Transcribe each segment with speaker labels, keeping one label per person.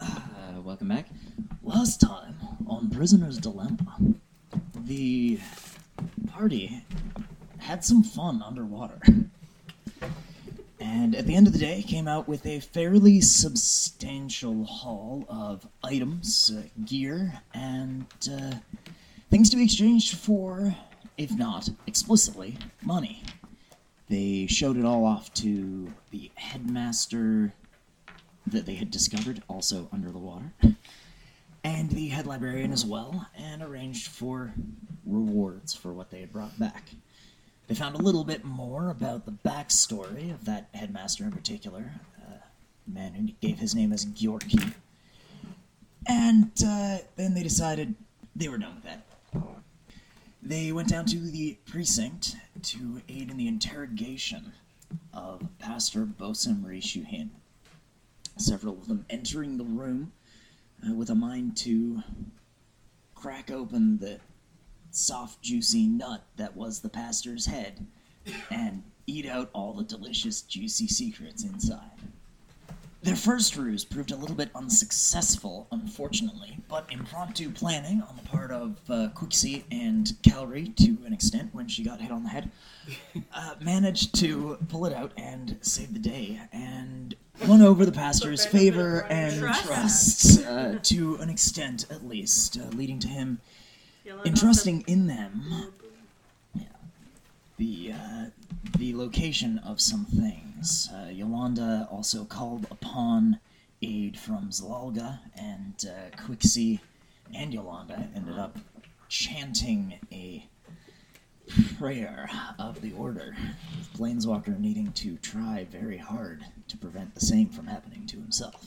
Speaker 1: Uh, welcome back. Last time on Prisoner's Dilemma, the party had some fun underwater. And at the end of the day, came out with a fairly substantial haul of items, uh, gear, and uh, things to be exchanged for, if not explicitly, money. They showed it all off to the headmaster, that they had discovered also under the water, and the head librarian as well, and arranged for rewards for what they had brought back. They found a little bit more about the backstory of that headmaster in particular, uh, the man who gave his name as Gyorky. And uh, then they decided they were done with that. They went down to the precinct to aid in the interrogation of Pastor Bosim Rishuhin several of them entering the room uh, with a mind to crack open the soft, juicy nut that was the pastor's head and eat out all the delicious, juicy secrets inside. Their first ruse proved a little bit unsuccessful, unfortunately, but impromptu planning on the part of uh, Quixie and Calorie, to an extent, when she got hit on the head, uh, managed to pull it out and save the day, and won over the pastor's
Speaker 2: benefit of
Speaker 1: favor
Speaker 2: running
Speaker 1: and
Speaker 2: trust.
Speaker 1: trust, uh, to an extent at least, uh, leading to him entrusting in them the uh, the location of some things. Uh, Yolanda also called upon aid from Zlalga, and uh, Quixie and Yolanda ended up chanting a prayer of the order, with Planeswalker needing to try very hard to prevent the same from happening to himself.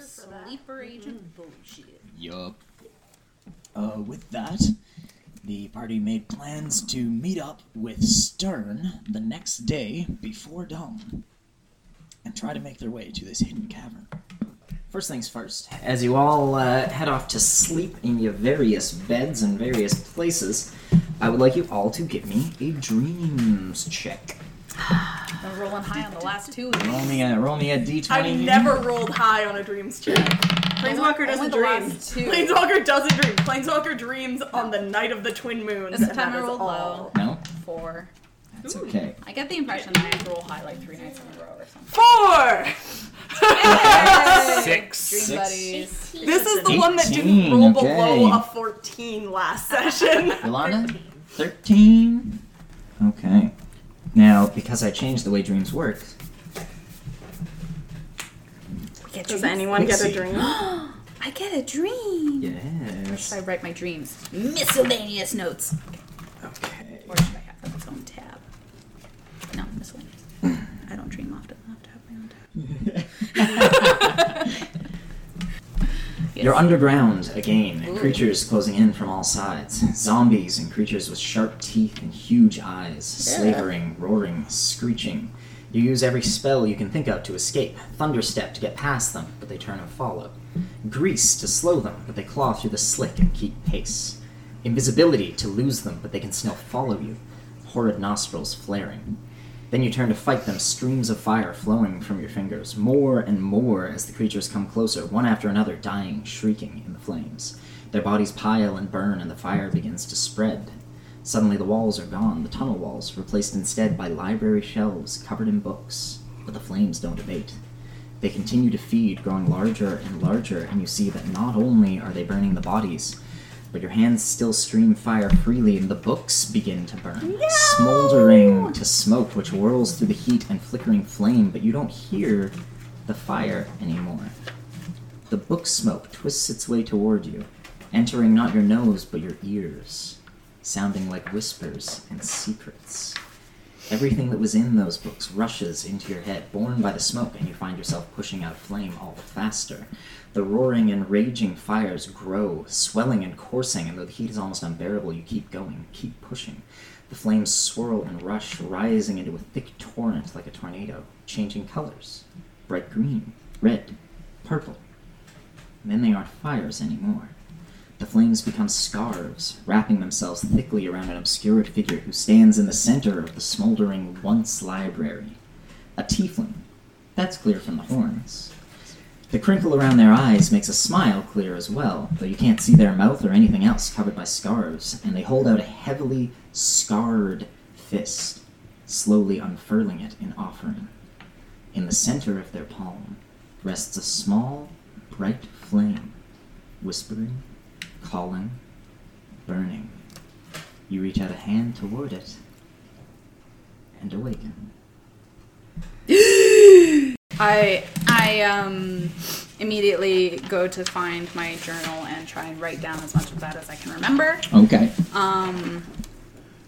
Speaker 3: Sleeper agent bullshit.
Speaker 1: Yup. Uh, with that, the party made plans to meet up with Stern the next day before dawn and try to make their way to this hidden cavern. First things first, as you all uh, head off to sleep in your various beds and various places, I would like you all to give me a dreams check.
Speaker 3: I'm rolling high on the last two.
Speaker 1: Roll me a, roll me a d20.
Speaker 2: I've never rolled high on a dreams check. Planeswalker
Speaker 3: Only-
Speaker 2: doesn't
Speaker 3: only the
Speaker 2: dream.
Speaker 3: last two.
Speaker 2: Planeswalker doesn't dream. Planeswalker dreams on the night of the twin moon.
Speaker 3: This time I rolled low.
Speaker 1: No?
Speaker 3: Four.
Speaker 1: That's okay.
Speaker 3: I get the impression that I have to roll high like three nights in a row or something.
Speaker 2: Four.
Speaker 3: Dream
Speaker 4: Six.
Speaker 3: buddies.
Speaker 2: This is the one that didn't
Speaker 1: 18,
Speaker 2: roll
Speaker 1: okay.
Speaker 2: below a fourteen last session.
Speaker 1: Yolanda? 13. Okay. Now, because I changed the way dreams work,
Speaker 2: Does anyone get a dream?
Speaker 3: I get a dream.
Speaker 1: yes.
Speaker 3: I write my dreams. Miscellaneous notes.
Speaker 1: Okay.
Speaker 3: Or should I have them its own tab? No, miscellaneous. I don't dream often. I have to have my own tab. Yes.
Speaker 1: You're underground again, and creatures closing in from all sides. Zombies and creatures with sharp teeth and huge eyes, slavering, roaring, screeching. You use every spell you can think of to escape. Thunderstep to get past them, but they turn and follow. Grease to slow them, but they claw through the slick and keep pace. Invisibility to lose them, but they can still follow you. Horrid nostrils flaring. Then you turn to fight them, streams of fire flowing from your fingers, more and more as the creatures come closer, one after another, dying, shrieking in the flames. Their bodies pile and burn, and the fire begins to spread. Suddenly, the walls are gone, the tunnel walls, replaced instead by library shelves covered in books. But the flames don't abate. They continue to feed, growing larger and larger, and you see that not only are they burning the bodies, but your hands still stream fire freely, and the books begin to burn, smoldering to smoke, which whirls through the heat and flickering flame, but you don't hear the fire anymore. The book smoke twists its way toward you, entering not your nose, but your ears, sounding like whispers and secrets. Everything that was in those books rushes into your head, borne by the smoke, and you find yourself pushing out flame all the faster. The roaring and raging fires grow, swelling and coursing, and though the heat is almost unbearable, you keep going, keep pushing. The flames swirl and rush, rising into a thick torrent like a tornado, changing colors bright green, red, purple. And then they aren't fires anymore. The flames become scarves, wrapping themselves thickly around an obscured figure who stands in the center of the smoldering once library. A tiefling. That's clear from the horns. The crinkle around their eyes makes a smile clear as well, though you can't see their mouth or anything else covered by scarves, and they hold out a heavily scarred fist, slowly unfurling it in offering. In the center of their palm rests a small, bright flame, whispering, calling, burning. You reach out a hand toward it and awaken.
Speaker 3: I I um immediately go to find my journal and try and write down as much of that as I can remember.
Speaker 1: Okay.
Speaker 3: Um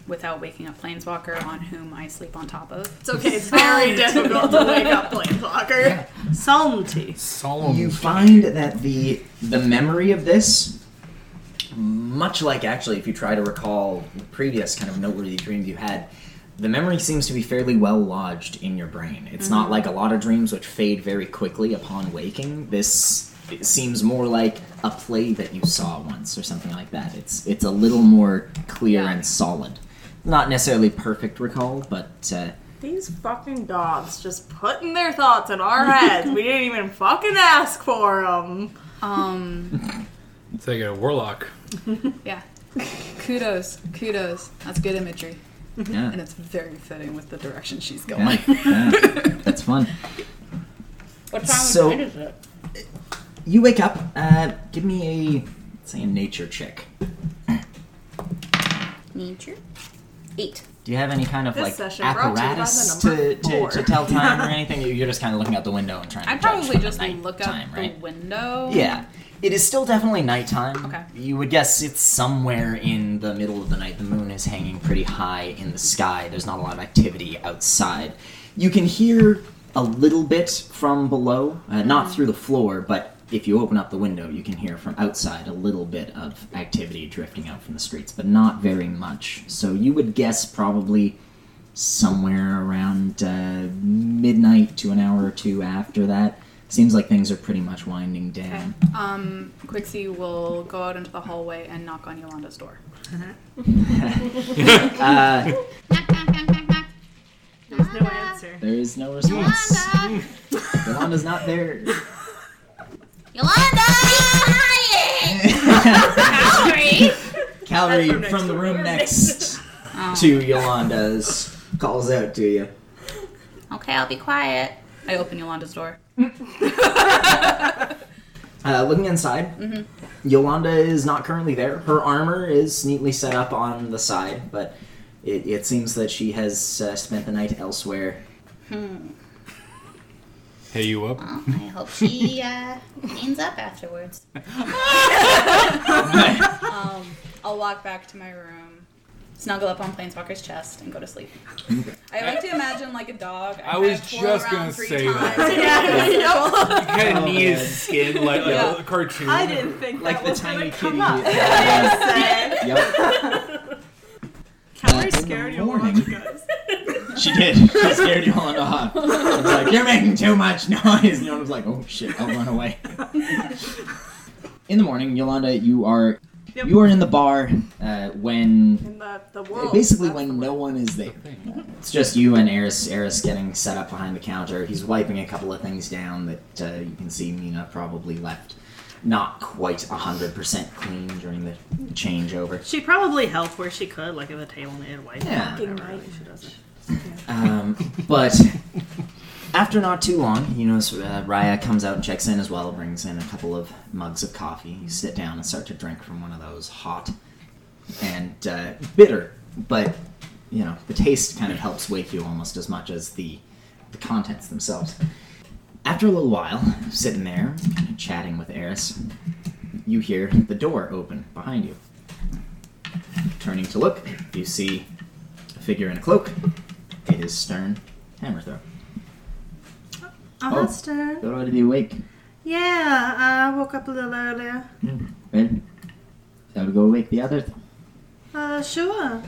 Speaker 3: without waking up Planeswalker on whom I sleep on top of.
Speaker 2: It's okay. It's very difficult to wake up Planeswalker.
Speaker 4: Salty.
Speaker 5: Solemn.
Speaker 1: You find that the the memory of this, much like actually, if you try to recall the previous kind of noteworthy dreams you had, the memory seems to be fairly well lodged in your brain. It's
Speaker 3: Mm-hmm.
Speaker 1: not like a lot of dreams which fade very quickly upon waking. This it seems more like a play that you saw once or something like that. It's it's a little more clear
Speaker 3: Yeah.
Speaker 1: and solid. Not necessarily perfect recall, but uh,
Speaker 2: These fucking dogs just putting their thoughts in our heads. we didn't even fucking ask for them.
Speaker 3: Um
Speaker 5: It's like a warlock.
Speaker 3: yeah. Kudos, kudos. That's good imagery. And
Speaker 1: yeah,
Speaker 3: it's very fitting with the direction she's going.
Speaker 1: yeah, yeah. that's fun.
Speaker 4: What
Speaker 1: So-
Speaker 4: is it?
Speaker 1: You wake up. Uh, give me a let's say a nature check.
Speaker 3: Nature. Eight.
Speaker 1: Do you have any kind of
Speaker 2: This
Speaker 1: like
Speaker 2: session brought to you by the
Speaker 1: apparatus
Speaker 2: number
Speaker 1: to, to,
Speaker 2: four.
Speaker 1: to tell time or anything? You- You're just kind of looking out the window and trying.
Speaker 3: I
Speaker 1: to judge
Speaker 3: probably
Speaker 1: from the
Speaker 3: just
Speaker 1: night
Speaker 3: look up
Speaker 1: time, right?
Speaker 3: the window.
Speaker 1: Yeah, it is still definitely nighttime.
Speaker 3: Okay.
Speaker 1: You would guess it's somewhere in the middle of the night. The moon is hanging pretty high in the sky. There's not a lot of activity outside. You can hear a little bit from below, uh, not
Speaker 3: Mm-hmm.
Speaker 1: through the floor, but if you open up the window, you can hear from outside a little bit of activity drifting out from the streets, but not very much. So you would guess probably somewhere around uh, midnight to an hour or two after that. Seems like things are pretty much winding
Speaker 3: Okay.
Speaker 1: down.
Speaker 3: Um, Quixie will go out into the hallway and knock on Yolanda's door.
Speaker 1: Uh,
Speaker 2: There's no answer.
Speaker 1: there is no response. Yolanda's not there.
Speaker 3: Sorry.
Speaker 1: Calvary
Speaker 2: That's
Speaker 1: from the room next
Speaker 3: Oh.
Speaker 1: to Yolanda's calls out to you.
Speaker 3: Okay, I'll be quiet. I open Yolanda's door.
Speaker 1: Uh, looking inside, Yolanda is not currently there. Her armor is neatly set up on the side, but it, it seems that she has uh, spent the night elsewhere.
Speaker 5: Hey, you up?
Speaker 3: Well, I hope she uh, cleans up afterwards. um, I'll walk back to my room, snuggle up on Planeswalker's chest, and go to sleep. I like to imagine like a dog.
Speaker 5: I was
Speaker 3: kinda twirl
Speaker 5: just
Speaker 3: around
Speaker 5: gonna
Speaker 3: three
Speaker 5: say
Speaker 3: times.
Speaker 5: that.
Speaker 2: Yeah.
Speaker 5: You kind
Speaker 1: Oh,
Speaker 5: of need
Speaker 1: man.
Speaker 5: his skin like
Speaker 3: Yeah.
Speaker 5: a cartoon.
Speaker 2: I didn't think
Speaker 1: Like
Speaker 2: that
Speaker 1: the
Speaker 2: was gonna
Speaker 1: tiny kitty.
Speaker 2: come up.
Speaker 1: Yeah,
Speaker 2: Said,
Speaker 1: yeah, yep.
Speaker 2: How
Speaker 1: in the
Speaker 2: scared you
Speaker 1: morning.
Speaker 2: guys?
Speaker 1: She did. She scared Yolanda off. She was like, You're making too much noise. And Yolanda's like, Oh shit, I'll run away. In the morning, Yolanda, you are
Speaker 2: Yep.
Speaker 1: you are in the bar uh, when
Speaker 2: In the, the world.
Speaker 1: Basically,
Speaker 2: That's
Speaker 1: when
Speaker 2: the
Speaker 1: no
Speaker 2: word.
Speaker 1: one is there, it's just you and Eris. Eris getting set up behind the counter. He's wiping a couple of things down that uh, you can see Mina probably left not quite hundred percent clean during the changeover.
Speaker 4: She probably helped where she could, like at the table and wipe it,
Speaker 1: Yeah.
Speaker 4: whatever,
Speaker 2: Fucking right.
Speaker 4: She doesn't.
Speaker 1: Um, but after not too long, you notice uh, Raya comes out and checks in as well. Brings in a couple of mugs of coffee. You sit down and start to drink from one of those hot and uh, bitter, but you know the taste kind of helps wake you almost as much as the the contents themselves. After a little while, sitting there kind of chatting with Eris, you hear the door open behind you. Turning to look, you see a figure in a cloak. It is Stern Hammer Throw.
Speaker 4: Oh,
Speaker 1: Oh.
Speaker 4: that's Stern.
Speaker 1: You're already awake.
Speaker 4: Yeah, I woke up a little earlier.
Speaker 1: Well, shall we go wake the others?
Speaker 4: Uh, sure.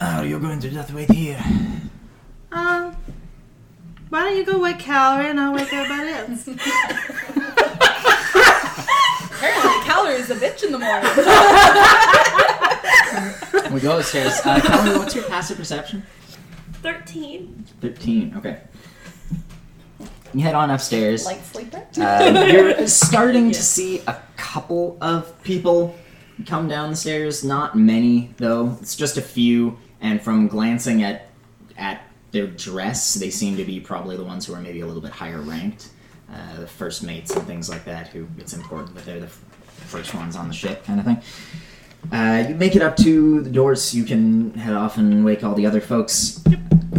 Speaker 1: Oh, you're going to just wait here.
Speaker 4: Um, why don't you go wake Calorie and I'll wake everybody else?
Speaker 3: Apparently, Calorie is a bitch in the morning.
Speaker 1: We go upstairs. Uh, Calvin, what's your passive perception?
Speaker 2: Thirteen.
Speaker 1: 13, okay. You head on upstairs.
Speaker 3: Light sleeper.
Speaker 1: Uh, you're starting to see a couple of people come down the stairs. Not many, though. It's just a few. And from glancing at at their dress, they seem to be probably the ones who are maybe a little bit higher ranked, uh, the first mates and things like that. Who it's important that they're the f- first ones on the ship, kind of thing. Uh, you make it up to the doors. You can head off and wake all the other folks.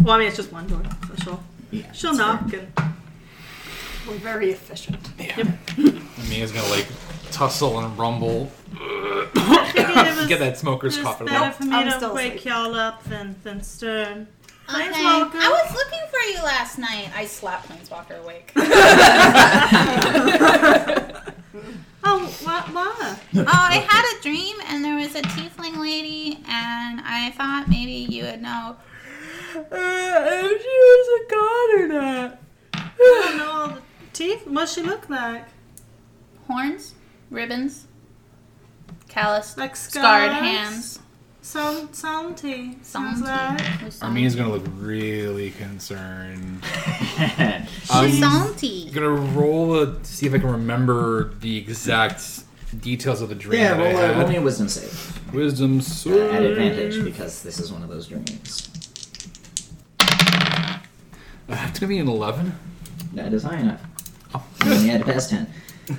Speaker 4: Well, I mean, it's just one door, so she'll,
Speaker 1: Yeah,
Speaker 4: she'll
Speaker 1: that's fair.
Speaker 4: knock and.
Speaker 2: We're very efficient.
Speaker 5: Mia's gonna like tussle and rumble. Get that smoker's
Speaker 4: It's
Speaker 5: cough out
Speaker 4: better
Speaker 5: of
Speaker 4: for me
Speaker 2: I'm
Speaker 4: to
Speaker 2: still
Speaker 4: wake
Speaker 2: asleep.
Speaker 4: y'all up than, than stir.
Speaker 3: Okay.
Speaker 4: Planeswalker.
Speaker 3: I was looking for you last night. I slapped Planeswalker awake.
Speaker 4: Oh, what? Why?
Speaker 3: Oh, I had a dream and there was a tiefling lady, and I thought maybe you would know.
Speaker 2: if Uh, she was a god or not.
Speaker 4: I don't know all the teeth. What's she look like?
Speaker 3: Horns, ribbons, calloused,
Speaker 4: Like
Speaker 3: scarred
Speaker 4: scars?
Speaker 3: hands.
Speaker 4: Sal- salty. Sounds
Speaker 3: Salty.
Speaker 4: like.
Speaker 3: Who's
Speaker 5: mouth. Mia's gonna look really concerned. Um,
Speaker 3: salty? She's
Speaker 5: I'm
Speaker 3: salty.
Speaker 5: gonna roll a to see if I can remember the exact details of the dream.
Speaker 1: yeah,
Speaker 5: that
Speaker 1: roll,
Speaker 5: I
Speaker 1: a- roll
Speaker 5: had.
Speaker 1: me Uh, a wisdom save
Speaker 5: Wisdom
Speaker 1: uh, at
Speaker 5: save.
Speaker 1: advantage because this is one of those dreams.
Speaker 5: That's gonna be an eleven.
Speaker 1: That is high enough. And then you had to pass 10.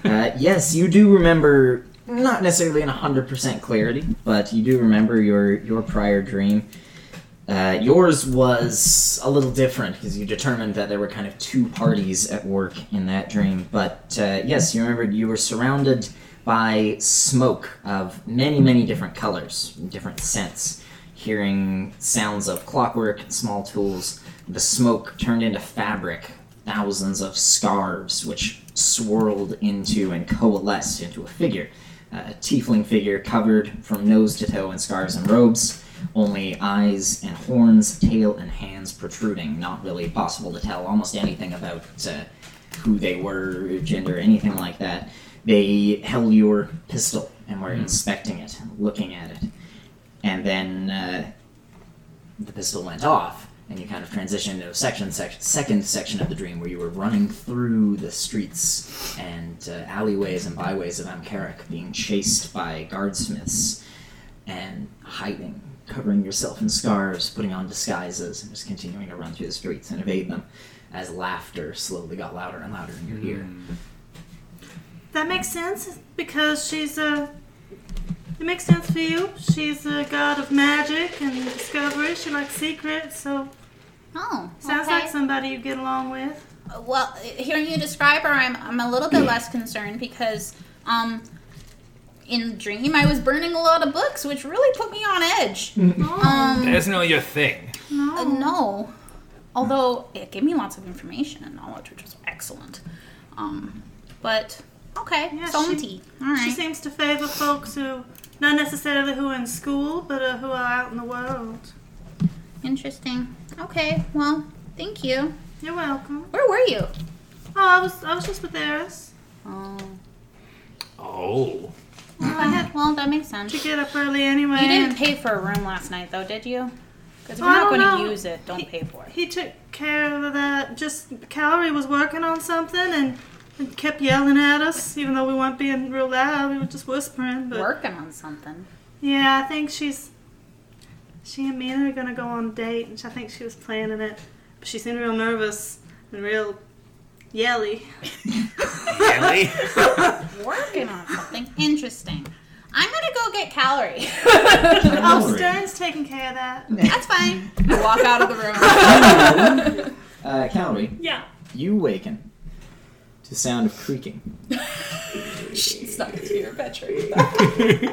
Speaker 1: Uh, yes, you do remember, not necessarily in 100% clarity, but you do remember your, your prior dream. Uh, yours was a little different because you determined that there were kind of two parties at work in that dream. But uh, yes, you remembered you were surrounded by smoke of many, many different colors, different scents, hearing sounds of clockwork, small tools. The smoke turned into fabric, thousands of scarves which swirled into and coalesced into a figure Uh, a tiefling figure covered from nose to toe in scarves and robes, only eyes and horns, tail and hands protruding. Not really possible to tell almost anything about uh, who they were, gender, anything like that. They held your pistol and were inspecting it, looking at it. And then uh, the pistol went off, and you kind of transitioned into a section, sec- second section of the dream where you were running through the streets and uh, alleyways and byways of Amkarak, being chased by guardsmiths and hiding, covering yourself in scarves, putting on disguises, and just continuing to run through the streets and evade them as laughter slowly got louder and louder in your ear.
Speaker 4: That makes sense because she's a. It makes sense for you. She's a god of magic and discovery. She likes secrets, so
Speaker 3: Oh,
Speaker 4: sounds
Speaker 3: okay.
Speaker 4: like somebody you get along with.
Speaker 3: Well, hearing you describe her, I'm, I'm a little bit less concerned because um, in the dream I was burning a lot of books, which really put me on edge.
Speaker 4: Oh,
Speaker 3: Um,
Speaker 5: That's not your thing.
Speaker 3: uh, no. Although it gave me lots of information and knowledge, which was excellent. Um, but okay,
Speaker 4: Yeah, she-
Speaker 3: salty. All
Speaker 4: She
Speaker 3: right.
Speaker 4: seems to favor folks who, not necessarily who are in school, but uh, who are out in the world.
Speaker 3: Interesting. Okay. Well, thank you.
Speaker 4: You're welcome.
Speaker 3: Where were you?
Speaker 4: Oh, I was I was just with Eris.
Speaker 3: Oh.
Speaker 5: Oh.
Speaker 3: Okay, well, that makes sense.
Speaker 4: She get up early anyway.
Speaker 3: You didn't pay for a room last night, though, did you? Because we're
Speaker 4: Well, I
Speaker 3: not
Speaker 4: don't
Speaker 3: going to
Speaker 4: know.
Speaker 3: use it. Don't
Speaker 4: He-
Speaker 3: pay for it.
Speaker 4: He took care of that. Just Calorie was working on something and, and kept yelling at us, even though we weren't being real loud. We were just whispering. But
Speaker 3: Working on something.
Speaker 4: yeah, I think she's. She and Mina are gonna go on a date, which I think she was planning it. But she seemed real nervous and real yelly.
Speaker 5: Really?
Speaker 3: Working on something. Interesting. I'm gonna go get calorie.
Speaker 4: Oh,
Speaker 1: Calorie.
Speaker 4: Stern's taking care of that.
Speaker 3: That's fine. Walk out of the room.
Speaker 1: Uh, Calorie,
Speaker 4: Yeah.
Speaker 1: you waken to the sound of creaking.
Speaker 6: Stuck to your bedroom.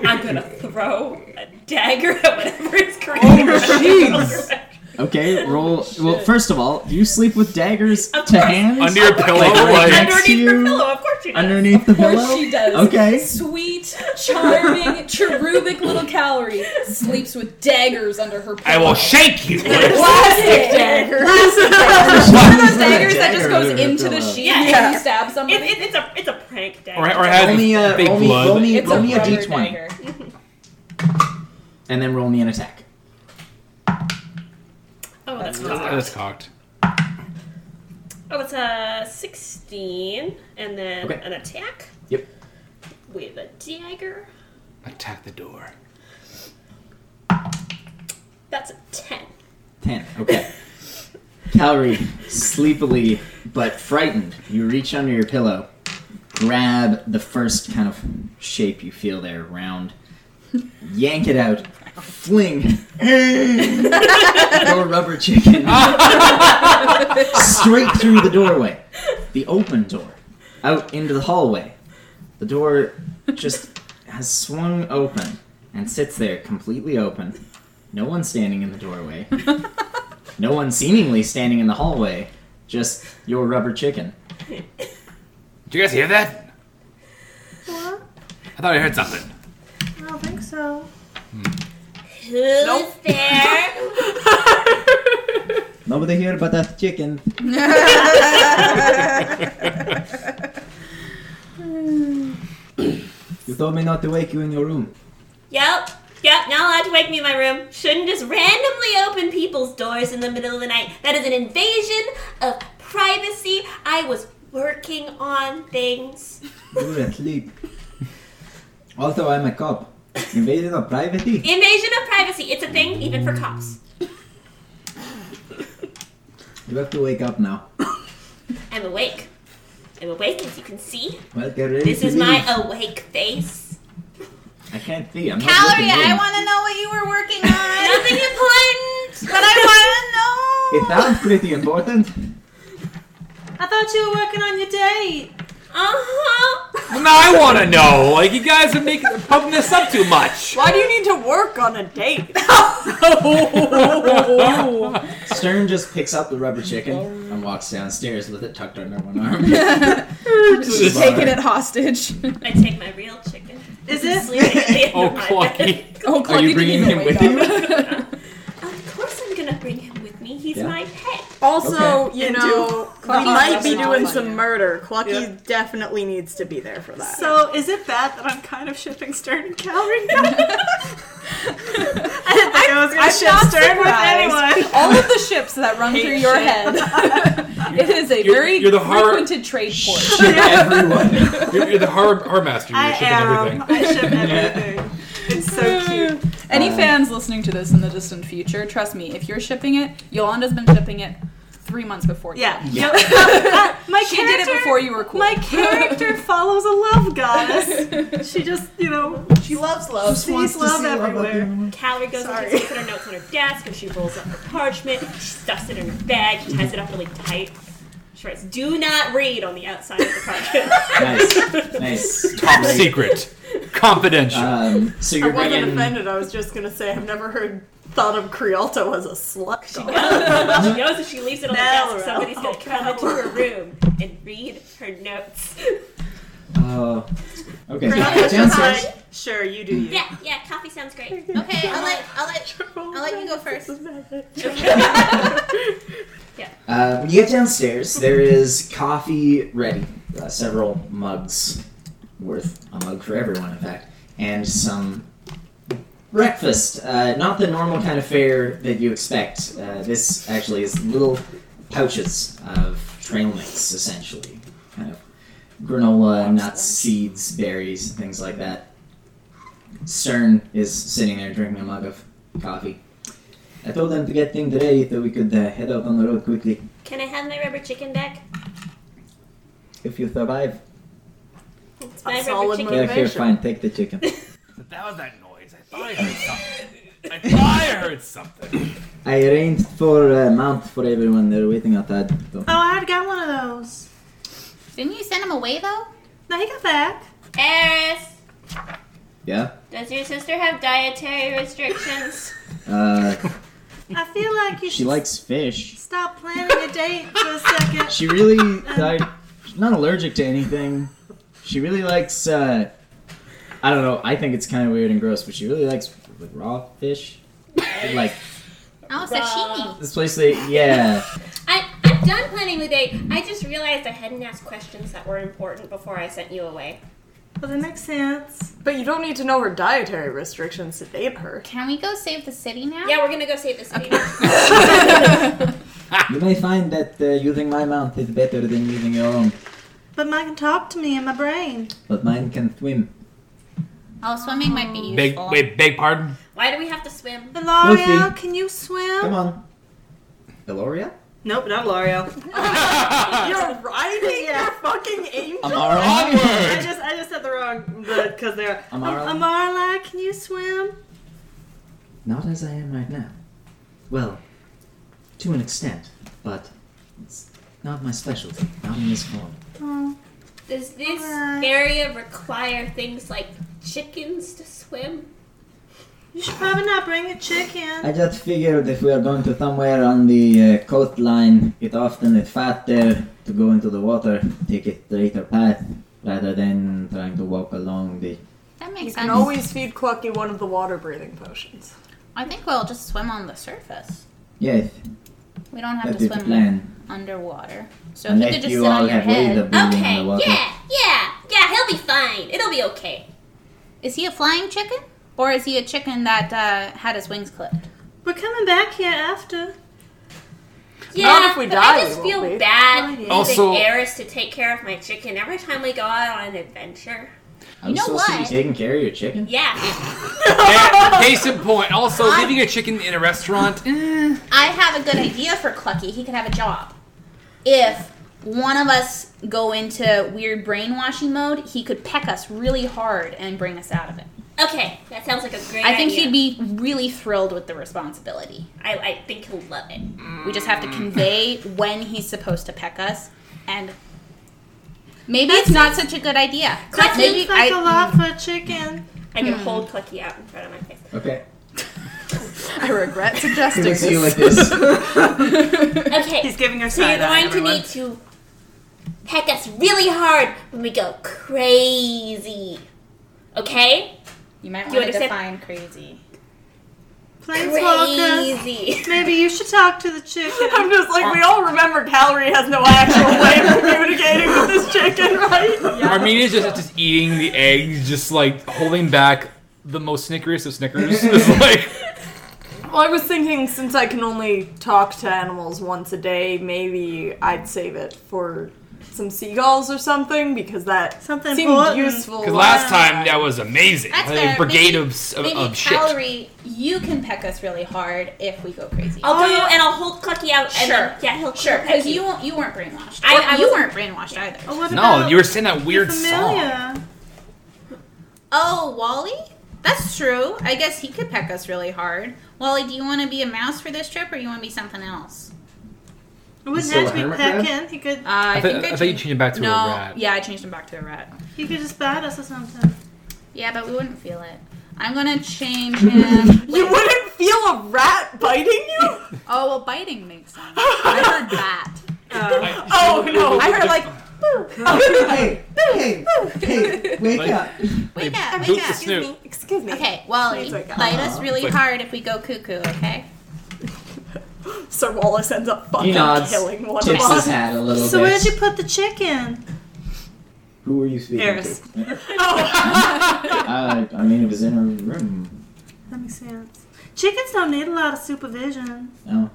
Speaker 6: I'm gonna throw a dagger at whatever is creeping.
Speaker 1: Oh, jeez. Okay, roll. Well, first of all, you sleep with daggers
Speaker 6: Of
Speaker 1: to
Speaker 6: course.
Speaker 1: hands
Speaker 5: Under your pillow,
Speaker 1: like, right
Speaker 5: like-
Speaker 1: next to
Speaker 6: Underneath her
Speaker 1: you?
Speaker 6: pillow, of course she does.
Speaker 1: underneath the
Speaker 6: Of course
Speaker 1: pillow.
Speaker 6: she does.
Speaker 1: Okay.
Speaker 6: Sweet, charming, cherubic little calorie sleeps with daggers under her pillow.
Speaker 5: I will shake you.
Speaker 6: Plastic dagger.
Speaker 1: One
Speaker 6: Those daggers that just goes into the sheet Yeah. and you stab somebody.
Speaker 4: It, it, it's a it's a prank date.
Speaker 5: Or, or has
Speaker 1: Roll me a
Speaker 5: big
Speaker 1: roll me,
Speaker 5: blood.
Speaker 1: roll me,
Speaker 6: it's
Speaker 1: roll
Speaker 6: a
Speaker 1: me a
Speaker 6: rubber
Speaker 1: d20,
Speaker 6: dagger.
Speaker 1: and then roll me an attack.
Speaker 6: Oh, that's
Speaker 5: That's cocked.
Speaker 6: Oh, it's a 16, and then
Speaker 1: Okay.
Speaker 6: an attack
Speaker 1: Yep.
Speaker 6: with a dagger.
Speaker 5: Attack the door.
Speaker 6: That's a 10.
Speaker 1: Ten. Okay. Calgary, sleepily but frightened, you reach under your pillow, grab the first kind of shape you feel there, round, yank it out, fling, your rubber chicken straight through the doorway, the open door, out into the hallway. The door just has swung open and sits there completely open. No one standing in the doorway. no one seemingly standing in the hallway. Just your rubber chicken.
Speaker 5: Did you guys hear that?
Speaker 4: What?
Speaker 5: I thought I heard something.
Speaker 4: I don't think so.
Speaker 6: Who's there?
Speaker 1: Nobody here but that chicken. you told me not to wake you in your room.
Speaker 6: yep. Yep, not allowed to wake me in my room. Shouldn't just randomly open people's doors in the middle of the night. That is an invasion of privacy. I was working on things.
Speaker 1: You were asleep. Also, I'm a cop. Invaded of privacy?
Speaker 6: Invasion of privacy. It's a thing even for cops.
Speaker 1: You have to wake up now.
Speaker 6: I'm awake. I'm awake, as you can see.
Speaker 1: Well, get ready
Speaker 6: This
Speaker 1: to
Speaker 6: is my
Speaker 1: leave.
Speaker 6: awake face.
Speaker 1: I can't see. I'm not
Speaker 3: Calorie,
Speaker 1: looking
Speaker 3: I
Speaker 1: in.
Speaker 3: want to know what you were working on,
Speaker 6: Nothing important.
Speaker 3: but I
Speaker 1: It
Speaker 3: want to know.
Speaker 1: sounds pretty important.
Speaker 4: I thought you were working on your date.
Speaker 6: Uh huh.
Speaker 5: Well, now I want to know. Like you guys are making pumping this up too much.
Speaker 2: Why do you need to work on a date?
Speaker 1: Stern just picks up the rubber chicken and walks downstairs with it tucked under one arm.
Speaker 3: She's taking it hostage.
Speaker 6: I take my real chicken.
Speaker 4: Is it?
Speaker 6: Sleep at the end
Speaker 5: oh,
Speaker 6: of my bed.
Speaker 5: clucky.
Speaker 3: Oh,
Speaker 5: Are
Speaker 3: Clark,
Speaker 5: you
Speaker 3: didn't
Speaker 5: bringing
Speaker 3: even
Speaker 5: him
Speaker 3: wake
Speaker 5: with
Speaker 3: up.
Speaker 5: you?
Speaker 6: Of course, I'm gonna bring him with me. He's
Speaker 1: Yeah.
Speaker 6: my pet.
Speaker 2: Also, you
Speaker 4: And
Speaker 2: know, we
Speaker 3: Clucky
Speaker 2: might
Speaker 3: does
Speaker 2: be
Speaker 3: not
Speaker 2: doing
Speaker 3: want
Speaker 2: some
Speaker 3: you.
Speaker 2: murder. Clucky definitely needs to be there for that.
Speaker 4: So is it bad that I'm kind of shipping Stern and Calorie?
Speaker 2: I didn't think I was going to ship Stern with anyone.
Speaker 3: All of the ships that run through your
Speaker 6: shit.
Speaker 3: head. it is a
Speaker 5: You're-
Speaker 3: very
Speaker 5: you're the heart-
Speaker 3: frequented trade port.
Speaker 1: Shit, everyone.
Speaker 5: You're, you're the hard hard master. You're
Speaker 4: I
Speaker 5: shipping
Speaker 4: am.
Speaker 5: everything.
Speaker 4: I ship everything. It's so cute.
Speaker 3: Any
Speaker 6: Uh.
Speaker 1: Um,
Speaker 3: fans listening to this in the distant future, trust me, if you're shipping it, Yolanda's been shipping it three months before you.
Speaker 4: Yeah. Yep. Uh, my
Speaker 3: She
Speaker 4: character,
Speaker 3: did it before you were cool.
Speaker 4: My character follows a love goddess. She just, you know,
Speaker 2: She loves love.
Speaker 4: sees love everywhere.
Speaker 6: Callie goes
Speaker 4: Sorry.
Speaker 6: up to put her notes on her desk, and she rolls up her parchment. She stuffs it in her bag. She ties it up really tight. She writes, "Do not read" on the outside of the parchment.
Speaker 1: nice, nice.
Speaker 5: Top
Speaker 1: Great.
Speaker 5: secret, confidential.
Speaker 1: Um, so
Speaker 2: I
Speaker 1: you're
Speaker 2: wasn't
Speaker 1: bringing.
Speaker 2: offended. I was just going to say I've never heard thought of Creolto as a slut. doll.
Speaker 6: she knows if she leaves it on the
Speaker 2: Now,
Speaker 6: desk, somebody's
Speaker 2: oh,
Speaker 6: gonna come into her room and read her notes.
Speaker 1: Oh, okay. so
Speaker 2: Creolto's just
Speaker 1: downstairs.
Speaker 2: like, Sure, you do you.
Speaker 6: yeah, yeah. Coffee sounds great.
Speaker 3: Okay, I'll let I'll let I'll let you go first.
Speaker 1: Uh, when you get downstairs, there is coffee ready. Uh, several mugs worth, a mug for everyone, in fact, and some breakfast. Uh, not the normal kind of fare that you expect. Uh, this actually is little pouches of trail mix, essentially. Kind of granola, nuts, seeds, berries, and things like that. Stern is sitting there drinking a mug of coffee. I told them to get things ready so we could uh, head out on the road quickly.
Speaker 6: Can I have my rubber chicken back?
Speaker 1: If you survive,
Speaker 6: It's my
Speaker 2: A
Speaker 6: rubber
Speaker 2: solid
Speaker 6: chicken.
Speaker 2: move.
Speaker 1: yeah, here,
Speaker 2: Motivation.
Speaker 1: fine, take the chicken.
Speaker 5: That was that noise. I thought I heard something. I thought I heard something.
Speaker 1: I arranged for a mount for everyone. They're waiting outside. So.
Speaker 4: Oh, I had got one of those.
Speaker 3: Didn't you send him away though?
Speaker 4: No, he got back.
Speaker 6: Eris,
Speaker 1: Yeah.
Speaker 6: does your sister have dietary restrictions?
Speaker 1: Uh,
Speaker 4: I feel like you
Speaker 1: she
Speaker 4: should
Speaker 1: likes fish.
Speaker 4: stop planning a date for a second.
Speaker 1: She really like. She's not allergic to anything. She really likes. Uh, I don't know. I think it's kind of weird and gross, but she really likes raw fish. Like
Speaker 3: Oh, sashimi.
Speaker 1: this place, they yeah.
Speaker 6: I, I'm done planning the date. I just realized I hadn't asked questions that were important before I sent you away.
Speaker 4: Well, that makes sense.
Speaker 2: But you don't need to know her dietary restrictions to date her.
Speaker 3: Can we go save the city now?
Speaker 6: Yeah, we're gonna go save this city.
Speaker 1: You may find that uh, using my mouth is better than using your own,
Speaker 4: But mine can talk to me in my brain.
Speaker 1: but mine can swim.
Speaker 3: Oh, swimming might be useful.
Speaker 5: Big, wait, big pardon?
Speaker 6: Why do we have to swim?
Speaker 4: And L'Oreal,
Speaker 1: Lucy.
Speaker 4: can you swim?
Speaker 1: Come on. Eloria?
Speaker 4: Nope, not L'Oreal.
Speaker 2: You're riding your fucking angel.
Speaker 1: Amara?
Speaker 4: I
Speaker 5: Onward!
Speaker 4: just I just said the wrong because they're
Speaker 1: Amara?
Speaker 4: Um, Amarla, can you swim?
Speaker 1: Not as I am right now. Well, to an extent, but it's not my specialty, not in this form.
Speaker 4: Oh,
Speaker 6: Does this
Speaker 4: Alright.
Speaker 6: area require things like chickens to swim?
Speaker 4: you should probably not bring a chicken.
Speaker 1: I just figured if we are going to somewhere on the uh, coastline, it often is faster to go into the water, take a straighter path, rather than trying to walk along the.
Speaker 3: That
Speaker 2: You
Speaker 3: makes
Speaker 2: can
Speaker 3: sense.
Speaker 2: always feed Clucky one of the water breathing potions.
Speaker 3: I think we'll just swim on the surface.
Speaker 1: Yes,
Speaker 3: We don't have
Speaker 1: that
Speaker 3: to
Speaker 1: is the
Speaker 3: swim
Speaker 1: plan.
Speaker 3: underwater. So if you could
Speaker 1: Unless
Speaker 3: just
Speaker 1: you
Speaker 3: sit on
Speaker 1: all
Speaker 3: your
Speaker 1: have ways
Speaker 3: head.
Speaker 1: of breathing in
Speaker 6: okay,
Speaker 1: the water.
Speaker 6: yeah, yeah, yeah, he'll be fine. It'll be okay.
Speaker 3: Is he a flying chicken? Or is he a chicken that uh, had his wings clipped?
Speaker 4: We're coming back here after.
Speaker 6: Yeah,
Speaker 2: Not if we
Speaker 6: but
Speaker 2: die,
Speaker 6: I just
Speaker 2: we
Speaker 6: feel
Speaker 2: won't be.
Speaker 6: bad leaving
Speaker 5: Also-
Speaker 6: Eris to take care of my chicken every time we go out on an adventure.
Speaker 1: I'm
Speaker 3: know
Speaker 1: supposed to be
Speaker 3: what?
Speaker 1: taking care of your chicken.
Speaker 6: Yeah,
Speaker 5: And case in point, also leaving a chicken in a restaurant. eh.
Speaker 3: I have a good idea for Clucky. He could have a job. If one of us go into weird brainwashing mode, he could peck us really hard and bring us out of it.
Speaker 6: okay, that sounds like a great
Speaker 3: I think
Speaker 6: idea.
Speaker 3: he'd be really thrilled with the responsibility.
Speaker 6: I, I think he'll love it.
Speaker 3: We just have to convey when he's supposed to peck us, and maybe it's not such a good idea.
Speaker 6: That
Speaker 3: Maybe
Speaker 4: Seems like a
Speaker 3: I,
Speaker 4: lot for a chicken.
Speaker 6: I can hold Clucky out in front of my face.
Speaker 1: Okay.
Speaker 2: I regret
Speaker 1: He
Speaker 2: suggesting
Speaker 1: looks at you like
Speaker 2: this.
Speaker 1: this.
Speaker 6: Okay,
Speaker 4: He's giving her
Speaker 6: So you're
Speaker 4: side eye,
Speaker 6: going to
Speaker 4: everyone.
Speaker 6: need to peck us really hard when we go crazy. Okay?
Speaker 3: you might
Speaker 6: You
Speaker 3: want to
Speaker 6: understand?
Speaker 3: define crazy.
Speaker 4: Planeswalker.
Speaker 6: Crazy.
Speaker 4: Maybe you should talk to the chicken.
Speaker 2: I'm just like, we all remember Calorie has no actual way of communicating with this chicken, right?
Speaker 5: Armenia's just, just eating the eggs, just like holding back the most snickeriest of snickers. It's like,
Speaker 2: Well, I was thinking since I can only talk to animals once a day, maybe I'd save it for some seagulls or something because that
Speaker 4: Something
Speaker 2: seemed
Speaker 4: important.
Speaker 2: useful.
Speaker 5: because last time that was amazing.
Speaker 3: That's
Speaker 5: Like,
Speaker 3: fair.
Speaker 5: brigade
Speaker 3: Maybe-
Speaker 5: of, s- of,
Speaker 3: Maybe
Speaker 5: of shit.
Speaker 3: calorie, you can peck us really hard if we go crazy.
Speaker 6: I'll
Speaker 4: Oh,
Speaker 6: go
Speaker 4: yeah.
Speaker 6: and I'll hold Clucky out and then,
Speaker 3: Sure.
Speaker 6: yeah, he'll
Speaker 3: sure,
Speaker 6: he'll peck
Speaker 3: because you won't, you weren't brainwashed.
Speaker 6: I-
Speaker 3: Or
Speaker 6: I
Speaker 3: you
Speaker 6: wasn't-
Speaker 3: weren't brainwashed either.
Speaker 4: Oh, what
Speaker 5: No,
Speaker 4: about
Speaker 5: you were saying that
Speaker 4: your
Speaker 5: weird song.
Speaker 4: familiar?
Speaker 3: Oh, Wally, that's true. I guess he could peck us really hard. Wally, do you want to be a mouse for this trip, or you want to be something else?
Speaker 4: It wouldn't
Speaker 1: So
Speaker 4: have to
Speaker 1: a
Speaker 4: be
Speaker 1: hermit crab?
Speaker 4: pecking. He could
Speaker 3: Uh, I,
Speaker 5: I, th-
Speaker 3: think
Speaker 5: I thought
Speaker 3: I
Speaker 5: you
Speaker 3: changed-
Speaker 5: changed it back to
Speaker 3: no,
Speaker 5: a rat.
Speaker 3: yeah, I changed him back to a rat.
Speaker 4: he could just bite us or something.
Speaker 3: Yeah, but we wouldn't feel it. I'm gonna change him.
Speaker 2: You wouldn't feel a rat biting you?
Speaker 3: oh well, biting makes sense. I heard bat.
Speaker 2: Oh no!
Speaker 3: I heard like
Speaker 1: hey, hey, hey, wake
Speaker 5: Like-
Speaker 3: wake
Speaker 1: up.
Speaker 3: up,
Speaker 5: boop
Speaker 3: wake
Speaker 5: the snoot.
Speaker 3: up.
Speaker 2: Excuse me. Excuse me.
Speaker 3: Okay, well,
Speaker 2: Please
Speaker 3: you
Speaker 2: wake up.
Speaker 3: bite us really
Speaker 5: Like-
Speaker 3: hard if we go cuckoo. Okay.
Speaker 2: Sir Wallace ends up fucking
Speaker 1: He nods,
Speaker 2: killing one of
Speaker 1: tips his
Speaker 2: us.
Speaker 1: hat a little
Speaker 4: So
Speaker 1: bit.
Speaker 4: where'd you put the chicken?
Speaker 1: Who are you speaking
Speaker 4: Eris.
Speaker 1: to?
Speaker 2: Oh.
Speaker 1: I, I mean, it was in her room.
Speaker 4: That makes sense. Chickens don't need a lot of supervision.
Speaker 1: Oh.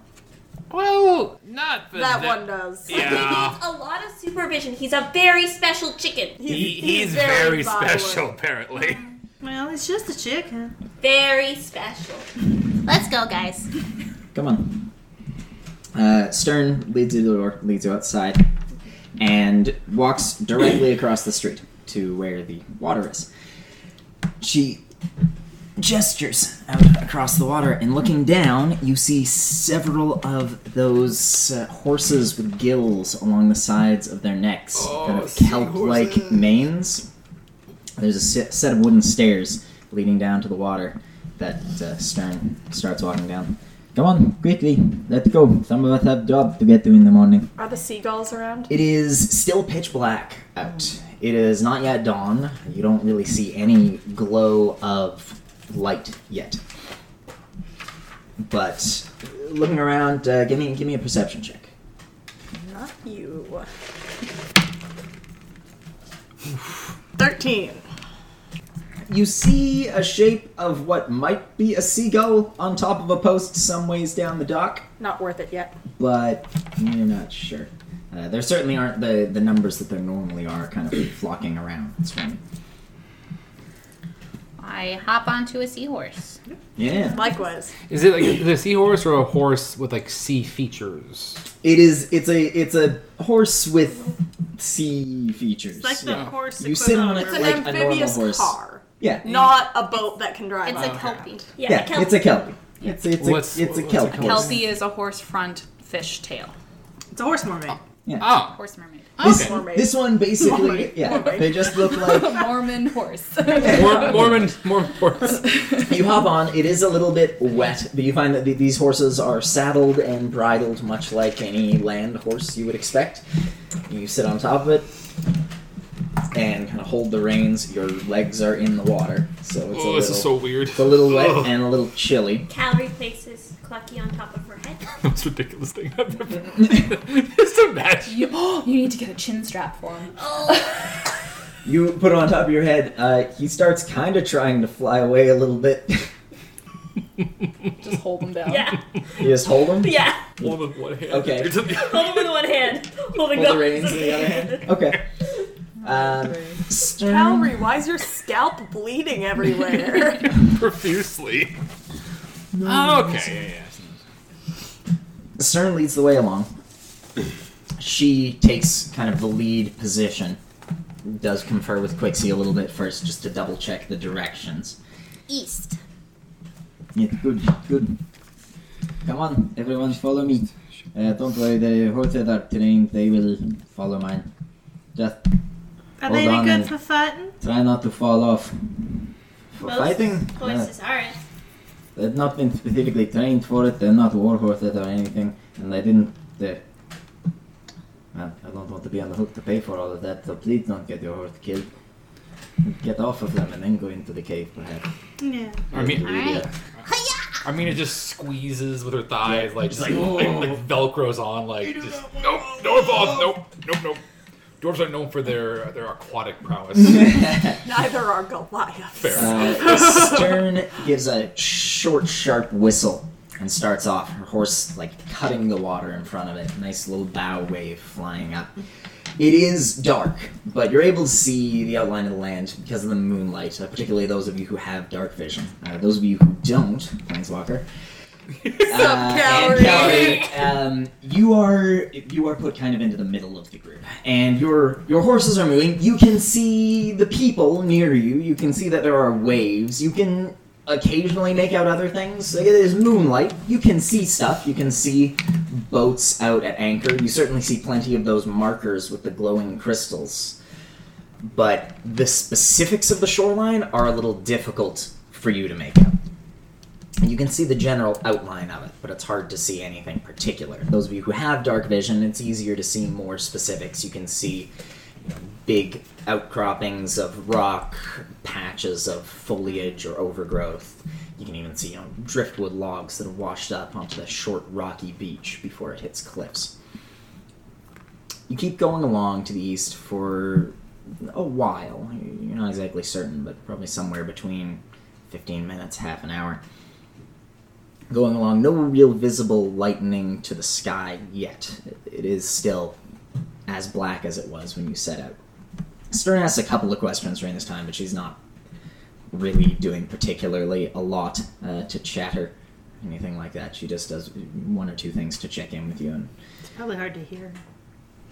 Speaker 5: Well, not for
Speaker 2: that one does.
Speaker 6: Clucky
Speaker 5: Yeah.
Speaker 6: needs a lot of supervision. He's a very special chicken.
Speaker 5: He, he's,
Speaker 2: he's
Speaker 5: very,
Speaker 2: very
Speaker 5: special,
Speaker 2: violent.
Speaker 5: apparently.
Speaker 4: Well, it's just a chicken.
Speaker 6: Very special.
Speaker 3: Let's go, guys.
Speaker 1: Come on. Uh, Stern leads you to the door, leads you outside, and walks directly across the street to where the water is. She gestures out across the water, and looking down, you see several of those uh, horses with gills along the sides of their necks, kind of kelp-like manes. There's a se- set of wooden stairs leading down to the water that uh, Stern starts walking down. Come on, quickly, let's go. Some of us have jobs to get to in the morning.
Speaker 2: Are the seagulls around?
Speaker 1: It is still pitch black out. It is not yet dawn. You don't really see any glow of light yet. But looking around, uh, give me give me a perception check.
Speaker 2: Not you. Thirteen.
Speaker 1: you see a shape of what might be a seagull on top of a post some ways down the dock,
Speaker 2: Not worth it yet.
Speaker 1: but you're not sure. Uh, there certainly aren't the, the numbers that there normally are kind of flocking around and swimming.
Speaker 3: I hop onto a seahorse.
Speaker 1: Yeah.
Speaker 2: Likewise.
Speaker 5: Is it like the seahorse or a horse with like sea features?
Speaker 1: It is. It's a. It's a horse with sea features.
Speaker 4: It's like the horse.
Speaker 1: You sit on
Speaker 4: equivalent of
Speaker 1: it
Speaker 2: It's an
Speaker 1: like a normal
Speaker 2: amphibious
Speaker 1: horse.
Speaker 2: car,
Speaker 1: yeah.
Speaker 2: not a boat that can drive.
Speaker 3: It's
Speaker 2: on
Speaker 3: a kelpie.
Speaker 6: Yeah,
Speaker 1: yeah.
Speaker 6: the kelp-
Speaker 1: It's a kelpie. It's it's a,
Speaker 5: What's-
Speaker 1: it's a
Speaker 5: what's a
Speaker 1: kelp
Speaker 5: kelpie?
Speaker 1: horse.
Speaker 7: Kelpie is a horse front fish tail.
Speaker 4: It's a horse mermaid.
Speaker 5: Oh,
Speaker 3: Horse mermaid.
Speaker 1: This,
Speaker 5: Okay.
Speaker 2: Mermaid.
Speaker 1: this one basically, yeah, they just look like
Speaker 7: Mormon horse.
Speaker 5: Mor- Mormon, Mormon horse.
Speaker 1: you hop on. It is a little bit wet, but you find that the, these horses are saddled and bridled, much like any land horse you would expect. You sit on top of it and kind of hold the reins. Your legs are in the water, so it's a
Speaker 5: Oh,
Speaker 1: little,
Speaker 5: this is so weird.
Speaker 1: it's a little wet
Speaker 5: Ugh.
Speaker 1: and a little chilly.
Speaker 6: Callie places Clucky on top of her head.
Speaker 5: Most ridiculous thing I've ever. Just imagine.
Speaker 7: you, you need to get a chin strap for him.
Speaker 6: Oh.
Speaker 1: You put it on top of your head. Uh, he starts kind of trying to fly away a little bit.
Speaker 7: Just hold him down.
Speaker 6: Yeah,
Speaker 1: you just hold him.
Speaker 6: yeah.
Speaker 5: Hold with one hand.
Speaker 1: Okay.
Speaker 5: It's a-
Speaker 6: Hold him in one hand. Hold,
Speaker 1: Hold the reins in the other hand. Okay. Um, stern.
Speaker 2: Calvary, why is your scalp bleeding everywhere?
Speaker 5: profusely. Oh, okay. Yeah,
Speaker 1: Cern leads the way along. She takes kind of the lead position. Does confer with Quixie a little bit first, just to double check the directions.
Speaker 3: East.
Speaker 1: Yeah, good, good. Come on, everyone, follow me. Uh, don't worry, the horses are trained. They will follow mine. Just
Speaker 4: Are
Speaker 1: Hold
Speaker 4: they any
Speaker 1: on
Speaker 4: good
Speaker 1: and-
Speaker 4: for fighting?
Speaker 1: try not to fall off. For
Speaker 6: Those
Speaker 1: fighting, uh,
Speaker 6: Horses aren't.
Speaker 1: they've not been specifically trained for it. They're not war horses or anything, and I didn't. Uh, well, I don't want to be on the hook to pay for all of that. So please don't get your horse killed. Get off of them and then go into the cave, perhaps.
Speaker 4: Yeah.
Speaker 5: I mean,
Speaker 3: Alright.
Speaker 5: I mean, it just squeezes with her thighs, like just
Speaker 1: It's
Speaker 5: like,
Speaker 1: like,
Speaker 5: like, like velcros on, like just nope, no evolve, nope, nope, nope. Dwarves are known for their their aquatic prowess.
Speaker 2: Neither are Goliath.
Speaker 5: Fair.
Speaker 1: Uh, Stern gives a short, sharp whistle and starts off. Her horse, like, cutting the water in front of it. Nice little bow wave flying up. It is dark, but you're able to see the outline of the land because of the moonlight, uh, particularly those of you who have dark vision. Uh, those of you who don't, Planeswalker, uh, and Calorie, um, you are you are put kind of into the middle of the group, and your your horses are moving. You can see the people near you. You can see that there are waves. You can occasionally make out other things. Like, there's moonlight. You can see stuff. You can see boats out at anchor. You certainly see plenty of those markers with the glowing crystals. But the specifics of the shoreline are a little difficult for you to make out. And You can see the general outline of it, but it's hard to see anything particular. Those of you who have dark vision, it's easier to see more specifics. You can see you know, big outcroppings of rock, patches of foliage or overgrowth. You can even see you know, driftwood logs that have washed up onto the short rocky beach before it hits cliffs. You keep going along to the east for a while. You're not exactly certain, but probably somewhere between 15 minutes, half an hour going along. No real visible lightning to the sky yet. It is still as black as it was when you set out. Stern asks a couple of questions during this time, but she's not really doing particularly a lot uh, to chatter, anything like that. She just does one or two things to check in with you and
Speaker 4: It's probably hard to hear.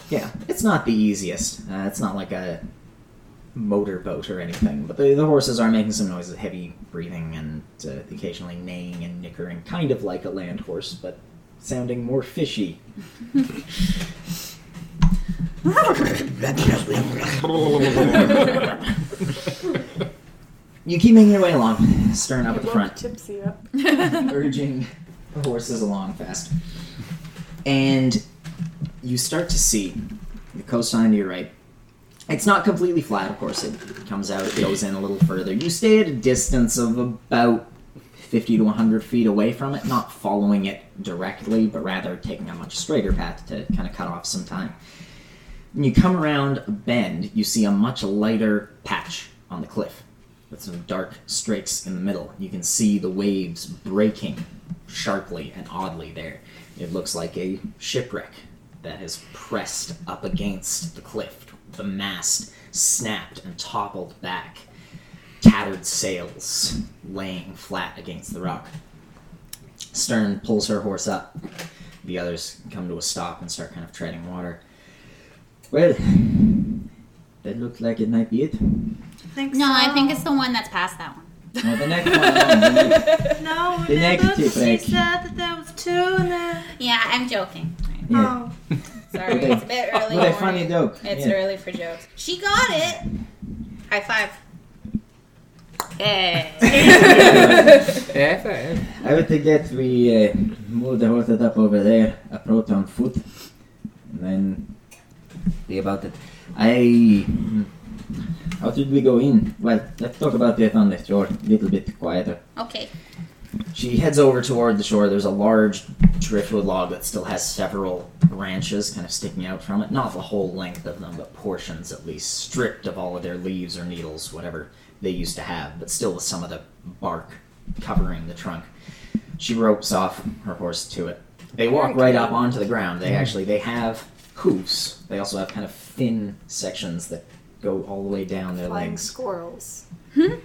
Speaker 1: yeah, it's not the easiest. Uh, it's not like a motorboat or anything, but the, the horses are making some noises, heavy breathing and uh, occasionally neighing and nickering, kind of like a land horse, but sounding more fishy. you keep making your way along, stern up at the front
Speaker 2: Tipsy up.
Speaker 1: urging the horses along fast. And you start to see the coastline to your right. It's not completely flat, of course. It comes out, it goes in a little further. You stay at a distance of about 50 to 100 feet away from it, not following it directly, but rather taking a much straighter path to kind of cut off some time. When you come around a bend, you see a much lighter patch on the cliff. with some dark streaks in the middle. You can see the waves breaking sharply and oddly there. It looks like a shipwreck that is pressed up against the cliff. The mast snapped and toppled back, tattered sails laying flat against the rock. Stern pulls her horse up. The others come to a stop and start kind of treading water. Well, that looked like it might be it.
Speaker 4: Think
Speaker 3: No,
Speaker 4: so.
Speaker 3: I think it's the one that's past that one.
Speaker 1: Now the next one.
Speaker 4: No,
Speaker 1: The
Speaker 4: remember
Speaker 1: negative
Speaker 4: she
Speaker 1: break.
Speaker 4: said that there was two and then.
Speaker 3: Yeah, I'm joking.
Speaker 1: Yeah.
Speaker 4: Oh.
Speaker 3: Sorry,
Speaker 1: Okay.
Speaker 3: it's a bit early.
Speaker 1: What a
Speaker 3: morning.
Speaker 1: funny joke.
Speaker 3: It's
Speaker 1: Yeah.
Speaker 3: early for jokes. She got it. High five. Hey.
Speaker 1: I would suggest we uh, move the horses up over there, approach on foot, and then be about it. I. How should we go in? Well, let's talk about it on the shore, a little bit quieter.
Speaker 3: okay.
Speaker 1: She heads over toward the shore. There's a large driftwood log that still has several branches kind of sticking out from it. Not the whole length of them, but portions at least, stripped of all of their leaves or needles, whatever they used to have, but still with some of the bark covering the trunk. She ropes off her horse to it. They walk right up onto the ground. They actually they have hooves. They also have kind of thin sections that go all the way down their
Speaker 2: Flying
Speaker 1: legs.
Speaker 2: squirrels,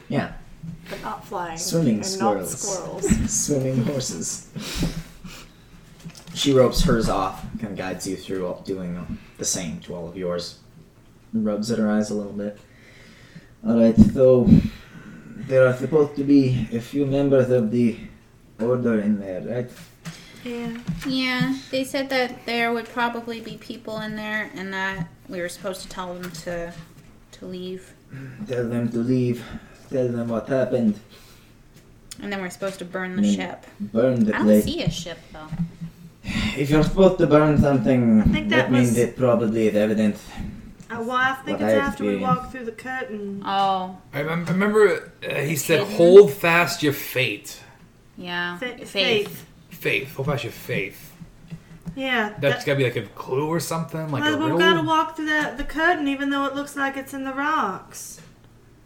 Speaker 1: Yeah,
Speaker 2: but not flying.
Speaker 1: Swimming
Speaker 2: and
Speaker 1: squirrels.
Speaker 2: Not squirrels.
Speaker 1: swimming horses. She ropes hers off, kind of guides you through all, doing the same to all of yours. Rubs at her eyes a little bit. Alright, so there are supposed to be a few members of the order in there, right?
Speaker 4: Yeah.
Speaker 3: Yeah, they said that there would probably be people in there, and that we were supposed to tell them to to leave,
Speaker 1: uh, Tell them to leave, tell them what happened,
Speaker 3: and then we're supposed to burn the
Speaker 1: Mm.
Speaker 3: ship.
Speaker 1: burn the
Speaker 3: I don't
Speaker 1: place.
Speaker 3: see a ship though.
Speaker 1: If you're supposed to burn something,
Speaker 4: think that
Speaker 1: means
Speaker 4: was-
Speaker 1: it probably is evident.
Speaker 4: Uh, well, I think
Speaker 1: What
Speaker 4: it's
Speaker 1: I
Speaker 4: after we
Speaker 1: experienced.
Speaker 4: walk through the curtain.
Speaker 7: Oh,
Speaker 5: I remem- remember uh, he said,
Speaker 3: Kidding.
Speaker 5: "Hold fast your faith,
Speaker 3: Uh,
Speaker 7: yeah.
Speaker 4: Fa-
Speaker 7: Faith.
Speaker 4: faith.
Speaker 5: faith. Hold fast your faith."
Speaker 4: Yeah.
Speaker 5: That's
Speaker 4: that-
Speaker 5: got to be like a clue or something, like a
Speaker 4: well,
Speaker 5: riddle.
Speaker 4: we've got to walk through that the curtain, even though it looks like it's in the rocks.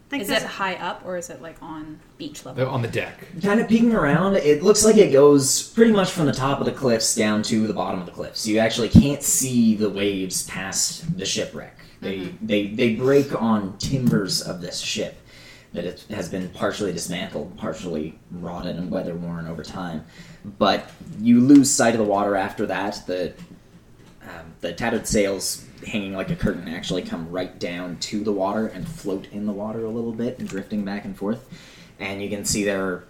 Speaker 4: I think
Speaker 7: Is it
Speaker 4: there's-
Speaker 7: high up or is it like on beach level?
Speaker 5: They're on the deck.
Speaker 1: kind of peeking around, it looks like it goes pretty much from the top of the cliffs down to the bottom of the cliffs. You actually can't see the waves past the shipwreck. They they they break on timbers of this ship that it has been partially dismantled, partially rotted and weather worn over time. But you lose sight of the water after that. The um, the tattered sails hanging like a curtain actually come right down to the water and float in the water a little bit and drifting back and forth. And you can see there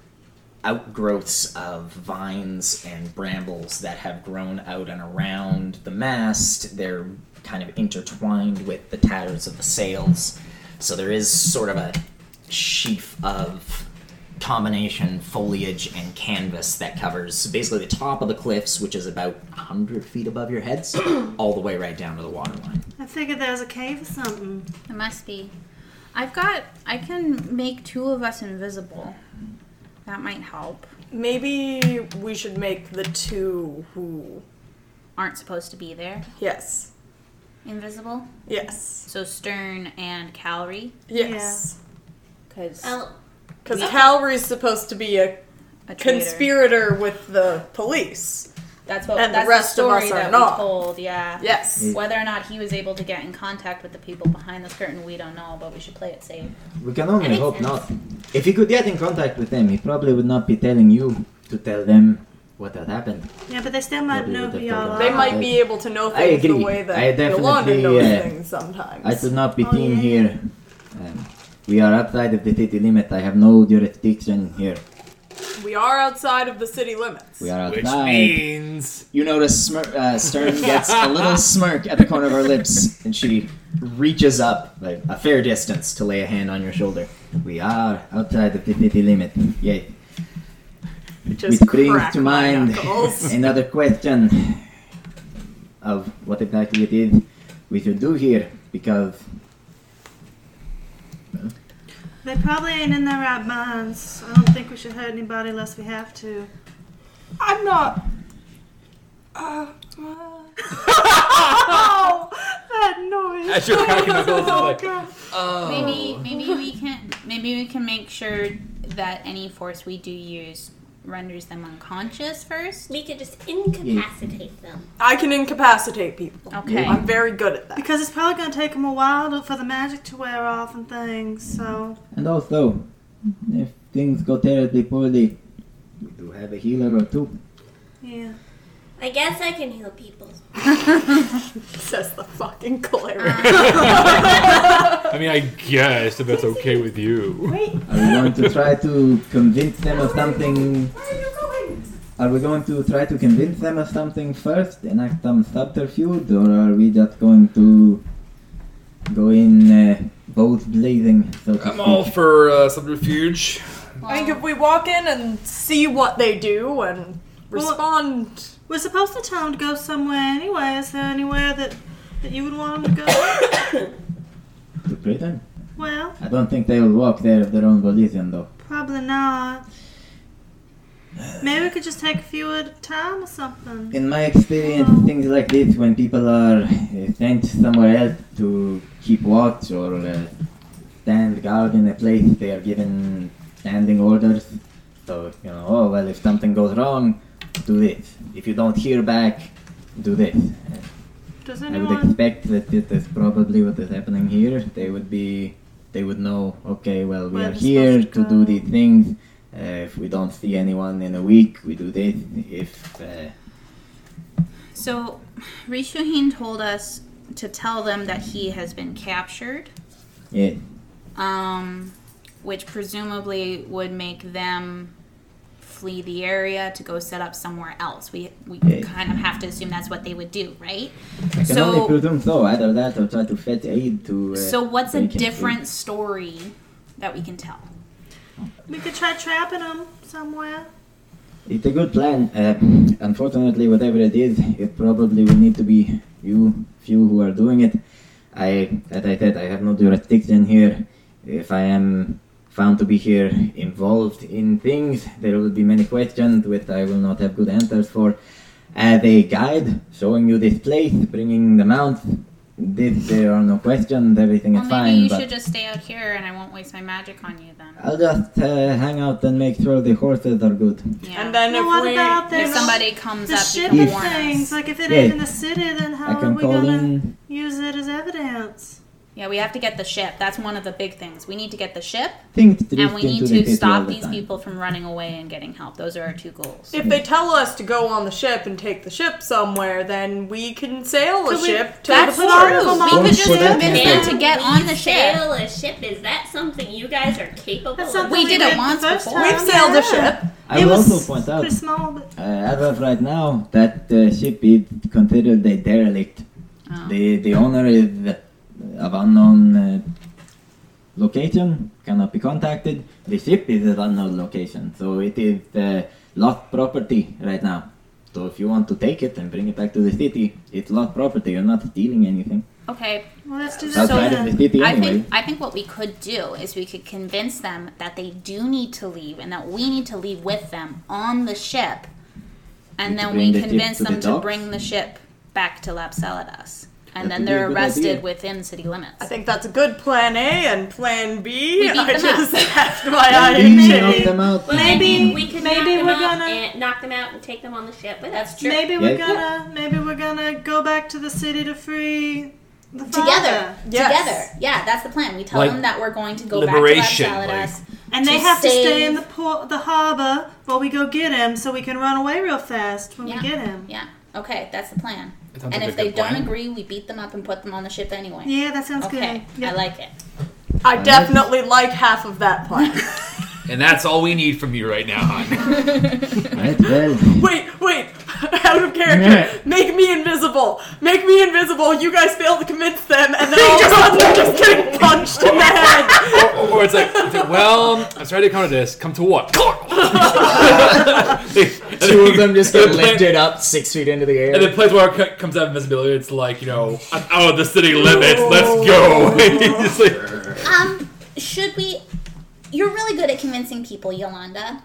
Speaker 1: are outgrowths of vines and brambles that have grown out and around the mast. They're kind of intertwined with the tatters of the sails. So there is sort of a sheaf of combination foliage and canvas that covers basically the top of the cliffs, which is about 100 feet above your heads, all the way right down to the waterline.
Speaker 4: I figured there was a cave or something.
Speaker 3: It must be. I've got. I can make two of us invisible. That might help.
Speaker 2: Maybe we should make the two who.
Speaker 3: Aren't supposed to be there.
Speaker 2: Yes.
Speaker 3: Invisible.
Speaker 2: Yes.
Speaker 3: So Stern and Calorie,
Speaker 2: Yes.
Speaker 7: Because
Speaker 6: Oh,
Speaker 2: Because Calvary's supposed to be a
Speaker 7: a traitor.
Speaker 2: conspirator with the police.
Speaker 3: That's what.
Speaker 2: And the
Speaker 3: that's
Speaker 2: rest of
Speaker 3: story
Speaker 2: us are
Speaker 3: that
Speaker 2: not.
Speaker 3: we told. Yeah.
Speaker 2: Yes.
Speaker 3: Whether or not he was able to get in contact with the people behind this curtain, we don't know, but we should play it safe.
Speaker 1: We can only
Speaker 6: That makes
Speaker 1: hope
Speaker 6: sense.
Speaker 1: not. If he could get in contact with them, he probably would not be telling you to tell them what had happened.
Speaker 4: Yeah, but they still might
Speaker 1: Maybe
Speaker 4: know
Speaker 1: they
Speaker 4: who y'all
Speaker 1: thought
Speaker 4: are.
Speaker 2: They
Speaker 1: Ah,
Speaker 2: might
Speaker 1: I-
Speaker 2: be able to know
Speaker 1: I
Speaker 2: things the
Speaker 1: agree.
Speaker 2: way
Speaker 1: I
Speaker 2: that
Speaker 1: definitely,
Speaker 2: Yolanda knows
Speaker 1: uh,
Speaker 2: things sometimes.
Speaker 1: I should not be
Speaker 4: Oh,
Speaker 1: seen
Speaker 4: yeah.
Speaker 1: here. Um, we are outside of the city limit. I have no jurisdiction here.
Speaker 2: We are outside of the city limits.
Speaker 1: We are outside.
Speaker 5: Which means
Speaker 1: You notice Smir- uh, Stern gets a little smirk at the corner of her lips, and she reaches up like, a fair distance to lay a hand on your shoulder. We are outside of the city limit. Yay.
Speaker 2: Just
Speaker 1: Which brings
Speaker 2: crack
Speaker 1: to
Speaker 2: my
Speaker 1: mind
Speaker 2: knuckles.
Speaker 1: another question of what exactly it is we should do here, because
Speaker 4: They probably ain't in their right minds. I don't think we should hurt anybody unless we have to.
Speaker 2: I'm not. Uh, uh,
Speaker 4: Oh, that noise?
Speaker 5: As you're cracking the
Speaker 4: Oh,
Speaker 5: bills, like,
Speaker 4: God.
Speaker 5: oh.
Speaker 3: Maybe maybe we can maybe we can make sure that any force we do use renders them unconscious first.
Speaker 6: We could just incapacitate them.
Speaker 2: I can incapacitate people.
Speaker 3: Okay.
Speaker 2: I'm very good at that.
Speaker 4: Because it's probably going to take them a while to, for the magic to wear off and things, so.
Speaker 8: And also, if things go terribly poorly,
Speaker 1: We do have a healer or two.
Speaker 4: Yeah.
Speaker 6: I guess I can heal people.
Speaker 2: Says the fucking cleric.
Speaker 5: I mean, I guess if that's okay with you.
Speaker 8: are we going to try to convince them of something? Are we going to try to convince them of something first, enact some subterfuge, or are we just going to go in uh, both blazing, so to
Speaker 5: I'm
Speaker 8: speak?
Speaker 5: all for uh, subterfuge.
Speaker 2: I think if we walk in and see what they do and respond,
Speaker 4: We're supposed to tell them to go somewhere anyway. Is there anywhere that, that you would want them to go?
Speaker 8: To prison?
Speaker 4: well,
Speaker 8: I don't think they will walk there of their own volition, though.
Speaker 4: probably not. Maybe we could just take a few at a time or something.
Speaker 8: In my experience, things like this, when people are uh, sent somewhere else to keep watch or uh, stand guard in a place, they are given standing orders. So, you know, oh, well, if something goes wrong, do this. If you don't hear back, do this.
Speaker 4: Does
Speaker 8: I would
Speaker 4: anyone?
Speaker 8: expect that this is probably what is happening here. They would be, they would know. Okay, well, we
Speaker 4: Where
Speaker 8: are
Speaker 4: the
Speaker 8: here
Speaker 4: stuff
Speaker 8: to
Speaker 4: go.
Speaker 8: do these things. Uh, if we don't see anyone in a week, we do this. If uh,
Speaker 3: So Rishuhin told us to tell them that he has been captured.
Speaker 8: yeah,
Speaker 3: um, which presumably would make them flee the area to go set up somewhere else. We we
Speaker 8: Yeah.
Speaker 3: kind of have to assume that's what they would do, right?
Speaker 8: I can only
Speaker 3: So
Speaker 8: presume so. Either that or try to fetch aid to. Uh,
Speaker 3: so what's a
Speaker 8: they can
Speaker 3: different story that we can tell?
Speaker 4: We could try trapping them somewhere.
Speaker 8: see. It's a good plan. Uh, unfortunately, whatever it is, it probably will need to be you few who are doing it. I, as I said, I have no jurisdiction here. If I am found to be here involved in things, there will be many questions which I will not have good answers for. As a guide, showing you this place, bringing the mount, this, there are no questions. Everything
Speaker 3: Well,
Speaker 8: is
Speaker 3: maybe
Speaker 8: fine.
Speaker 3: you
Speaker 8: but
Speaker 3: should just stay out here, and I won't waste my magic on you then.
Speaker 8: I'll just uh, hang out and make sure the horses are good.
Speaker 3: Yeah.
Speaker 2: and then
Speaker 4: Well,
Speaker 2: if
Speaker 4: what
Speaker 2: we're
Speaker 4: about
Speaker 3: if
Speaker 4: this-
Speaker 3: somebody comes
Speaker 4: The
Speaker 3: up, you
Speaker 4: ship
Speaker 3: can
Speaker 4: and
Speaker 8: Yes.
Speaker 3: warn
Speaker 4: things.
Speaker 3: us.
Speaker 4: Like if it
Speaker 8: Yeah.
Speaker 4: ain't in the city, then
Speaker 8: I
Speaker 3: Oh,
Speaker 4: how are
Speaker 8: can
Speaker 4: we
Speaker 8: call
Speaker 4: gonna
Speaker 8: in.
Speaker 4: use it as evidence?
Speaker 3: Yeah, we have to get the ship. That's one of the big things. We need to get the ship,
Speaker 8: Think drift
Speaker 3: and we
Speaker 8: into
Speaker 3: need
Speaker 8: the
Speaker 3: to
Speaker 8: city all
Speaker 3: stop
Speaker 8: the
Speaker 3: these
Speaker 8: time.
Speaker 3: people from running away and getting help. Those are our two goals.
Speaker 2: If they tell us to go on the ship and take the ship somewhere, then we can sail the
Speaker 4: Could we-
Speaker 2: ship to
Speaker 3: That's
Speaker 2: the
Speaker 3: true.
Speaker 2: port.
Speaker 3: We
Speaker 4: Or
Speaker 3: could just
Speaker 8: put it
Speaker 3: convince
Speaker 8: in
Speaker 3: them
Speaker 8: the-
Speaker 3: to get on the ship.
Speaker 6: Sail a ship. Is that something you guys are capable
Speaker 4: That's
Speaker 6: of?
Speaker 4: something
Speaker 3: We did it
Speaker 4: the
Speaker 3: once
Speaker 4: first
Speaker 3: before.
Speaker 2: We've
Speaker 4: time,
Speaker 2: sailed
Speaker 4: yeah.
Speaker 2: a ship.
Speaker 8: I
Speaker 4: it
Speaker 8: will
Speaker 4: was
Speaker 8: also point out,
Speaker 4: pretty small, but
Speaker 8: uh, as of right now, that uh, ship is considered a derelict.
Speaker 3: Oh.
Speaker 8: The the owner is of unknown uh, location, cannot be contacted. The ship is at unknown location, so it is uh, lost property right now. So if you want to take it and bring it back to the city, it's lost property. You're not stealing anything
Speaker 3: Okay,
Speaker 4: well, let's do
Speaker 8: It's
Speaker 4: that.
Speaker 8: outside
Speaker 4: then.
Speaker 8: of the city
Speaker 3: I
Speaker 8: anyway.
Speaker 3: think I think what we could do is we could convince them that they do need to leave and that we need to leave with them on the ship, and
Speaker 8: We
Speaker 3: then we
Speaker 8: could bring the ship
Speaker 3: convince
Speaker 8: to the
Speaker 3: them to
Speaker 8: docks.
Speaker 3: bring the ship back to Lapsaladas, and then
Speaker 8: That could be a
Speaker 3: they're
Speaker 8: good
Speaker 3: arrested
Speaker 8: idea.
Speaker 3: within city limits.
Speaker 2: I think that's a good plan A and plan B.
Speaker 3: We beat
Speaker 2: I
Speaker 3: them
Speaker 2: just
Speaker 3: up.
Speaker 2: have my eye
Speaker 8: Maybe
Speaker 2: in
Speaker 8: you
Speaker 2: check.
Speaker 8: knock them out.
Speaker 6: Well, maybe we could
Speaker 4: maybe
Speaker 6: knock them
Speaker 4: we're
Speaker 6: out
Speaker 4: gonna-
Speaker 6: and knock them out and take them on the ship with us.
Speaker 4: Maybe we're
Speaker 8: Yeah.
Speaker 4: gonna maybe we're gonna go back to the city to free the
Speaker 3: Together,
Speaker 4: father.
Speaker 2: Yes.
Speaker 3: together, yeah, that's the plan. We tell
Speaker 5: Like
Speaker 3: them that we're going to go
Speaker 5: liberation,
Speaker 3: back to
Speaker 5: like-
Speaker 3: Lapsaladas.
Speaker 4: and they
Speaker 3: To
Speaker 4: have to stay
Speaker 3: save-
Speaker 4: in the port, the harbor while we go get him, so we can run away real fast when
Speaker 3: Yeah.
Speaker 4: we get him.
Speaker 3: Yeah, okay, that's the plan.
Speaker 5: It sounds
Speaker 3: And
Speaker 5: like
Speaker 3: if
Speaker 5: a
Speaker 3: they
Speaker 5: good
Speaker 3: don't
Speaker 5: plan.
Speaker 3: agree, we beat them up and put them on the ship anyway.
Speaker 4: Yeah, that sounds
Speaker 3: Okay,
Speaker 4: good. Yeah.
Speaker 3: I like it.
Speaker 2: I definitely like half of that plan.
Speaker 5: And that's all we need from you right now, hon.
Speaker 8: Right, well,
Speaker 2: wait, wait, out of character. Make me invisible. Make me invisible. You guys fail to convince them, and then all of a sudden they're just getting punched in the head.
Speaker 5: or, or it's, like, it's like, well, I'm sorry to come to this. Come to what?
Speaker 1: Two of them just get
Speaker 5: And the plan-
Speaker 1: lifted up six feet into the
Speaker 5: And
Speaker 1: air.
Speaker 5: the place where it c- comes out of invisibility, it's like, you know, I'm out of the city limits, let's go. It's like-
Speaker 3: Um, should we? You're really good at convincing people, Yolanda.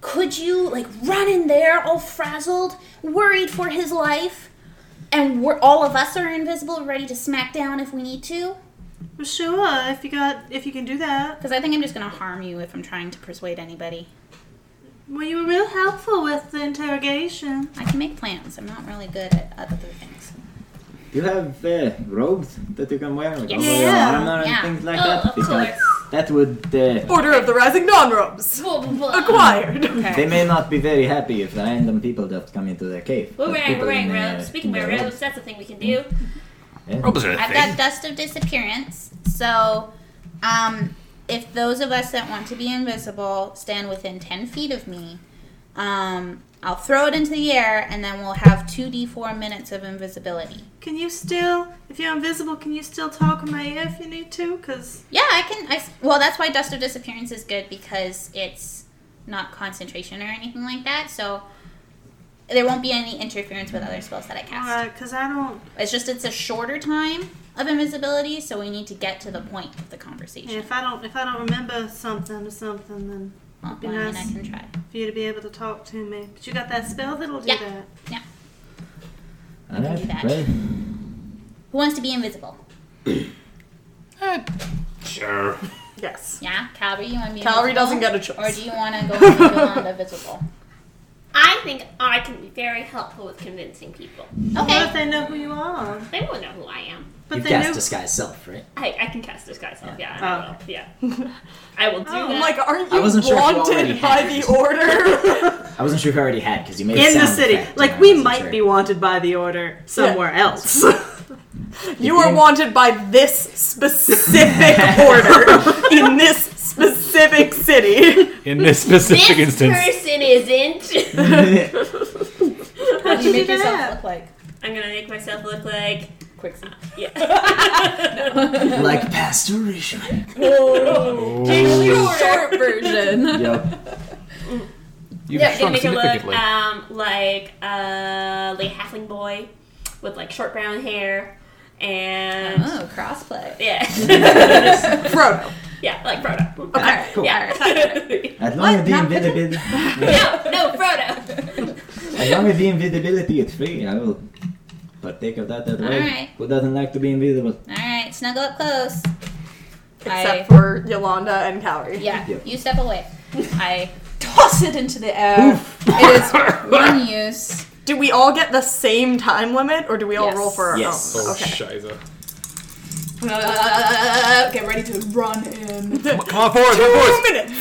Speaker 3: Could you like run in there, all frazzled, worried for his life, And we're all of us are invisible, ready to smack down if we need to.
Speaker 4: Sure, if you got, if you can do that.
Speaker 3: Because I think I'm just gonna harm you if I'm trying to persuade anybody.
Speaker 4: Well, you were real helpful with the interrogation.
Speaker 3: I can make plans. I'm not really good at other things.
Speaker 8: You have uh, robes that you can wear, like
Speaker 3: Yes.
Speaker 8: over your
Speaker 4: Yeah.
Speaker 8: armor and
Speaker 3: Yeah.
Speaker 8: things like
Speaker 6: Oh,
Speaker 8: that.
Speaker 6: of
Speaker 8: because that would uh,
Speaker 2: Order of the Rising Dawn robes. Acquired.
Speaker 8: they may not be very happy if random people just come into their cave.
Speaker 6: We're
Speaker 8: But
Speaker 6: wearing,
Speaker 8: people
Speaker 6: we're wearing
Speaker 8: in, uh,
Speaker 6: robes. We can
Speaker 8: in
Speaker 6: wear
Speaker 8: their
Speaker 6: robes. That's a thing we can do.
Speaker 8: yeah.
Speaker 5: Robes are a
Speaker 3: I've got dust of disappearance, so um, if those of us that want to be invisible stand within ten feet of me, um, I'll throw it into the air, and then we'll have two d4 minutes of invisibility.
Speaker 4: Can you still, if you're invisible, can you still talk in my ear if you need to? Cause
Speaker 3: Yeah, I can. I s well, that's why dust of disappearance is good because it's not concentration or anything like that. So there won't be any interference with other spells that I cast.
Speaker 4: uh, cause I don't.
Speaker 3: It's just it's a shorter time of invisibility, so we need to get to the point of the conversation.
Speaker 4: If I don't, if I don't remember something or something, then
Speaker 3: Well,
Speaker 4: Be
Speaker 3: I mean,
Speaker 4: nice.
Speaker 3: I can try.
Speaker 4: for you to be able to talk to me. But you got that spell that'll do
Speaker 3: Yeah.
Speaker 4: that.
Speaker 8: All
Speaker 3: can do
Speaker 8: right,
Speaker 3: that.
Speaker 8: well,
Speaker 3: Who wants to be invisible?
Speaker 5: Sure.
Speaker 2: Yes.
Speaker 3: Yeah, Calvary, you want to be
Speaker 2: Calvary doesn't
Speaker 3: invisible?
Speaker 2: get a
Speaker 3: Or
Speaker 2: choice.
Speaker 3: do you want to go beyond the visible?
Speaker 6: I think I can be very helpful with convincing people.
Speaker 4: What
Speaker 3: Okay.
Speaker 4: if they know who you are?
Speaker 6: They won't know who I am.
Speaker 4: But
Speaker 1: you
Speaker 4: they
Speaker 1: cast
Speaker 4: know.
Speaker 1: disguise self, right?
Speaker 6: I, I can cast disguise self. Yeah, I
Speaker 4: Oh.
Speaker 6: will. Yeah, I will do
Speaker 2: I'm
Speaker 6: that.
Speaker 2: like, aren't you
Speaker 1: I wasn't sure if you already
Speaker 2: wanted by
Speaker 1: had
Speaker 2: the
Speaker 1: yours.
Speaker 2: order?
Speaker 1: I wasn't sure if I already had because you made it
Speaker 4: in the
Speaker 1: sound
Speaker 4: city,
Speaker 1: effect, and
Speaker 4: like
Speaker 1: I
Speaker 4: we
Speaker 1: wasn't
Speaker 4: might
Speaker 1: sure.
Speaker 4: be wanted by the order somewhere else.
Speaker 2: you are wanted by this specific order in this specific city.
Speaker 5: In this
Speaker 6: this
Speaker 5: specific instance,
Speaker 6: person isn't.
Speaker 7: What do you
Speaker 4: do
Speaker 7: make
Speaker 4: that?
Speaker 7: yourself look like?
Speaker 6: I'm gonna make myself look like
Speaker 7: Quicksilver.
Speaker 6: yeah.
Speaker 1: like Pastor Richmond.
Speaker 5: Oh.
Speaker 7: Short version.
Speaker 8: yeah,
Speaker 5: you've
Speaker 6: Yeah, gonna
Speaker 5: shrunk
Speaker 6: make it look
Speaker 5: significantly.
Speaker 6: um, like uh, like a halfling boy with like short brown hair and
Speaker 7: Oh, crossplay.
Speaker 6: yeah,
Speaker 2: Frodo.
Speaker 6: yeah, like Frodo.
Speaker 7: All right.
Speaker 8: cool.
Speaker 7: All
Speaker 6: Yeah,
Speaker 7: right.
Speaker 8: As long as the
Speaker 7: Not
Speaker 8: invisibility,
Speaker 6: no, no, Frodo.
Speaker 8: as long as the invisibility is free, I will partake of that. That way,
Speaker 3: Alright.
Speaker 8: who doesn't like to be invisible?
Speaker 3: All right, snuggle up close.
Speaker 2: Except for Yolanda and Cowrie.
Speaker 3: Yeah,
Speaker 8: Yeah.
Speaker 3: you step away.
Speaker 7: I toss it into the air. it is one use.
Speaker 2: Do we all get the same time limit, or do we all
Speaker 7: Yes.
Speaker 2: roll for our
Speaker 1: Yes.
Speaker 2: own?
Speaker 5: oh,
Speaker 2: Okay.
Speaker 5: shiza.
Speaker 7: Uh, get ready to run in.
Speaker 5: Come on- Come on forward, come
Speaker 2: Four
Speaker 5: forward.
Speaker 2: minutes.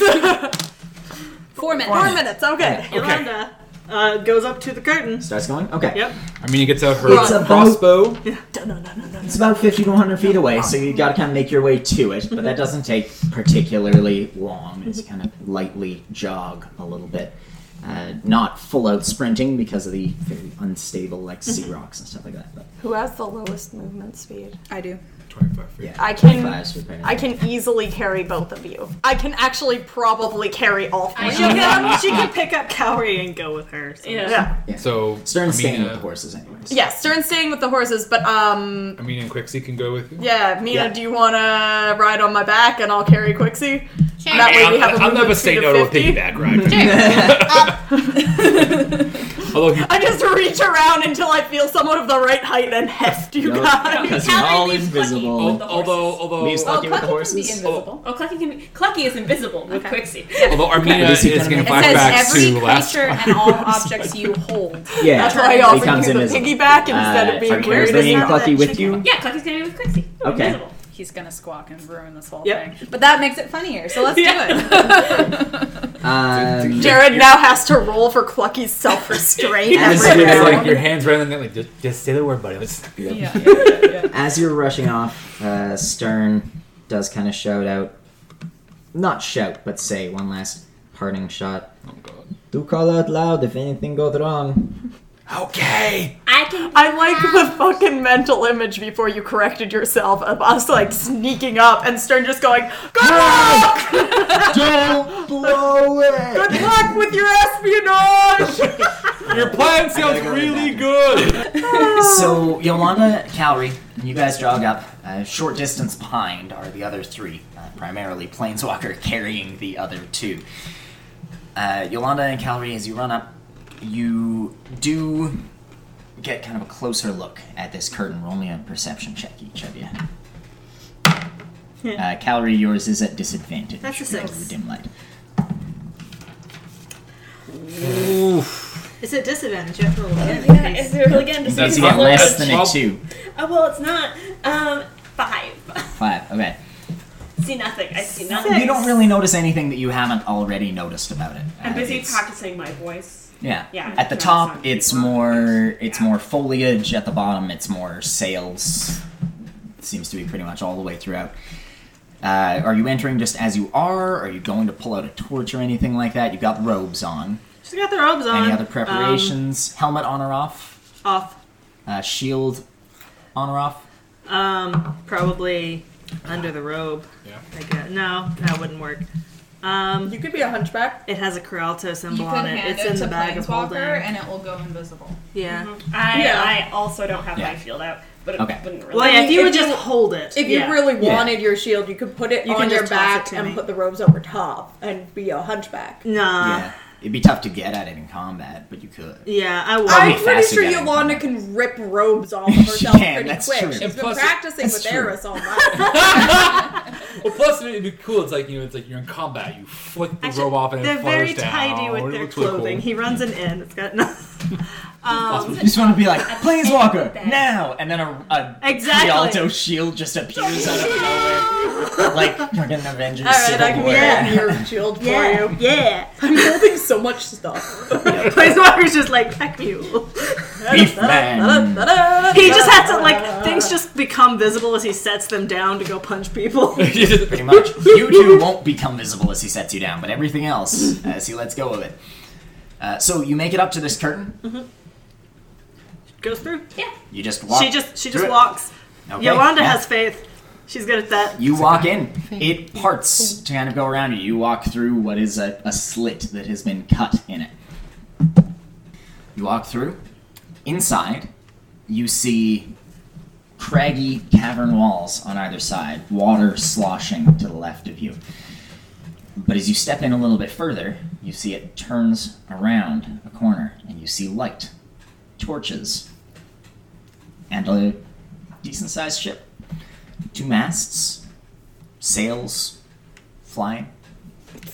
Speaker 7: Four minutes.
Speaker 2: Four minutes. Okay.
Speaker 5: Okay.
Speaker 4: Yolanda uh, goes up to the curtain.
Speaker 1: Starts going? Okay.
Speaker 4: Yep.
Speaker 5: I mean, he gets out her
Speaker 1: It's about-
Speaker 5: crossbow.
Speaker 1: It's about 50 to 100 feet away, so you gotta kind of make your way to it, but that doesn't take particularly long.
Speaker 2: Mm-hmm.
Speaker 1: It's kind of lightly jog a little bit. Uh, not full out sprinting because of the very unstable, like
Speaker 2: Mm-hmm.
Speaker 1: sea rocks and stuff like that. But
Speaker 2: Who has the lowest movement speed?
Speaker 7: I do.
Speaker 5: 25 feet.
Speaker 1: yeah,
Speaker 2: I can-
Speaker 1: 25 is prepared.
Speaker 2: I can easily carry both of you. I can actually probably carry all four.
Speaker 6: I
Speaker 2: of
Speaker 4: She'll
Speaker 2: you.
Speaker 4: go, she can pick up Cowrie and go with her. so-
Speaker 6: Yeah.
Speaker 2: Yeah.
Speaker 5: So
Speaker 1: Stern's
Speaker 5: Amina-
Speaker 1: staying with the horses, anyways.
Speaker 2: Yeah, Stern's staying with the horses, but um,
Speaker 5: Amina and Quixie can go with you.
Speaker 2: yeah, Mina,
Speaker 1: Yeah.
Speaker 2: do you want to ride on my back and I'll carry Quixie?
Speaker 3: Sure.
Speaker 2: That way we have a
Speaker 5: I'll, I'll never
Speaker 2: movement
Speaker 5: say
Speaker 2: speed
Speaker 5: no
Speaker 2: of
Speaker 5: to a
Speaker 2: 50.
Speaker 5: piggyback ride.
Speaker 3: Up.
Speaker 5: Although he
Speaker 2: I just reach around until I feel somewhat of the right height and heft you
Speaker 1: No,
Speaker 2: guys.
Speaker 1: because you're
Speaker 6: Calvin
Speaker 1: all
Speaker 6: leaves
Speaker 1: invisible.
Speaker 6: Clucky.
Speaker 5: Al- although although
Speaker 1: Leaves
Speaker 5: although,
Speaker 1: Lucky with Oh, the horses.
Speaker 7: Invisible.
Speaker 6: Oh, Clucky can be. Clucky is invisible with Quixie.
Speaker 5: Armina
Speaker 1: Is he
Speaker 5: is
Speaker 1: gonna
Speaker 5: getting
Speaker 1: be-
Speaker 7: It says
Speaker 5: flashbacks
Speaker 7: every
Speaker 5: to last.
Speaker 7: creature and all objects you hold.
Speaker 1: Yeah,
Speaker 2: That's why I
Speaker 1: he
Speaker 2: offered
Speaker 1: becomes
Speaker 2: you the
Speaker 1: invisible.
Speaker 2: piggyback instead
Speaker 1: Uh,
Speaker 2: of being
Speaker 1: are you
Speaker 2: carried
Speaker 1: bringing
Speaker 2: as
Speaker 1: Clucky
Speaker 4: that
Speaker 1: with
Speaker 4: chicken.
Speaker 1: you?
Speaker 6: Yeah, Clucky's gonna be with Quixie.
Speaker 1: Okay.
Speaker 6: Invisible.
Speaker 7: He's gonna squawk and ruin this whole
Speaker 4: Yep.
Speaker 7: thing. But that makes it funnier, so let's do it.
Speaker 5: Uh,
Speaker 1: Um,
Speaker 2: Jared now has to roll for Clucky's self restraint
Speaker 5: It's
Speaker 1: As Right
Speaker 2: every
Speaker 1: you-
Speaker 2: round.
Speaker 5: like your hands right on that, like just, just say the word, buddy. Let's
Speaker 7: yeah.
Speaker 1: uh, As you're rushing off, uh, Stern does kind of shout out, not shout, but say one last parting shot.
Speaker 5: Oh god.
Speaker 8: Do call out loud if anything goes wrong.
Speaker 5: Okay.
Speaker 6: I can.
Speaker 2: I like the fucking mental image before you corrected yourself of us like sneaking up and Stern just going, Good luck!
Speaker 1: Don't blow
Speaker 2: Good
Speaker 1: it!
Speaker 2: luck with your espionage!
Speaker 5: Your plan sounds
Speaker 1: go to the
Speaker 5: really good.
Speaker 1: so Yolanda, Cowrie, and you guys jog up. Uh, short distance behind are the other three, uh, primarily Planeswalker carrying the other two. Uh, Yolanda and Cowrie, as you run up, you do get kind of a closer look at this curtain. Roll me a perception check, each of you. uh, Calorie, yours is at disadvantage.
Speaker 4: That's a
Speaker 1: because of
Speaker 4: six.
Speaker 1: The dim light.
Speaker 4: Is it disadvantage? You have to roll again.
Speaker 6: Yeah, if you're really getting
Speaker 1: Does
Speaker 5: That's
Speaker 1: he
Speaker 6: to
Speaker 1: get
Speaker 5: not- that's
Speaker 1: less than a
Speaker 5: twelve.
Speaker 1: two?
Speaker 6: Oh well, it's not. Um, five.
Speaker 1: Five. Okay.
Speaker 6: see nothing. I see nothing.
Speaker 1: You don't really notice anything that you haven't already noticed about it.
Speaker 6: I'm
Speaker 1: Uh,
Speaker 6: busy
Speaker 1: it's-
Speaker 6: practicing my voice.
Speaker 1: Yeah.
Speaker 6: Yeah.
Speaker 1: At
Speaker 6: No,
Speaker 1: the
Speaker 6: it's
Speaker 1: top,
Speaker 6: not
Speaker 1: it's
Speaker 6: deep on
Speaker 1: more
Speaker 6: it.
Speaker 1: it's
Speaker 6: Yeah.
Speaker 1: more foliage. At the bottom, it's more sails. Seems to be pretty much all the way throughout. Uh, are you entering just as you are? Are you going to pull out a torch or anything like that? You've got robes on.
Speaker 4: She's got the robes on.
Speaker 1: Any other
Speaker 4: Um,
Speaker 1: preparations? Helmet on or off?
Speaker 4: off.
Speaker 1: Uh, shield on or off?
Speaker 4: Um, probably under the robe.
Speaker 5: Yeah.
Speaker 4: I guess. No, that wouldn't work. Um,
Speaker 2: You could be a hunchback.
Speaker 4: it has a Coralto
Speaker 7: You
Speaker 4: symbol
Speaker 7: could
Speaker 4: on it.
Speaker 7: hand
Speaker 4: It's
Speaker 7: it
Speaker 4: in
Speaker 7: to
Speaker 4: the bag of holding.
Speaker 7: Planeswalker and it will go invisible.
Speaker 4: Yeah.
Speaker 6: I
Speaker 2: Yeah.
Speaker 6: I also don't have
Speaker 1: Yeah.
Speaker 6: my shield out, but it
Speaker 1: Okay.
Speaker 6: wouldn't really.
Speaker 4: Well, yeah, if you
Speaker 2: if
Speaker 4: would
Speaker 2: you-
Speaker 4: just hold it.
Speaker 2: If
Speaker 4: yeah.
Speaker 2: you really
Speaker 1: Yeah.
Speaker 2: wanted your shield, you could put it
Speaker 4: You
Speaker 2: on
Speaker 4: can
Speaker 2: your
Speaker 4: just toss it
Speaker 2: back
Speaker 4: to
Speaker 2: and
Speaker 4: me.
Speaker 2: put the robes over top and be a hunchback.
Speaker 6: Uh.
Speaker 4: Nah.
Speaker 1: yeah. It'd be tough to get at it in combat, but you could.
Speaker 4: Yeah, I would.
Speaker 2: I'm
Speaker 1: Probably
Speaker 2: pretty
Speaker 1: faster
Speaker 2: sure
Speaker 1: getting
Speaker 2: Yolanda
Speaker 1: it.
Speaker 2: can rip robes off of herself
Speaker 1: can,
Speaker 2: pretty
Speaker 1: that's
Speaker 2: quick.
Speaker 1: true.
Speaker 2: She's
Speaker 1: And
Speaker 2: been
Speaker 5: plus-
Speaker 2: practicing
Speaker 1: that's
Speaker 2: with
Speaker 1: true.
Speaker 2: Eris all night.
Speaker 5: Well, plus it'd be cool. It's like you know, it's like you're in combat. You flip the
Speaker 4: Actually,
Speaker 5: robe off and
Speaker 4: They're
Speaker 5: it
Speaker 4: very
Speaker 5: flutters down.
Speaker 4: tidy
Speaker 5: It
Speaker 4: with their
Speaker 5: looks really cool.
Speaker 4: clothing. He runs an inn. It's got no.
Speaker 1: You just want to be like, Planeswalker,
Speaker 6: bag.
Speaker 1: now! And then a, a
Speaker 4: Exactly.
Speaker 1: Rialto shield just appears out of nowhere. Like, fucking Avengers
Speaker 2: All right,
Speaker 1: Civil
Speaker 2: I can
Speaker 1: War.
Speaker 2: be that your shield for you.
Speaker 4: Yeah.
Speaker 2: I'm holding so much stuff.
Speaker 4: Planeswalker's just like, heck you.
Speaker 1: Beef man!
Speaker 4: He just has to, like, things just become visible as he sets them down to go punch people.
Speaker 1: Pretty much. You two won't become visible as he sets you down, but everything else as he lets go of it. Uh, so you make it up to this curtain.
Speaker 4: Goes through.
Speaker 1: You just walk.
Speaker 4: She just she just
Speaker 1: through it.
Speaker 4: walks.
Speaker 1: Okay.
Speaker 4: Yolanda
Speaker 1: Yeah.
Speaker 4: has faith. She's good at that.
Speaker 1: You walk in. It parts to kind of go around you. You walk through what is a, a slit that has been cut in it. You walk through. Inside, you see craggy cavern walls on either side, water sloshing to the left of you. But as you step in a little bit further, you see it turns around a corner and you see light, torches, and a decent sized ship two masts, sails flying.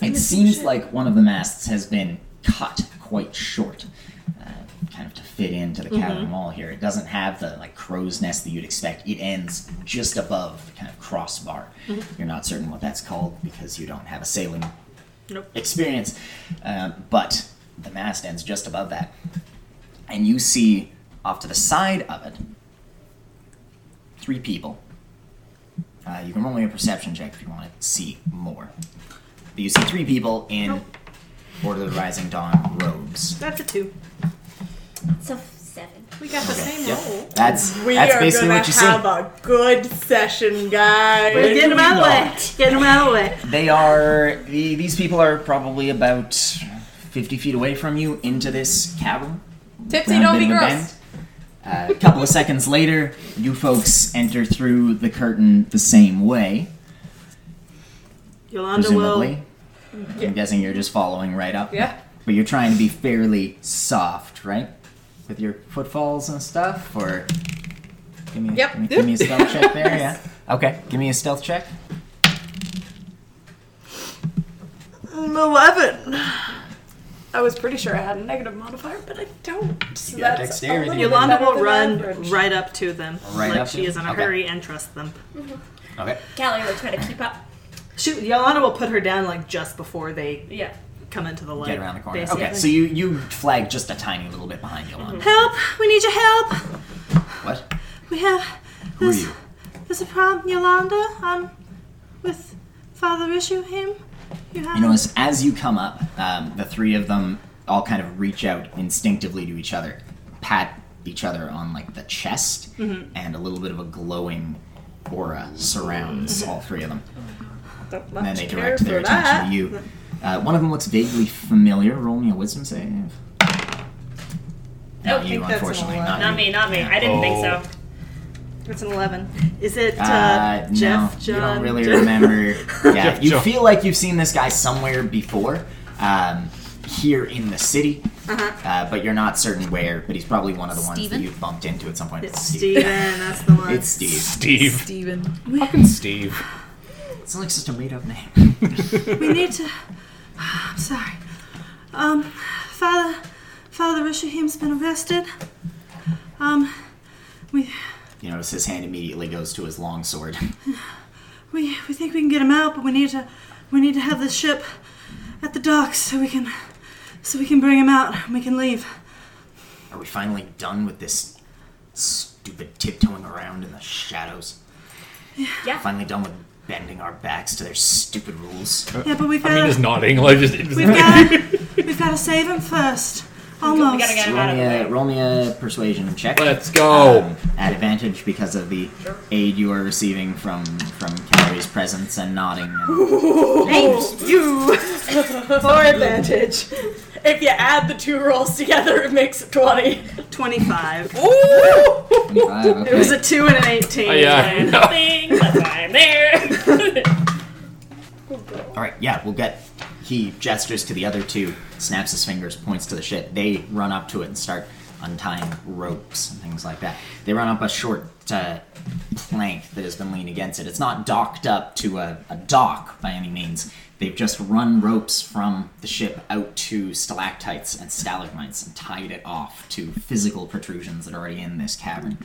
Speaker 1: It seems like one of the masts has been cut quite short, uh, kind of to fit into the cavern wall here. It doesn't have the like crow's nest that you'd expect. It ends just above the kind of crossbar. You're not certain what that's called because you don't have a sailing
Speaker 4: Nope.
Speaker 1: experience, uh, but the mast ends just above that, and you see off to the side of it three people. Uh, you can roll me a perception check if you want to see more. But you see three people in Order of the Rising Dawn robes.
Speaker 4: That's a two.
Speaker 6: It's a f- seven.
Speaker 4: We got the same
Speaker 1: Yep.
Speaker 4: roll.
Speaker 1: That's
Speaker 2: We
Speaker 1: that's
Speaker 2: are
Speaker 1: basically
Speaker 2: gonna
Speaker 1: what you see.
Speaker 2: have a good session, guys.
Speaker 4: We're getting them out of the way.
Speaker 1: not?
Speaker 4: Getting them out of the way.
Speaker 1: They are the, these people are probably about fifty feet away from you into this cavern.
Speaker 2: Tipsy,
Speaker 1: around a
Speaker 2: don't
Speaker 1: bit
Speaker 2: be
Speaker 1: of a
Speaker 2: gross.
Speaker 1: bend. Uh, a couple of seconds later, you folks enter through the curtain the same way,
Speaker 4: Yolanda will.
Speaker 1: presumably. I'm guessing you're just following right up.
Speaker 2: Yeah.
Speaker 1: But you're trying to be fairly soft, right? With your footfalls and stuff, or give me,
Speaker 2: Yep.
Speaker 1: give me, give me a stealth check there. Yeah. Okay. Give me a stealth check.
Speaker 4: Eleven.
Speaker 2: I was pretty sure I had a negative modifier, but I don't. So
Speaker 1: You got
Speaker 2: that's a
Speaker 1: dexterity.
Speaker 2: little bit
Speaker 4: Yolanda
Speaker 2: better
Speaker 4: will
Speaker 2: than
Speaker 4: run
Speaker 2: average.
Speaker 4: right up to them,
Speaker 1: Right
Speaker 4: like
Speaker 1: up to
Speaker 4: she is in
Speaker 1: them?
Speaker 4: a
Speaker 1: Okay. Mm-hmm.
Speaker 4: hurry and trusts them.
Speaker 1: Okay.
Speaker 6: Gallery will try to keep up.
Speaker 4: She, Yolanda will put her down like just before they
Speaker 6: Yeah.
Speaker 4: come into the light.
Speaker 1: Get around the corner.
Speaker 4: basically.
Speaker 1: Okay. So you you flag just a tiny little bit behind
Speaker 2: Mm-hmm.
Speaker 1: Yolanda.
Speaker 4: Help! We need your help.
Speaker 1: What?
Speaker 4: We have.
Speaker 1: Who are
Speaker 4: this-
Speaker 1: you?
Speaker 4: There's a problem, Yolanda. I'm with Father Issue him. You have
Speaker 1: You notice as you come up, um, the three of them all kind of reach out instinctively to each other, pat each other on like the chest,
Speaker 2: Mm-hmm.
Speaker 1: and a little bit of a glowing aura surrounds all three of them.
Speaker 2: Don't
Speaker 1: And then
Speaker 2: much
Speaker 1: they
Speaker 2: Mm-hmm. care
Speaker 1: direct
Speaker 2: for
Speaker 1: their attention
Speaker 2: that.
Speaker 1: to you. Uh, one of them looks vaguely familiar. Roll me a wisdom save. Not you,
Speaker 2: think that's an
Speaker 1: unfortunately.
Speaker 2: eleven.
Speaker 1: Not
Speaker 6: Not
Speaker 1: me.
Speaker 6: me, not me. I didn't think so.
Speaker 4: It's an eleven. Is it uh,
Speaker 1: Uh, no,
Speaker 4: Jeff?
Speaker 1: you
Speaker 4: John?
Speaker 1: don't really remember. yeah,
Speaker 5: Jeff
Speaker 1: you
Speaker 5: John.
Speaker 1: feel like you've seen this guy somewhere before. Um, here in the city, uh, but you're not certain where. But he's probably one of the ones that
Speaker 3: Steven?
Speaker 1: you bumped into at some point.
Speaker 4: It's Steven, that's the one.
Speaker 1: It's Steve.
Speaker 5: Oh, Steve.
Speaker 7: Steven.
Speaker 5: Fucking Steve.
Speaker 1: It's like such a made-up name.
Speaker 4: We need to. I'm sorry. Um, Father, Father Rishahim's been arrested. Um, we
Speaker 1: You notice his hand immediately goes to his long sword.
Speaker 4: we we think we can get him out, but we need to we need to have this ship at the docks so we can so we can bring him out and we can leave.
Speaker 1: Are we finally done with this stupid tiptoeing around in the shadows?
Speaker 6: Yeah.
Speaker 1: Finally done with bending our backs to their stupid rules.
Speaker 4: Yeah, but we've
Speaker 5: Uh, I mean,
Speaker 4: got
Speaker 5: he's
Speaker 4: to
Speaker 5: nodding. Like, just,
Speaker 4: we've got to we've got to save him first. Almost.
Speaker 6: We gotta get him out
Speaker 1: Roll
Speaker 6: of
Speaker 1: me
Speaker 6: the
Speaker 1: a,
Speaker 6: way.
Speaker 1: roll me a persuasion check.
Speaker 5: let's go.
Speaker 1: Um, at advantage because of the aid you are receiving from from Calories' presence and nodding. And
Speaker 2: You for advantage. If you add the two rolls together, it makes it twenty.
Speaker 4: 25.
Speaker 1: Twenty-five, Uh, okay.
Speaker 4: It was a 2 and an 18.
Speaker 5: Oh, yeah. No.
Speaker 6: Thing, That's why I'm there.
Speaker 1: All right, yeah, we'll get. He gestures to the other two, snaps his fingers, points to the ship. They run up to it and start untying ropes and things like that. They run up a short uh, plank that has been leaned against it. It's not docked up to a, a dock by any means. They've just run ropes from the ship out to stalactites and stalagmites and tied it off to physical protrusions that are already in this cavern.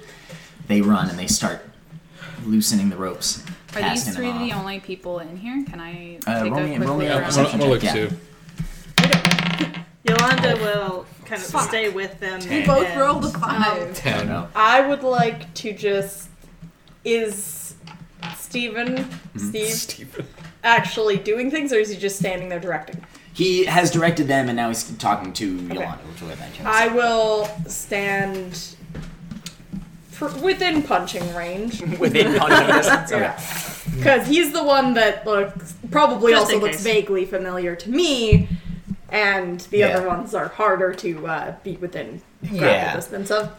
Speaker 1: They run and they start loosening the ropes.
Speaker 7: Are these
Speaker 1: casting them
Speaker 7: three the
Speaker 1: off.
Speaker 7: only people in here? Can I
Speaker 1: Uh,
Speaker 7: take
Speaker 1: roll
Speaker 7: a
Speaker 1: me-
Speaker 7: quick
Speaker 1: roll me
Speaker 7: look
Speaker 1: a
Speaker 5: I'm
Speaker 7: around?
Speaker 5: gonna- I'm gonna look
Speaker 1: Yeah.
Speaker 5: too.
Speaker 4: Yolanda will kind of stay with them.
Speaker 1: We
Speaker 2: Both
Speaker 4: and-
Speaker 2: rolled a
Speaker 7: Um,
Speaker 2: five.
Speaker 1: I don't
Speaker 5: Ten.
Speaker 1: know.
Speaker 2: I would like to just is Steven Steve
Speaker 5: Steve.
Speaker 2: actually doing things or is he just standing there directing?
Speaker 1: He has directed them, and now he's talking to Yolanda, which we'll get back to.
Speaker 2: I will stand pr- within punching range
Speaker 1: Within punching distance. Okay.
Speaker 2: Yeah. Because he's the one that looks probably
Speaker 4: Just
Speaker 2: also
Speaker 4: in
Speaker 2: looks
Speaker 4: case.
Speaker 2: vaguely familiar to me, and the
Speaker 1: Yeah.
Speaker 2: other ones are harder to uh, be within grapple
Speaker 1: Yeah.
Speaker 2: distance of.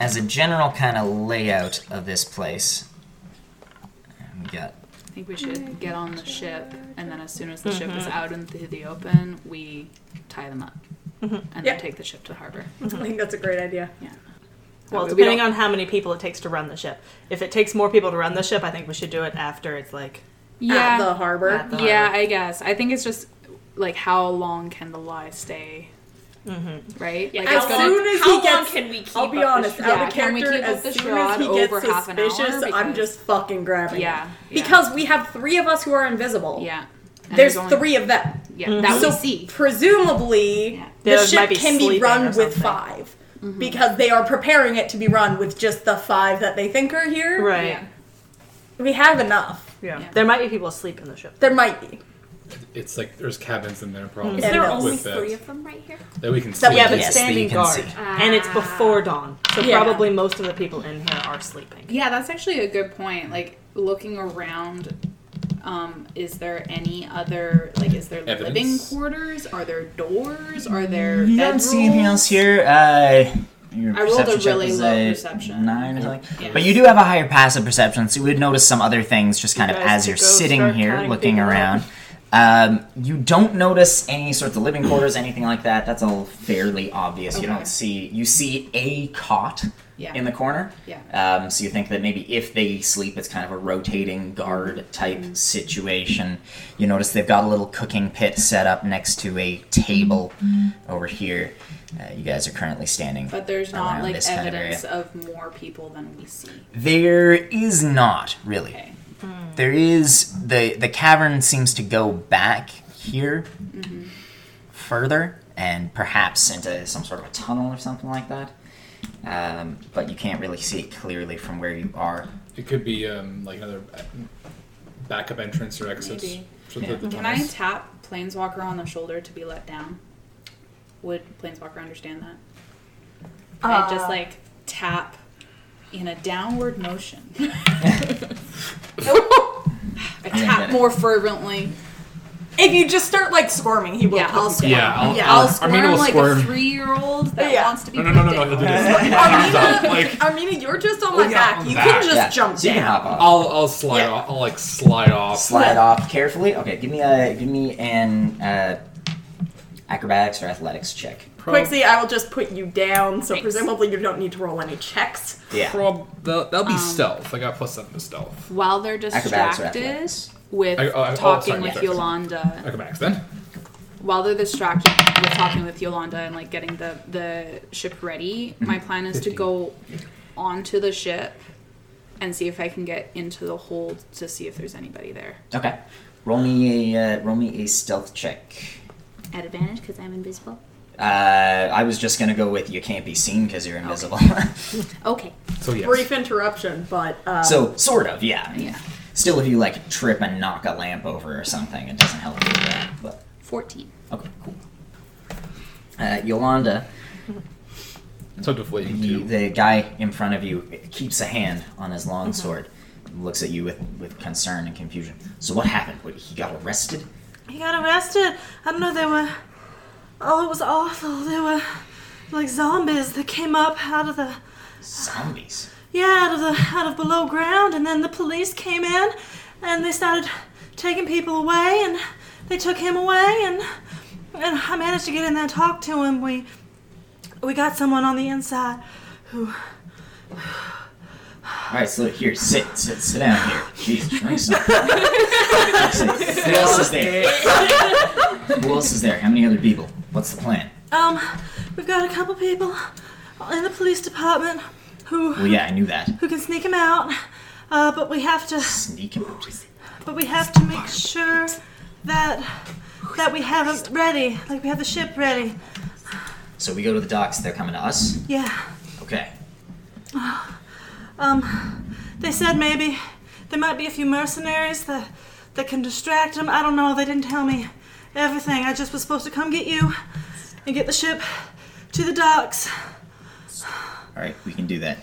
Speaker 1: As a general kind of layout of this place, we got
Speaker 7: I think we should get on the ship, and then as soon as the ship is out into the open, we tie them up, and
Speaker 2: Yeah.
Speaker 7: then take the ship to the harbor.
Speaker 2: I think that's a great idea.
Speaker 4: Well,
Speaker 7: We
Speaker 4: depending
Speaker 7: don't-
Speaker 4: on how many people it takes to run the ship. If it takes more people to run the ship, I think we should do it after it's like.
Speaker 2: At the harbor.
Speaker 4: At the
Speaker 7: yeah,
Speaker 4: harbor.
Speaker 7: I guess. I think it's just like how long can the lie stay,
Speaker 1: Mm-hmm.
Speaker 7: right? Like
Speaker 2: As
Speaker 7: it's gonna.
Speaker 2: soon as
Speaker 6: how
Speaker 2: he
Speaker 6: long
Speaker 2: gets-
Speaker 6: can we keep
Speaker 2: I'll be
Speaker 6: up
Speaker 2: honest,
Speaker 6: this-
Speaker 2: out
Speaker 7: Yeah,
Speaker 2: of
Speaker 7: can we
Speaker 2: character,
Speaker 7: keep up
Speaker 2: as
Speaker 7: this
Speaker 2: soon as he
Speaker 7: charade
Speaker 2: gets
Speaker 7: over half an hour?
Speaker 2: suspicious, I'm
Speaker 7: Because-
Speaker 2: just fucking grabbing
Speaker 7: Yeah,
Speaker 2: him.
Speaker 7: yeah.
Speaker 2: Because we have three of us who are invisible.
Speaker 7: yeah, And
Speaker 2: There's
Speaker 7: only-
Speaker 2: three of them.
Speaker 7: Yeah, that
Speaker 2: So
Speaker 7: we see.
Speaker 2: presumably,
Speaker 7: Yeah. Mm-hmm.
Speaker 2: the
Speaker 4: Those
Speaker 2: ship
Speaker 4: might be
Speaker 2: can be
Speaker 4: sleeping or
Speaker 2: run with
Speaker 4: something.
Speaker 2: 5 because they are preparing it to be run with just the five that they think are here.
Speaker 4: Right.
Speaker 7: Yeah.
Speaker 2: We have enough.
Speaker 4: Yeah.
Speaker 7: Yeah.
Speaker 4: There might be people asleep in the ship.
Speaker 2: There might be.
Speaker 5: It's like there's cabins in there, probably.
Speaker 6: Is there
Speaker 2: Yeah.
Speaker 6: only
Speaker 5: With that.
Speaker 6: three of them right here?
Speaker 5: that we can
Speaker 4: That
Speaker 5: sleep.
Speaker 4: we have a
Speaker 1: Yes, that you
Speaker 4: standing
Speaker 1: can
Speaker 4: guard.
Speaker 1: see.
Speaker 4: And it's before dawn. So
Speaker 2: Yeah.
Speaker 4: probably most of the people in here are sleeping.
Speaker 7: Yeah, that's actually a good point. Like looking around, um, is there any other like is there living
Speaker 5: Evidence?
Speaker 7: quarters? Are there doors? Are there
Speaker 1: You don't see anything
Speaker 7: bedrolls?
Speaker 1: else here. Uh, your
Speaker 7: I rolled a
Speaker 1: perception check
Speaker 7: really
Speaker 1: was
Speaker 7: low
Speaker 1: a
Speaker 7: perception.
Speaker 1: Nine or something.
Speaker 7: Yeah.
Speaker 1: But you do have a higher passive perception, so you would notice some other things just kind of
Speaker 4: You guys
Speaker 1: as
Speaker 4: could
Speaker 1: you're
Speaker 4: go
Speaker 1: sitting
Speaker 4: start
Speaker 1: here
Speaker 4: counting
Speaker 1: looking
Speaker 4: people up.
Speaker 1: around. Um, you don't notice any sorts of living quarters, anything like that. That's all fairly obvious. You
Speaker 7: Okay.
Speaker 1: don't see. You see a cot
Speaker 7: Yeah.
Speaker 1: in the corner.
Speaker 7: Yeah.
Speaker 1: Um, so you think that maybe if they sleep, it's kind of a rotating guard type situation. You notice they've got a little cooking pit set up next to a table over here. Uh, you guys are currently standing.
Speaker 7: But there's
Speaker 1: around
Speaker 7: not like
Speaker 1: this kind of
Speaker 7: evidence
Speaker 1: area.
Speaker 7: of, more people than we see.
Speaker 1: There is not really.
Speaker 7: Okay.
Speaker 1: There is the the cavern seems to go back here further and perhaps into some sort of a tunnel or something like that. Um, but you can't really see it clearly from where you are.
Speaker 5: It could be um, like another uh, backup entrance or exit.
Speaker 7: Maybe.
Speaker 5: for the-
Speaker 1: Yeah.
Speaker 5: the
Speaker 7: Can I
Speaker 5: tunnels.
Speaker 7: tap Planeswalker on the shoulder to be let down? Would Planeswalker understand that? I just like tap in a downward motion. I tap more fervently.
Speaker 2: If you just start like squirming, he will.
Speaker 7: Yeah, I'll squirm.
Speaker 5: Yeah, I'll,
Speaker 2: Yeah,
Speaker 5: I'll,
Speaker 7: I'll squirm
Speaker 5: Armina will
Speaker 7: like
Speaker 5: squirm.
Speaker 7: a three-year-old that
Speaker 2: Yeah.
Speaker 7: wants to be.
Speaker 5: no, no, no, no, no. he'll
Speaker 7: put down.
Speaker 5: do this. Arms up, like
Speaker 2: Armina, you're just on
Speaker 4: Oh,
Speaker 2: my
Speaker 5: yeah,
Speaker 2: back.
Speaker 5: on
Speaker 2: You
Speaker 5: that.
Speaker 2: can just
Speaker 1: Yeah,
Speaker 2: jump
Speaker 1: so you can
Speaker 2: down.
Speaker 1: hop off.
Speaker 5: I'll, I'll slide
Speaker 2: Yeah.
Speaker 5: off. I'll like slide off.
Speaker 1: slide off carefully. Okay, give me a give me an uh, acrobatics or athletics check.
Speaker 2: Quixie, I will just put you down, so
Speaker 7: Thanks.
Speaker 2: presumably you don't need to roll any checks.
Speaker 1: Yeah. Um,
Speaker 5: Prob- that'll, that'll be stealth. I got plus seven to stealth.
Speaker 7: While they're
Speaker 1: Acrobatics or
Speaker 7: distracted
Speaker 1: athletics.
Speaker 7: with
Speaker 5: I- I- oh,
Speaker 7: talking
Speaker 5: sorry,
Speaker 7: with
Speaker 5: sorry, sorry.
Speaker 7: Yolanda,
Speaker 5: Acrobatics then.
Speaker 7: while they're distracted with talking with Yolanda and like getting the the ship ready,
Speaker 1: Mm-hmm.
Speaker 7: my plan is to go onto the ship and see if I can get into the hold to see if there's anybody there
Speaker 1: Okay. Roll me a uh, roll me a stealth check.
Speaker 6: At advantage because I'm invisible.
Speaker 1: Uh, I was just gonna go with you can't be seen because you're invisible.
Speaker 6: Okay.
Speaker 5: So yes.
Speaker 2: Brief interruption, but uh,
Speaker 1: so sort of, yeah. Yeah. Still, if you like trip and knock a lamp over or something, it doesn't help you with that. But
Speaker 7: 14.
Speaker 1: okay, cool. Uh, Yolanda,
Speaker 5: So deflating
Speaker 1: the,
Speaker 5: two.
Speaker 1: the guy in front of you keeps a hand on his long sword, looks at you with, with concern and confusion. So what happened? What, he got arrested?
Speaker 4: He got arrested. I don't know, they were. Oh, it was awful. They were like zombies that came up out of the.
Speaker 1: Zombies.
Speaker 4: Yeah, out of the out of below ground, and then the police came in, and they started taking people away, and they took him away, and and I managed to get in there and talk to him. We we got someone on the inside who
Speaker 1: All right, so here, sit, sit, sit down here. Jeez, drink something. Sit. Who else is there? Who else is there? How many other people? What's the plan?
Speaker 4: um we've got a couple people in the police department who
Speaker 1: Well, yeah, I knew that.
Speaker 4: who can sneak him out, uh, but we have to
Speaker 1: Sneak him out.
Speaker 4: but we have to make sure that that we have it ready, like we have the ship ready.
Speaker 1: So we go to the docks. They're coming to us.
Speaker 4: Yeah.
Speaker 1: Okay.
Speaker 4: Um, they said maybe there might be a few mercenaries that that can distract them. I don't know. They didn't tell me everything. I just was supposed to come get you and get the ship to the docks.
Speaker 1: All right, we can do that.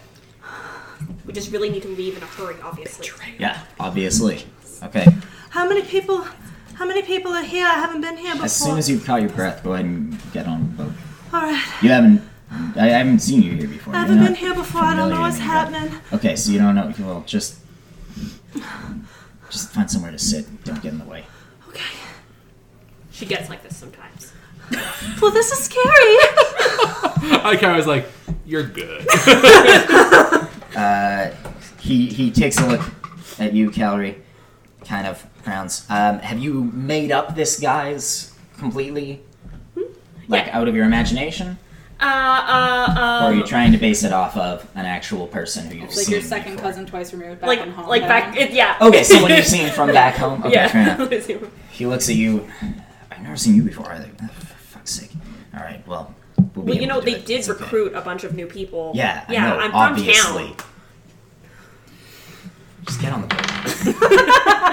Speaker 6: We just really need to leave in a hurry, obviously.
Speaker 1: Yeah, obviously. Okay.
Speaker 4: How many people? How many people are here? I haven't been here before.
Speaker 1: As soon as you caught your breath, go ahead and get on the boat.
Speaker 4: All right.
Speaker 1: You haven't. I haven't seen you here before.
Speaker 4: I
Speaker 1: You're
Speaker 4: haven't
Speaker 1: not
Speaker 4: been here before. I don't know
Speaker 1: familiar
Speaker 4: what's
Speaker 1: with that.
Speaker 4: happening.
Speaker 1: Okay, so you don't know. Well, just just find somewhere to sit. Don't get in the way.
Speaker 4: Okay.
Speaker 6: She gets like this sometimes.
Speaker 4: Well, this is scary.
Speaker 5: I kind of was like, you're good.
Speaker 1: Uh, he he takes a look at you, Calorie. Kind of frowns. Um, have you made up this guy's completely, like out of your imagination,
Speaker 6: Uh, uh,
Speaker 1: or are
Speaker 6: um,
Speaker 1: you trying to base it off of an actual person who you've
Speaker 7: It's
Speaker 1: seen?
Speaker 7: like your second
Speaker 1: before?
Speaker 7: cousin twice removed back in
Speaker 6: like,
Speaker 7: Holland.
Speaker 6: like back, it, yeah.
Speaker 1: Okay, so when you've seen from back home. Okay, fair enough.
Speaker 6: yeah.
Speaker 1: He looks at you. I've never seen you before either. Oh, for fuck's sake. All right. Well. We'll, be
Speaker 6: well, you
Speaker 1: able
Speaker 6: know,
Speaker 1: to do
Speaker 6: they
Speaker 1: it.
Speaker 6: did
Speaker 1: It's okay.
Speaker 6: recruit a bunch of new people.
Speaker 1: Yeah. I
Speaker 6: yeah.
Speaker 1: know,
Speaker 6: I'm from
Speaker 1: obviously.
Speaker 6: town.
Speaker 1: Just get on the boat.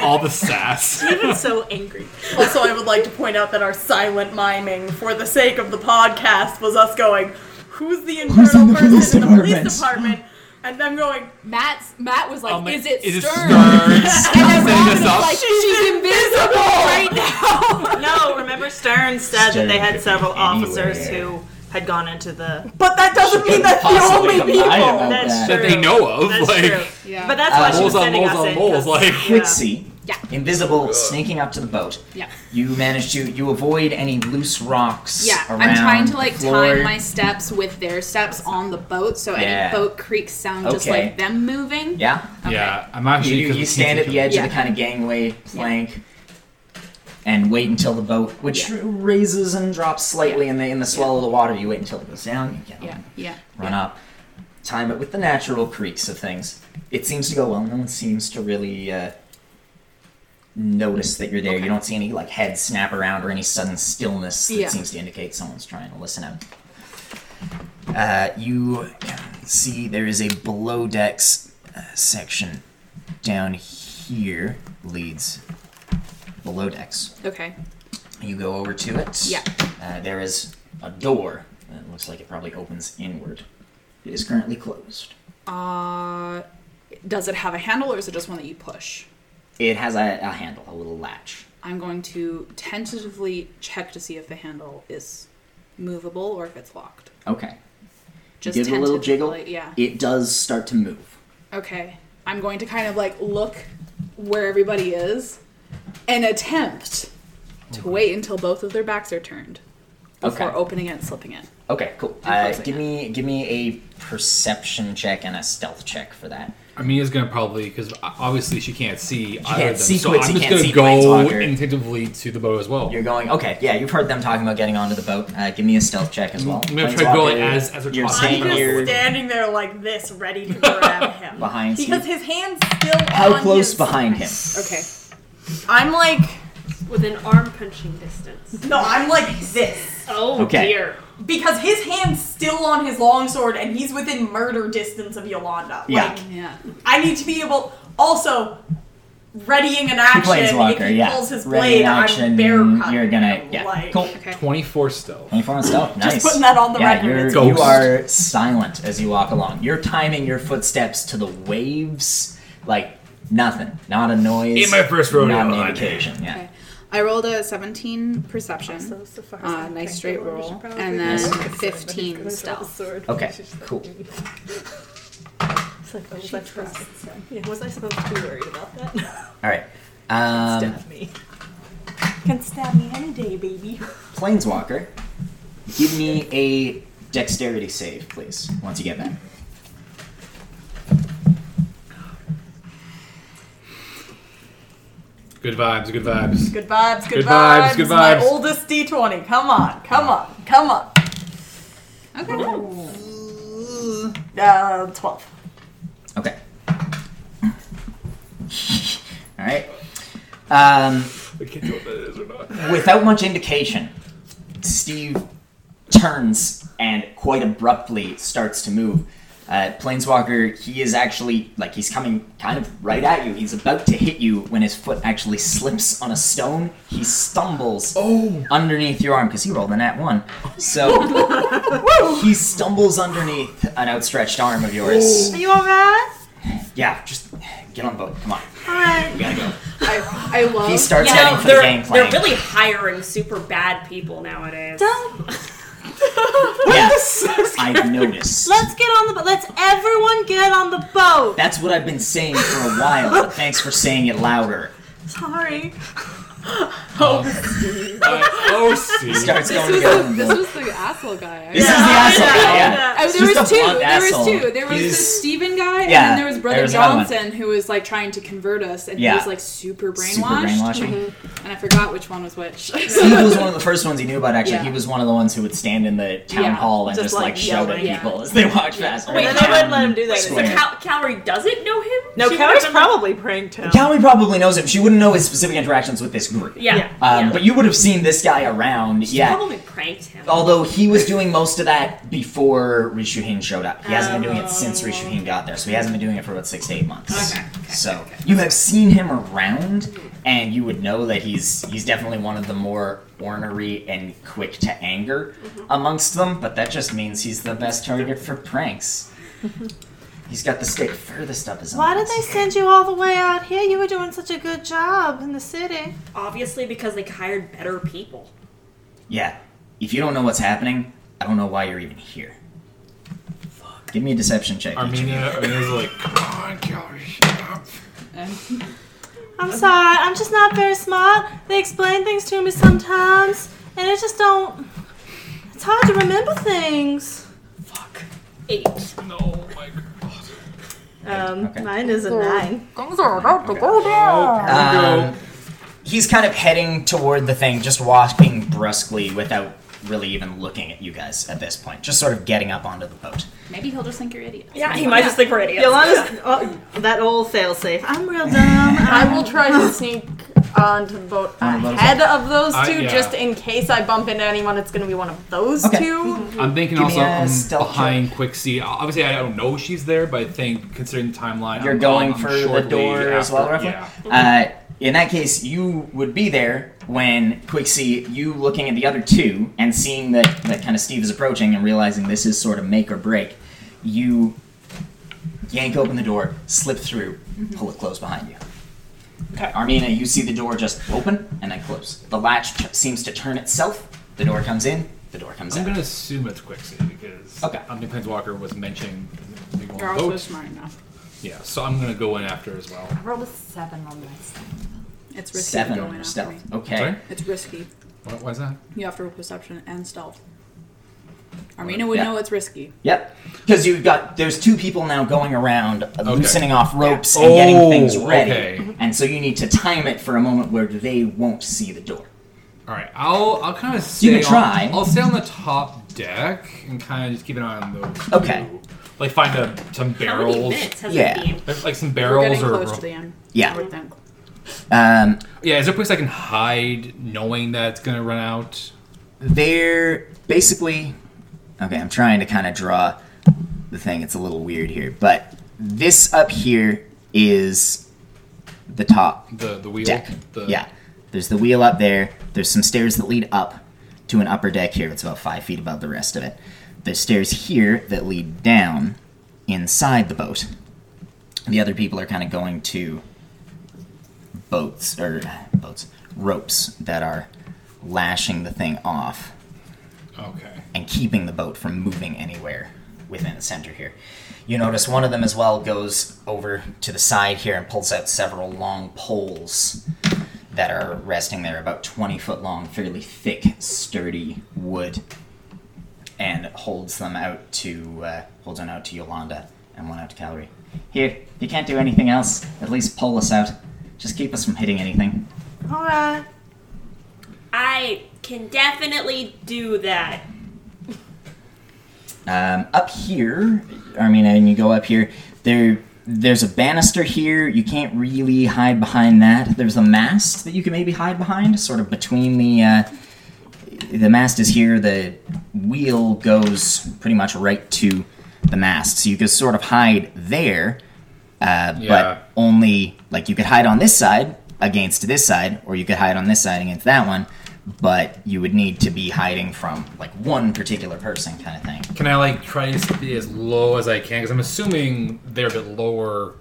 Speaker 5: All the sass.
Speaker 2: even so angry. Also, I would like to point out that our silent miming, for the sake of the podcast, was us going, "Who's the internal
Speaker 1: in the police
Speaker 2: person in the
Speaker 1: department?"
Speaker 2: police department?" And them going,
Speaker 7: Matt's, Matt was like,
Speaker 5: I'm like,
Speaker 7: is it
Speaker 5: is it
Speaker 7: Stern?
Speaker 5: Stern?
Speaker 7: And then
Speaker 5: Setting
Speaker 7: Robin
Speaker 5: us
Speaker 7: was
Speaker 5: up?
Speaker 7: like, she's invisible right now.
Speaker 4: No, remember Stern said that they had several officers
Speaker 1: Anywhere.
Speaker 4: who had gone into the.
Speaker 2: "But that doesn't mean that's the
Speaker 1: Possibly
Speaker 2: only
Speaker 1: come by about
Speaker 2: people."
Speaker 4: That's
Speaker 1: that.
Speaker 4: true.
Speaker 5: that they know of.
Speaker 4: That's
Speaker 5: like,
Speaker 4: true.
Speaker 7: Yeah.
Speaker 4: But that's why
Speaker 1: Uh,
Speaker 4: she
Speaker 5: moles
Speaker 4: was
Speaker 5: on
Speaker 4: sending
Speaker 5: moles
Speaker 4: us
Speaker 5: on
Speaker 4: in,
Speaker 5: moles,
Speaker 4: 'cause-
Speaker 5: like-
Speaker 4: yeah.
Speaker 1: Quixie,
Speaker 7: Yeah.
Speaker 1: invisible, sneaking up to the boat.
Speaker 7: Yeah.
Speaker 1: You manage to you avoid any loose rocks.
Speaker 7: Yeah,
Speaker 1: around
Speaker 7: I'm trying to
Speaker 1: the
Speaker 7: like
Speaker 1: floor.
Speaker 7: time my steps with their steps on the boat, so
Speaker 1: Yeah.
Speaker 7: any boat creaks sound just
Speaker 1: Okay.
Speaker 7: like them moving.
Speaker 1: Yeah.
Speaker 5: Yeah, I'm not
Speaker 1: You,
Speaker 5: actually. 'cause
Speaker 1: you
Speaker 5: we
Speaker 1: stand
Speaker 5: can't
Speaker 1: at the edge of
Speaker 7: Yeah.
Speaker 1: the kind of gangway plank and wait until the boat, which raises and drops slightly in the in the swell of the water. You wait until it goes down. You get on
Speaker 7: yeah, yeah.
Speaker 1: run up, time it with the natural creaks of things. It seems to go well. No one seems to really uh, notice that you're there. You don't see any like head snap around or any sudden stillness that
Speaker 7: Yeah.
Speaker 1: seems to indicate someone's trying to listen out. Uh, you see there is a below decks uh, section down here leads below decks.
Speaker 7: Okay.
Speaker 1: You go over to it.
Speaker 7: Yeah.
Speaker 1: Uh, there is a door that looks like it probably opens inward. It is currently closed.
Speaker 7: Uh, does it have a handle or is it just one that you push?
Speaker 1: It has a, a handle, a little latch.
Speaker 7: I'm going to tentatively check to see if the handle is movable or if it's locked.
Speaker 1: Okay.
Speaker 7: Just
Speaker 1: Give it a little jiggle.
Speaker 7: tentatively, Yeah.
Speaker 1: It does start to move.
Speaker 7: Okay. I'm going to kind of like look where everybody is and attempt to wait until both of their backs are turned before
Speaker 1: Okay.
Speaker 7: opening it and slipping it.
Speaker 1: Okay, cool.
Speaker 7: And
Speaker 1: Uh,
Speaker 7: closing
Speaker 1: give
Speaker 7: it.
Speaker 1: me give me a perception check and a stealth check for that.
Speaker 5: Amina's gonna probably because obviously she can't see either
Speaker 1: can't
Speaker 5: of them,
Speaker 1: see
Speaker 5: so
Speaker 1: Quincy,
Speaker 5: I'm just
Speaker 1: can't
Speaker 5: gonna
Speaker 1: see
Speaker 5: go
Speaker 1: Planeswalker.
Speaker 5: instinctively to the boat as well.
Speaker 1: You're going. Okay, yeah, you've heard them talking about getting onto the boat. Uh, give me a stealth check as well.
Speaker 5: I'm gonna try to go
Speaker 1: Planeswalker,
Speaker 5: as as a
Speaker 1: you're
Speaker 2: I'm
Speaker 1: Same
Speaker 2: just
Speaker 1: here.
Speaker 2: standing there like this, ready to grab him.
Speaker 1: Behind
Speaker 2: because his hand's still
Speaker 1: How
Speaker 2: on
Speaker 1: close
Speaker 2: his-
Speaker 1: behind him?
Speaker 7: Okay.
Speaker 2: I'm like,
Speaker 6: With an arm punching distance.
Speaker 2: no, I'm like this.
Speaker 6: Oh
Speaker 1: Okay.
Speaker 6: dear.
Speaker 2: Because his hand's still on his longsword and he's within murder distance of Yolanda.
Speaker 1: Yeah.
Speaker 2: Like,
Speaker 7: Yeah.
Speaker 2: I need to be able. Also, readying an action. if
Speaker 1: Planeswalker,
Speaker 2: he
Speaker 1: yeah.
Speaker 2: pulls his
Speaker 1: Ready
Speaker 2: blade,
Speaker 1: in action,
Speaker 2: I'm bear cutting
Speaker 1: you're gonna
Speaker 2: him,
Speaker 1: yeah.
Speaker 2: Like,
Speaker 1: Cool.
Speaker 7: Okay.
Speaker 5: 24 stealth.
Speaker 1: 24 on stealth. Nice.
Speaker 2: putting that on the
Speaker 1: yeah,
Speaker 2: record, it's
Speaker 1: You're, you
Speaker 5: Ghost.
Speaker 1: are silent as you walk along. You're timing your footsteps to the waves like nothing. Not a noise.
Speaker 5: In my first rodeo,
Speaker 1: Not an
Speaker 5: I-
Speaker 1: indication. Yeah.
Speaker 7: Okay. I rolled a 17 perception. Uh, nice straight roll. And then
Speaker 1: Nice.
Speaker 7: 15 stealth.
Speaker 1: Okay. Cool.
Speaker 2: It's like, oh, was I supposed to- yeah, was I supposed to be worried about that?
Speaker 1: All right. Um,
Speaker 2: me. Can stab me any day, baby.
Speaker 1: Planeswalker, give me a dexterity save, please. Once you get back.
Speaker 5: Good vibes. Good
Speaker 1: Mm-hmm.
Speaker 5: vibes.
Speaker 2: Good vibes, good,
Speaker 5: Good vibes, good
Speaker 2: My
Speaker 5: vibes.
Speaker 2: oldest D20. Come on, come on, come on.
Speaker 7: Okay.
Speaker 2: Uh, 12.
Speaker 1: Okay. All right. Um,
Speaker 5: I can't tell if that is or not.
Speaker 1: without much indication, Steve turns and quite abruptly starts to move. Uh, Planeswalker, he is actually like he's coming kind of right at you. He's about to hit you when his foot actually slips on a stone. He stumbles
Speaker 5: Oh,
Speaker 1: underneath your arm because he rolled a nat one. So he stumbles underneath an outstretched arm of yours.
Speaker 4: Are you alright?
Speaker 1: Yeah, just get on the boat. Come on,
Speaker 4: Alright.
Speaker 1: we gotta go.
Speaker 7: I, I love.
Speaker 1: He starts
Speaker 6: You
Speaker 1: heading
Speaker 6: know,
Speaker 1: for the
Speaker 6: they're,
Speaker 1: gangplank.
Speaker 6: they're really hiring super bad people nowadays.
Speaker 4: Don't.
Speaker 1: yes, I've noticed.
Speaker 4: Let's get on the boat. Let's everyone get on the boat.
Speaker 1: That's what I've been saying for a while, but thanks for saying it louder.
Speaker 4: Sorry.
Speaker 5: uh, oh, see.
Speaker 1: Starts
Speaker 7: this,
Speaker 1: going
Speaker 7: was
Speaker 1: to go in
Speaker 7: the,
Speaker 1: the
Speaker 7: this
Speaker 1: boat.
Speaker 7: was the asshole guy.
Speaker 1: This is the asshole guy, yeah.
Speaker 7: I, Oh,
Speaker 1: It's
Speaker 7: there
Speaker 1: just
Speaker 7: was
Speaker 1: a
Speaker 7: two.
Speaker 1: blunt
Speaker 7: There was
Speaker 1: asshole.
Speaker 7: two. There was the
Speaker 1: He's
Speaker 7: Steven guy, and
Speaker 1: Yeah,
Speaker 7: then there was
Speaker 1: there
Speaker 7: Brother
Speaker 1: was another one.
Speaker 7: Johnson, who was like trying to convert us, and
Speaker 1: Yeah.
Speaker 7: he was like super brainwashed. Mhm.
Speaker 1: super brainwashing.
Speaker 7: And I forgot which one was which.
Speaker 1: He was one of the first ones he knew about, actually.
Speaker 7: Yeah.
Speaker 1: He was one of the ones who would stand in the town
Speaker 7: Yeah,
Speaker 1: hall and just,
Speaker 2: just,
Speaker 1: like,
Speaker 2: like,
Speaker 1: shout at
Speaker 2: yelling.
Speaker 7: Yeah.
Speaker 1: people as they walked past.
Speaker 6: Wait,
Speaker 1: Right
Speaker 6: no,
Speaker 1: down
Speaker 6: wouldn't
Speaker 4: let him do that.
Speaker 6: So
Speaker 1: square.
Speaker 6: Cal- Calorie doesn't know him?
Speaker 4: No,
Speaker 6: She
Speaker 4: Cowie's
Speaker 6: would've been-
Speaker 4: probably praying to him.
Speaker 1: Callie probably knows him. She wouldn't know his specific interactions with this group.
Speaker 6: Yeah.
Speaker 4: Yeah.
Speaker 1: Um,
Speaker 6: yeah.
Speaker 1: But you would have seen this guy around,
Speaker 6: She
Speaker 1: yeah.
Speaker 6: probably pranked him.
Speaker 1: Although he was doing most of that before Rishuhin showed up. He hasn't been doing it since Rishuhin got there, so he hasn't been doing it for about six to eight months.
Speaker 6: Okay, okay,
Speaker 1: so you have seen him around, and you would know that he's he's definitely one of the more ornery and quick to anger amongst them. But that just means he's the best target for pranks. he's got the stick furthest up his.
Speaker 4: Why did
Speaker 1: arms.
Speaker 4: they send you all the way out here? You were doing such a good job in the city.
Speaker 6: Obviously, because they hired better people.
Speaker 1: Yeah. If you don't know what's happening, I don't know why you're even here. Fuck. Give me a deception check. each of you.
Speaker 5: Armenia, Armenia's like, oh, come on, Calorie, shut up.
Speaker 4: I'm sorry. I'm just not very smart. They explain things to me sometimes, and it just don't. It's hard to remember things.
Speaker 6: Eight.
Speaker 5: No, my God.
Speaker 4: Um,
Speaker 1: Okay.
Speaker 4: mine is a nine.
Speaker 2: Oh,
Speaker 7: Oh,
Speaker 1: Um, he's kind of heading toward the thing, just walking brusquely without really even looking at you guys at this point. Just sort of getting up onto the boat.
Speaker 7: Maybe he'll just think you're idiots.
Speaker 6: Yeah, he might just think we're idiots.
Speaker 4: Yolanda's oh, that old failsafe. I'm real dumb. I
Speaker 2: I will try to sneak onto the boat
Speaker 1: On the boat.
Speaker 2: ahead of those two,
Speaker 5: Uh, yeah.
Speaker 2: just in case I bump into anyone. It's going to be one of those
Speaker 1: Okay.
Speaker 6: Hmm.
Speaker 2: two.
Speaker 5: I'm thinking
Speaker 1: Give me
Speaker 5: also
Speaker 1: a
Speaker 5: um,
Speaker 1: stealth
Speaker 5: behind Quixie. Obviously, I don't know she's there, but I think considering the timeline,
Speaker 1: You're
Speaker 5: I'm
Speaker 1: going
Speaker 5: Um, I'm
Speaker 1: for the
Speaker 5: shortly
Speaker 1: door as well,
Speaker 5: after-
Speaker 1: roughly?
Speaker 5: Yeah.
Speaker 1: Uh, in that case, you would be there when Quixie, you looking at the other two and seeing that, that kind of Steve is approaching and realizing this is sort of make or break, you yank open the door, slip through,
Speaker 7: Mm-hmm.
Speaker 1: pull it close behind you. Okay. Armina, you see the door just open and then close. The latch t- seems to turn itself. The door comes in, the door comes
Speaker 5: I'm
Speaker 1: out.
Speaker 5: gonna assume it's Quixie because um,
Speaker 1: Okay.
Speaker 5: Omni Planeswalker was mentioning the
Speaker 7: You're
Speaker 5: one
Speaker 7: also
Speaker 5: boat.
Speaker 7: smart enough.
Speaker 5: Yeah, so I'm gonna go in after as well.
Speaker 2: I rolled a seven on this.
Speaker 7: It's risky
Speaker 1: Seven
Speaker 7: going
Speaker 1: or
Speaker 7: after
Speaker 1: stealth.
Speaker 7: me.
Speaker 1: Okay.
Speaker 5: Sorry?
Speaker 7: It's risky.
Speaker 5: What was that?
Speaker 7: You have to roll perception and stealth. Armina would
Speaker 1: Yeah.
Speaker 7: know it's risky.
Speaker 1: Yep. Because you've got there's two people now going around uh loosening off ropes and
Speaker 5: Oh,
Speaker 1: getting things ready,
Speaker 5: okay.
Speaker 1: and so you need to time it for a moment where they won't see the door.
Speaker 5: All right, I'll I'll kind of stay.
Speaker 1: You can
Speaker 5: on-
Speaker 1: try.
Speaker 5: I'll stay on the top deck and kind of just keep an eye on those.
Speaker 1: Okay.
Speaker 5: two. Like find a, some
Speaker 6: How many
Speaker 5: barrels,
Speaker 6: minutes has
Speaker 1: Yeah.
Speaker 6: it been?
Speaker 5: like like some
Speaker 7: We're
Speaker 5: barrels
Speaker 7: getting
Speaker 5: or
Speaker 7: close to the end. I
Speaker 1: Yeah.
Speaker 7: would think.
Speaker 1: Um,
Speaker 5: yeah. Is there a place I can hide, knowing that it's gonna run out?
Speaker 1: they're basically okay i'm trying to kind of draw the thing it's a little weird here but this up here is the top
Speaker 5: The the wheel.
Speaker 1: deck
Speaker 5: The,
Speaker 1: yeah there's the wheel up there there's some stairs that lead up to an upper deck here it's about five feet above the rest of it there's stairs here that lead down inside the boat the other people are kind of going to boats or boats ropes that are lashing the thing off
Speaker 5: Okay.
Speaker 1: and keeping the boat from moving anywhere within the center here. You notice one of them as well goes over to the side here and pulls out several long poles that are resting there, about 20 foot long, fairly thick, sturdy wood, and holds them out to uh, holds one out to Yolanda and one out to Calorie. Here, you can't do anything else. At least pull us out. Just keep us from hitting anything.
Speaker 4: All right.
Speaker 6: I can definitely do that.
Speaker 1: Um, up here, I mean, and you go up here, there, there's a banister here. You can't really hide behind that. There's a mast that you can maybe hide behind, sort of between the. Uh, the mast is here. The wheel goes pretty much right to the mast, so you could sort of hide there. Uh,
Speaker 5: Yeah.
Speaker 1: But only like you could hide on this side against this side, or you could hide on this side against that one. But you would need to be hiding from like one particular person, kind of thing.
Speaker 5: Can I like try to be as low as I can? Because I'm assuming they're a bit lower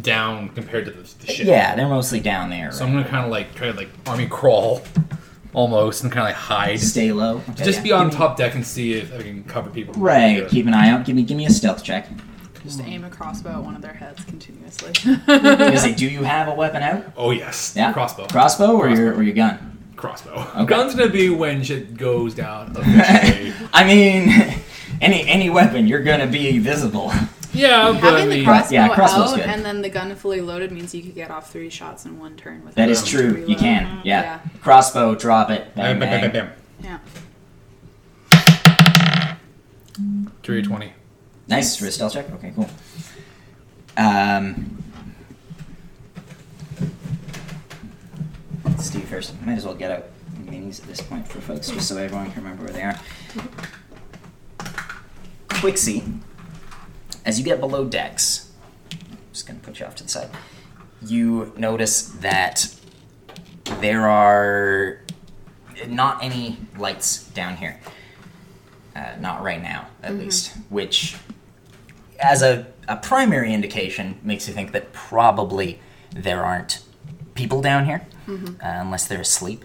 Speaker 5: down compared to the, the ship.
Speaker 1: Yeah, they're mostly down there.
Speaker 5: So
Speaker 1: right?
Speaker 5: I'm gonna kind of like try to like army crawl, almost, and kind of like hide.
Speaker 1: Stay low. Okay,
Speaker 5: Just
Speaker 1: yeah.
Speaker 5: be on top deck and see if I can cover people. from
Speaker 1: Right.
Speaker 5: here.
Speaker 1: Keep an eye out. Give me give me a stealth check.
Speaker 7: Just aim a crossbow at one of their heads continuously.
Speaker 1: Gonna say, do you have a weapon out?
Speaker 5: Oh yes.
Speaker 1: Yeah.
Speaker 5: Crossbow.
Speaker 1: Crossbow or your or your gun?
Speaker 5: Crossbow.
Speaker 1: Okay.
Speaker 5: Gun's gonna be when shit goes down. Officially.
Speaker 1: I mean, any any weapon, you're gonna be visible.
Speaker 5: yeah, but I
Speaker 7: Having the
Speaker 5: mean,
Speaker 7: crossbow
Speaker 1: yeah, crossbow's
Speaker 7: out
Speaker 1: good.
Speaker 7: and then the gun fully loaded means you could get off three shots in one turn. Without
Speaker 1: That is
Speaker 7: having to
Speaker 1: true. You
Speaker 7: reload.
Speaker 1: can. Yeah.
Speaker 7: Yeah.
Speaker 1: Crossbow, drop it.
Speaker 5: bam,
Speaker 1: Bang,
Speaker 5: bam, bam,
Speaker 1: bang.
Speaker 5: bam, bam.
Speaker 7: Yeah.
Speaker 5: Three twenty.
Speaker 1: Nice for a stealth check. Okay, cool. Um, let's do first. Might as well get out minis at this point for folks, just so everyone can remember where they are. Quixie, as you get below decks, I'm just gonna put you off to the side. You notice that there are not any lights down here. Uh, not right now, at least. Which, as a, a primary indication, makes you think that probably there aren't people down here, uh, unless they're asleep.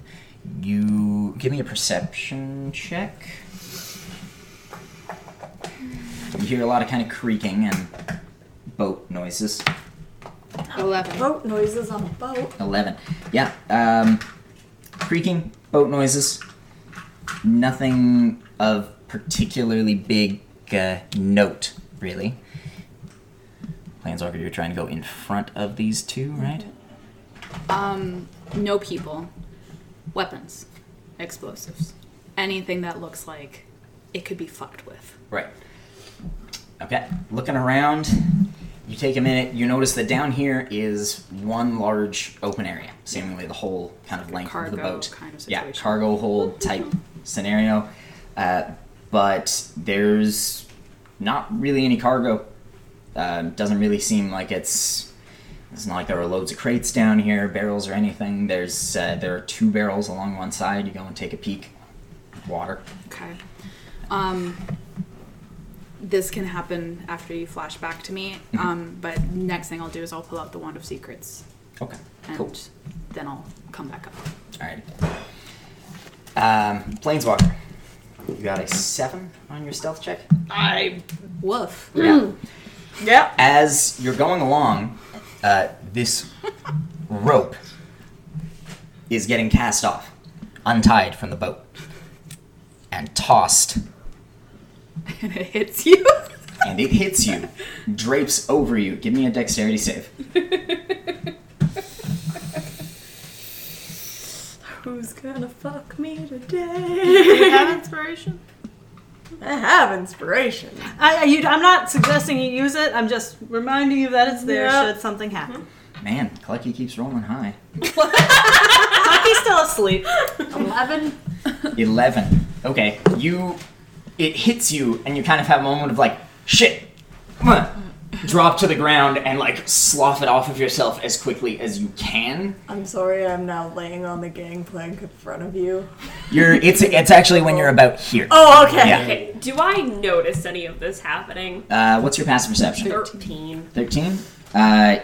Speaker 1: You give me a perception check. You hear a lot of kind of creaking and boat noises.
Speaker 7: Eleven.
Speaker 2: Boat noises on a boat.
Speaker 1: 11. Yeah. Um, creaking, boat noises. Nothing of particularly big uh, note, really. Planeswalker, you're trying to go in front of these two, right?
Speaker 7: Um, no people, weapons, explosives, anything that looks like it could be fucked with.
Speaker 1: Right. Okay. Looking around, you take a minute. You notice that down here is one large open area, seemingly the whole kind of length of the
Speaker 7: cargo
Speaker 1: boat.
Speaker 7: kind of
Speaker 1: yeah,
Speaker 7: situation.
Speaker 1: cargo hold type scenario. Uh, but there's not really any cargo. Um, doesn't really seem like it's. It's not like there are loads of crates down here, barrels or anything. There's uh, there are two barrels along one side. You go and take a peek. Water.
Speaker 7: Okay. Um, this can happen after you flash back to me.
Speaker 1: Mm-hmm.
Speaker 7: Um, but next thing I'll do is I'll pull out the wand of secrets,
Speaker 1: Okay.
Speaker 7: and
Speaker 1: Cool.
Speaker 7: then I'll come back up.
Speaker 1: Alright. Um, Planeswalker. You got a seven on your stealth check.
Speaker 7: Woof.
Speaker 1: As you're going along, uh, this rope is getting cast off, untied from the boat, and tossed,
Speaker 7: and it hits you.
Speaker 1: and it hits you, drapes over you. Give me a dexterity save.
Speaker 2: Who's gonna fuck me today?
Speaker 4: Do you have inspiration?
Speaker 2: I have inspiration.
Speaker 4: I, I- you, I'm not suggesting you use it. I'm just reminding you that it's there
Speaker 2: Yep.
Speaker 4: should something happen.
Speaker 1: Man, Clucky keeps rolling high.
Speaker 4: Bucky's still asleep.
Speaker 2: Eleven.
Speaker 1: 11. Okay, you. It hits you, and you kind of have a moment of like, shit! Huh. Drop to the ground and like slough it off of yourself as quickly as you can.
Speaker 2: I'm sorry, I'm now laying on the gangplank in front of you.
Speaker 1: You're it's it's actually when you're about here.
Speaker 2: Oh, okay.
Speaker 1: Yeah.
Speaker 6: Okay, do I notice any of this happening?
Speaker 1: Uh, what's your passive perception?
Speaker 6: 13.
Speaker 1: Thirteen. Uh,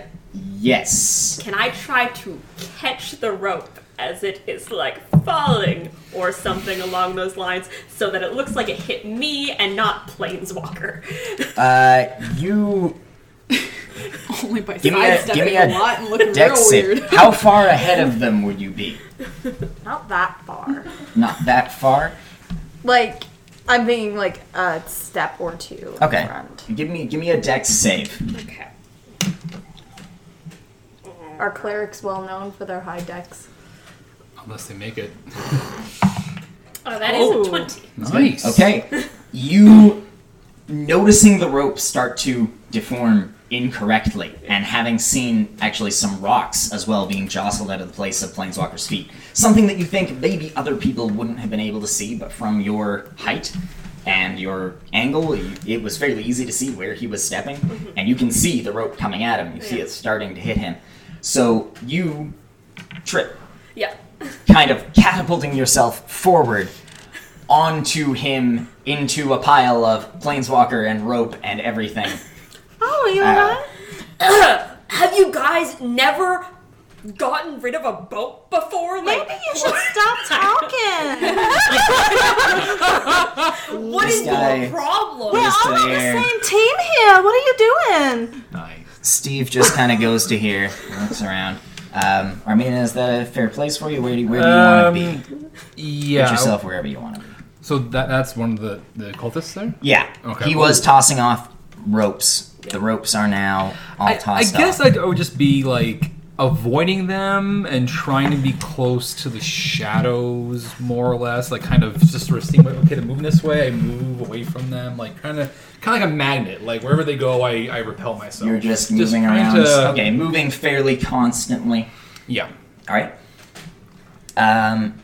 Speaker 1: yes.
Speaker 6: Can I try to catch the rope as it is like falling or something along those lines so that it looks like it hit me and not Planeswalker?
Speaker 1: Uh, you
Speaker 7: Only by
Speaker 1: Give me a-
Speaker 7: sidestepping
Speaker 1: give me
Speaker 7: a,
Speaker 1: a
Speaker 7: lot and looking real
Speaker 1: dex save.
Speaker 7: weird.
Speaker 1: How far ahead of them would you be?
Speaker 2: Not that far.
Speaker 1: Not that far.
Speaker 2: Like, I'm thinking like a step or two. in
Speaker 1: Okay.
Speaker 2: front.
Speaker 1: Give me give me a dex save.
Speaker 6: Okay.
Speaker 2: Are clerics well known for their high decks?
Speaker 5: Unless they make it.
Speaker 6: Oh, that is
Speaker 2: Oh.
Speaker 6: a 20.
Speaker 5: Nice.
Speaker 1: Okay. You noticing the rope start to deform incorrectly, and having seen actually some rocks as well being jostled out of the place of Planeswalker's feet. Something that you think maybe other people wouldn't have been able to see, but from your height and your angle, y- it was fairly easy to see where he was stepping, and you can see the rope coming at him. You see it starting to hit him. So you trip
Speaker 6: Yeah.
Speaker 1: kind of catapulting yourself forward onto him into a pile of planeswalker and rope and everything.
Speaker 4: Oh, you and
Speaker 1: Uh,
Speaker 4: I?
Speaker 6: Have you guys never gotten rid of a boat before? Like,
Speaker 4: Maybe you should stop talking.
Speaker 6: what is
Speaker 1: This guy-
Speaker 6: your problem?
Speaker 4: We're
Speaker 1: Just
Speaker 4: all on the
Speaker 1: there.
Speaker 4: same team here. What are you doing?
Speaker 5: Nice.
Speaker 1: Steve just kind of goes to here, looks around. Um, Armina, is that a fair place for you? Where do, where do you want to be? Put
Speaker 5: Um, Yeah.
Speaker 1: yourself wherever you want to be.
Speaker 5: So that that's one of the the cultists there.
Speaker 1: Yeah.
Speaker 5: Okay.
Speaker 1: He was tossing off ropes. The ropes are now all
Speaker 5: I, I
Speaker 1: tossed
Speaker 5: guess
Speaker 1: off.
Speaker 5: I'd- I would just be like avoiding them and trying to be close to the shadows, more or less. Like kind of just sort of seeing, like, okay, they're moving this way. I move away from them, like kind of kind of like a magnet. Like wherever they go, I, I repel myself.
Speaker 1: You're just moving
Speaker 5: trying
Speaker 1: around.
Speaker 5: to-
Speaker 1: Okay, moving fairly constantly.
Speaker 5: Yeah.
Speaker 1: All right. Um.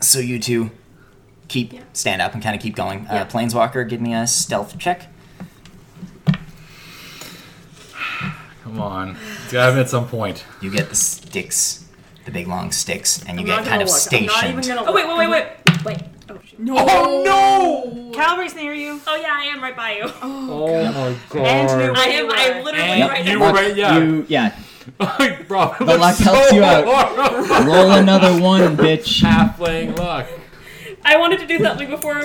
Speaker 1: So you two keep stand up and kind of keep going. Uh, Planeswalker, give me a stealth check.
Speaker 5: Come on, it's gotta happen at some point.
Speaker 1: You get the sticks, the big long sticks, and you
Speaker 2: I'm
Speaker 1: get
Speaker 2: not
Speaker 1: kind
Speaker 2: gonna
Speaker 1: of
Speaker 2: look. I'm
Speaker 1: stationed.
Speaker 2: not even gonna
Speaker 6: Oh,
Speaker 2: look.
Speaker 6: wait, wait, wait, wait. Wait. Oh, shoot.
Speaker 7: No. Oh no!
Speaker 4: Calvary's near you.
Speaker 6: Oh, yeah, I am right by you.
Speaker 5: Oh my god.
Speaker 4: And
Speaker 6: I am, I am literally
Speaker 1: Yep.
Speaker 6: right
Speaker 5: You
Speaker 6: there.
Speaker 5: were right, yeah.
Speaker 8: You, yeah.
Speaker 5: Bro,
Speaker 8: The luck helps you out. Roll another one, bitch.
Speaker 5: Halfling luck.
Speaker 6: I wanted to do something before. I'm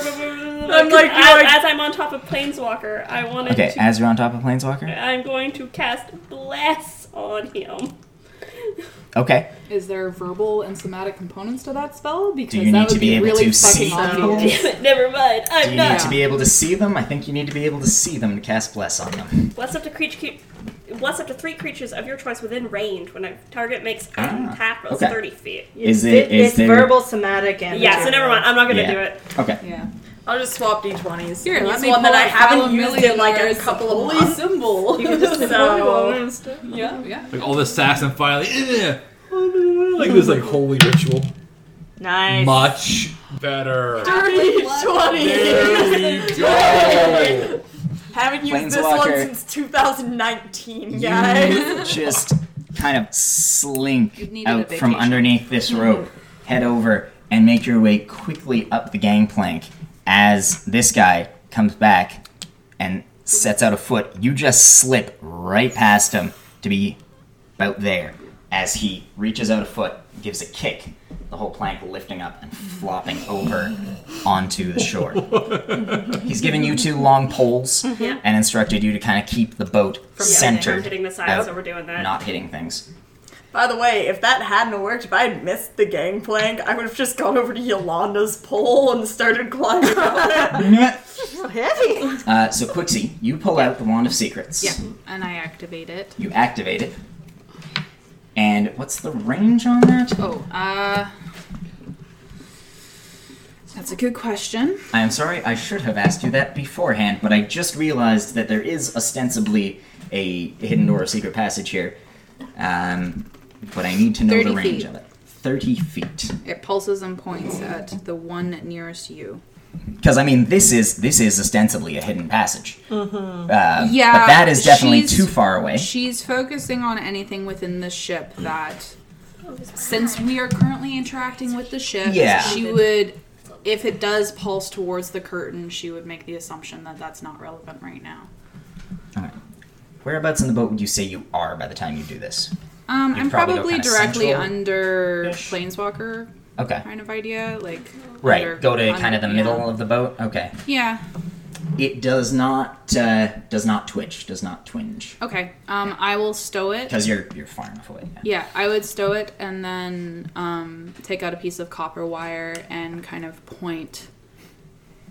Speaker 2: like,
Speaker 6: as,
Speaker 2: you're like-
Speaker 6: as I'm on top of Planeswalker, I wanted
Speaker 1: Okay,
Speaker 6: to.
Speaker 1: as you're on top of Planeswalker.
Speaker 6: I'm going to cast Bless on him.
Speaker 1: Okay,
Speaker 7: Is there verbal and somatic components to that spell? Because
Speaker 1: you
Speaker 7: that
Speaker 1: need to
Speaker 7: would
Speaker 1: be able
Speaker 7: really
Speaker 1: to
Speaker 7: fucking
Speaker 1: see
Speaker 7: obvious.
Speaker 6: Never mind.
Speaker 1: do
Speaker 6: I'm
Speaker 1: you
Speaker 6: not.
Speaker 1: need to be able to see them? I think you need to be able to see them to cast Bless on them.
Speaker 6: Bless up to creature. Bless up to three creatures of your choice within range when a target makes an
Speaker 1: Ah,
Speaker 6: attack plus
Speaker 1: okay.
Speaker 6: 30 feet.
Speaker 1: Is it?
Speaker 4: It's
Speaker 1: Is there?
Speaker 4: verbal, somatic, and
Speaker 6: Yeah, so never mind. I'm not going to
Speaker 1: Yeah.
Speaker 6: do it.
Speaker 1: Okay.
Speaker 7: Yeah.
Speaker 2: I'll just swap d20s.
Speaker 7: Here,
Speaker 2: and
Speaker 7: let
Speaker 2: use
Speaker 7: me
Speaker 2: one that
Speaker 7: pull
Speaker 2: I
Speaker 7: out
Speaker 2: haven't
Speaker 7: Halloween
Speaker 2: used in like a
Speaker 7: Millionaire's
Speaker 2: couple of
Speaker 7: holy
Speaker 2: months.
Speaker 7: symbol.
Speaker 2: You can just so.
Speaker 7: yeah, yeah.
Speaker 5: Like all the sass and finally, eh, like this like holy ritual.
Speaker 4: Nice.
Speaker 5: Much better.
Speaker 2: Dirty 20!
Speaker 5: There we go.
Speaker 2: Haven't used this one
Speaker 1: Planeswalker.
Speaker 2: since 2019, guys.
Speaker 1: just kind of slink
Speaker 7: You'd needed a
Speaker 1: out from
Speaker 7: vacation.
Speaker 1: underneath this rope, head over, and make your way quickly up the gangplank as this guy comes back and sets out a foot. You just slip right past him to be about there as he reaches out a foot, gives a kick, the whole plank lifting up and flopping over onto the shore. He's given you two long poles
Speaker 2: Mm-hmm.
Speaker 6: Yeah.
Speaker 1: and instructed you to kind of keep the boat
Speaker 6: Yeah, I'm
Speaker 1: centered
Speaker 6: hitting the side,
Speaker 1: out
Speaker 6: so we're doing that.
Speaker 1: not hitting things.
Speaker 2: By the way, if that hadn't worked, if I had missed the gangplank, I would have just gone over to Yolanda's pole and started climbing up it.
Speaker 4: Heavy.
Speaker 1: Uh, so Quixie, you pull out the wand of secrets.
Speaker 7: Yeah, and I activate it.
Speaker 1: You activate it. And what's the range on that?
Speaker 7: Oh, uh. That's a good question.
Speaker 1: I am sorry, I should have asked you that beforehand, but I just realized that there is ostensibly a hidden door or secret passage here. Um, but I need to know
Speaker 7: 30
Speaker 1: the range
Speaker 7: feet.
Speaker 1: of it. 30 feet.
Speaker 7: It pulses and points at the one nearest you.
Speaker 1: Because I mean, this is this is ostensibly a hidden passage. Uh,
Speaker 7: Yeah,
Speaker 1: but that is definitely
Speaker 7: she's-
Speaker 1: too far away.
Speaker 7: She's focusing on anything within the ship that, since we are currently interacting with the ship,
Speaker 1: Yeah.
Speaker 7: she would, if it does pulse towards the curtain, she would make the assumption that that's not relevant right now.
Speaker 1: Whereabouts in the boat would you say you are by the time you do this?
Speaker 7: Um,
Speaker 1: You'd
Speaker 7: I'm
Speaker 1: probably
Speaker 7: probably,
Speaker 1: go kinda
Speaker 7: directly
Speaker 1: central-ish.
Speaker 7: under planeswalker
Speaker 1: Okay.
Speaker 7: kind of idea, like under-
Speaker 1: Right. Go to
Speaker 7: under-
Speaker 1: kind of the
Speaker 7: yeah.
Speaker 1: middle of the boat. Okay.
Speaker 7: Yeah.
Speaker 1: It does not uh, does not twitch. Does not twinge.
Speaker 7: Okay. Um, I will stow it.
Speaker 1: Because you're you're far enough away. yeah.
Speaker 7: Yeah, I would stow it and then um, take out a piece of copper wire and kind of point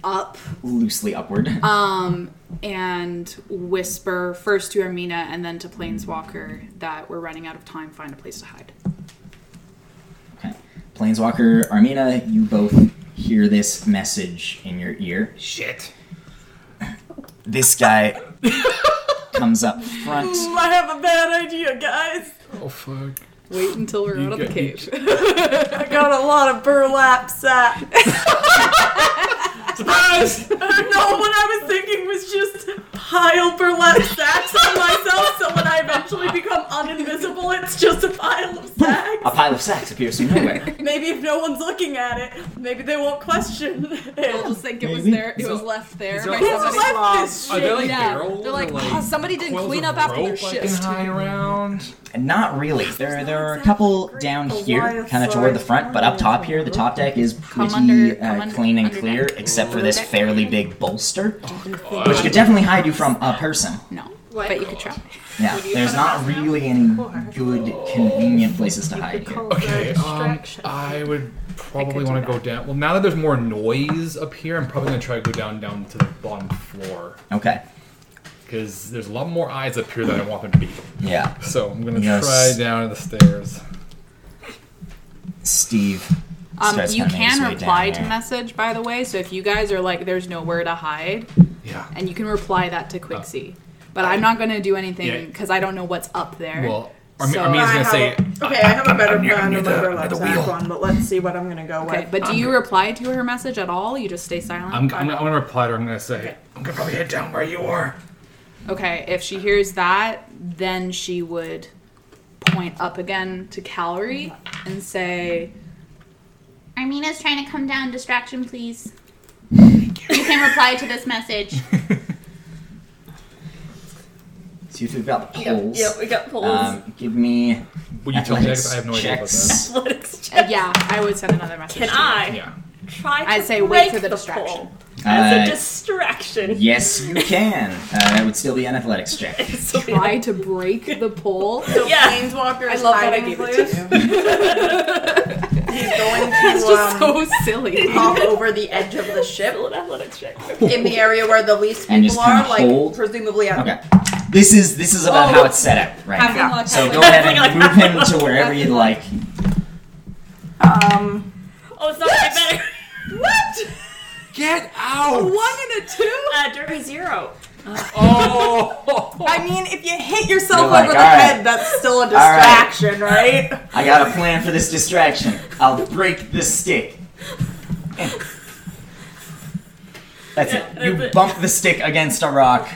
Speaker 7: up
Speaker 1: Loosely upward.
Speaker 7: um, and whisper first to Armina and then to Planeswalker that we're running out of time, find a place to hide.
Speaker 1: Okay. Planeswalker, Armina, you both hear this message in your ear.
Speaker 5: Shit.
Speaker 1: This guy comes up front.
Speaker 2: I have a bad idea, guys.
Speaker 5: Oh fuck.
Speaker 7: Wait until we're
Speaker 5: You
Speaker 7: out of the
Speaker 5: got-
Speaker 7: cave.
Speaker 2: I got a lot of burlap sacks.
Speaker 5: Surprise!
Speaker 2: No, what I was thinking was just pile burlap sacks on myself so when I eventually become uninvisible, it's just a pile of
Speaker 1: A
Speaker 2: sacks.
Speaker 1: pile of sacks appears from nowhere.
Speaker 2: Maybe if no one's looking at it, maybe they won't question
Speaker 7: I
Speaker 2: it.
Speaker 7: just think it was
Speaker 1: Maybe.
Speaker 7: there. It was
Speaker 5: So-
Speaker 7: left there.
Speaker 5: so-
Speaker 7: by
Speaker 5: Who
Speaker 7: somebody.
Speaker 2: left this
Speaker 5: Are there like
Speaker 7: Yeah,
Speaker 5: barrels?
Speaker 7: they're
Speaker 5: or,
Speaker 7: like, "Oh, somebody didn't
Speaker 5: coils
Speaker 7: clean
Speaker 5: of
Speaker 7: up after their
Speaker 5: rope I
Speaker 7: shift."
Speaker 5: can hide around.
Speaker 1: Not really. There, there are a couple down here, kind of toward the front, but up top here, the top deck is pretty
Speaker 7: under- come
Speaker 1: uh,
Speaker 7: under-
Speaker 1: clean and
Speaker 7: under
Speaker 1: clear,
Speaker 7: deck.
Speaker 1: except for this
Speaker 7: Under deck.
Speaker 1: fairly big bolster, which
Speaker 5: God.
Speaker 1: could definitely hide you from a person.
Speaker 7: No, but you could try.
Speaker 1: Yeah, there's not really any good, convenient places to hide here.
Speaker 5: Okay, um,
Speaker 4: distraction.
Speaker 5: I would probably want to go down. Well, now that there's more noise up here, I'm probably gonna try to go down down to the bottom floor
Speaker 1: Okay.
Speaker 5: because there's a lot more eyes up here than I want there to be.
Speaker 1: Yeah.
Speaker 5: So I'm gonna
Speaker 1: Yes.
Speaker 5: try down the stairs.
Speaker 1: Steve.
Speaker 7: Um,
Speaker 1: starts
Speaker 7: you
Speaker 1: kinda making his way
Speaker 7: can
Speaker 1: down
Speaker 7: reply to
Speaker 1: there.
Speaker 7: message, by the way. So if you guys are like, "There's nowhere to hide,"
Speaker 5: Yeah.
Speaker 7: and you can reply that to Quixie. But I'm not gonna do anything
Speaker 5: Yeah.
Speaker 7: because I don't know what's up there.
Speaker 5: Well, Armin,
Speaker 7: So-
Speaker 5: Armin's
Speaker 2: I
Speaker 5: gonna
Speaker 2: have
Speaker 5: say,
Speaker 2: a- okay, I have a better
Speaker 5: near-
Speaker 2: plan
Speaker 5: near
Speaker 2: than the
Speaker 5: the-
Speaker 2: burlap
Speaker 5: near the
Speaker 2: sack
Speaker 5: wheel.
Speaker 2: one, but let's see what I'm gonna go
Speaker 7: okay,
Speaker 2: with.
Speaker 7: but do you reply to her message at all? You just stay silent.
Speaker 5: I'm, I'm, I'm gonna reply to her. I'm gonna say, I'm gonna probably head down where you are.
Speaker 7: okay, if she hears that, then she would point up again to Calorie and say,
Speaker 3: Armina's trying to come down. Distraction, please. You can reply to this message.
Speaker 1: So you've got the poles.
Speaker 6: Yeah, we got poles.
Speaker 1: Um, give me
Speaker 5: Will you tell me? I
Speaker 1: athletics
Speaker 5: I have no idea about that.
Speaker 1: checks.
Speaker 6: Athletics check.
Speaker 7: "Yeah, I would send another message."
Speaker 6: Can
Speaker 7: to you.
Speaker 6: I
Speaker 5: Yeah.
Speaker 6: try to
Speaker 7: I'd say
Speaker 6: break
Speaker 7: wait for the
Speaker 6: pole
Speaker 7: distraction.
Speaker 6: as a
Speaker 1: Uh,
Speaker 6: distraction?
Speaker 1: yes, you can. Uh, that would still be an athletics check.
Speaker 6: So we-
Speaker 7: Try to break the pole.
Speaker 6: yeah.
Speaker 2: Planeswalker
Speaker 7: I
Speaker 2: is
Speaker 7: love that I
Speaker 2: hiding
Speaker 7: gave it
Speaker 2: place.
Speaker 7: to you.
Speaker 2: He's going
Speaker 7: That's
Speaker 2: to
Speaker 7: just
Speaker 2: um,
Speaker 7: so silly.
Speaker 2: hop over the edge of the ship
Speaker 6: Roll an athletics check.
Speaker 2: in the area where the least
Speaker 1: And just
Speaker 2: people are,
Speaker 1: kinda hold.
Speaker 2: like presumably at
Speaker 1: Okay. This is this is about how it's set up right
Speaker 7: Having
Speaker 1: now.
Speaker 7: luck,
Speaker 1: So
Speaker 7: having
Speaker 1: go ahead and move him to wherever you'd like.
Speaker 2: um
Speaker 6: Oh, it's not getting better.
Speaker 2: What?
Speaker 5: Get out!
Speaker 2: One and a two?
Speaker 6: Uh, dirty zero.
Speaker 5: Oh!
Speaker 2: I mean, if you hit yourself
Speaker 1: You're like,
Speaker 2: over the
Speaker 1: "All right.
Speaker 2: head, that's still a distraction, right?
Speaker 1: I got a plan for this distraction. I'll break this stick. That's it.
Speaker 6: Yeah, that's
Speaker 1: You
Speaker 6: it.
Speaker 1: bump the stick against a rock.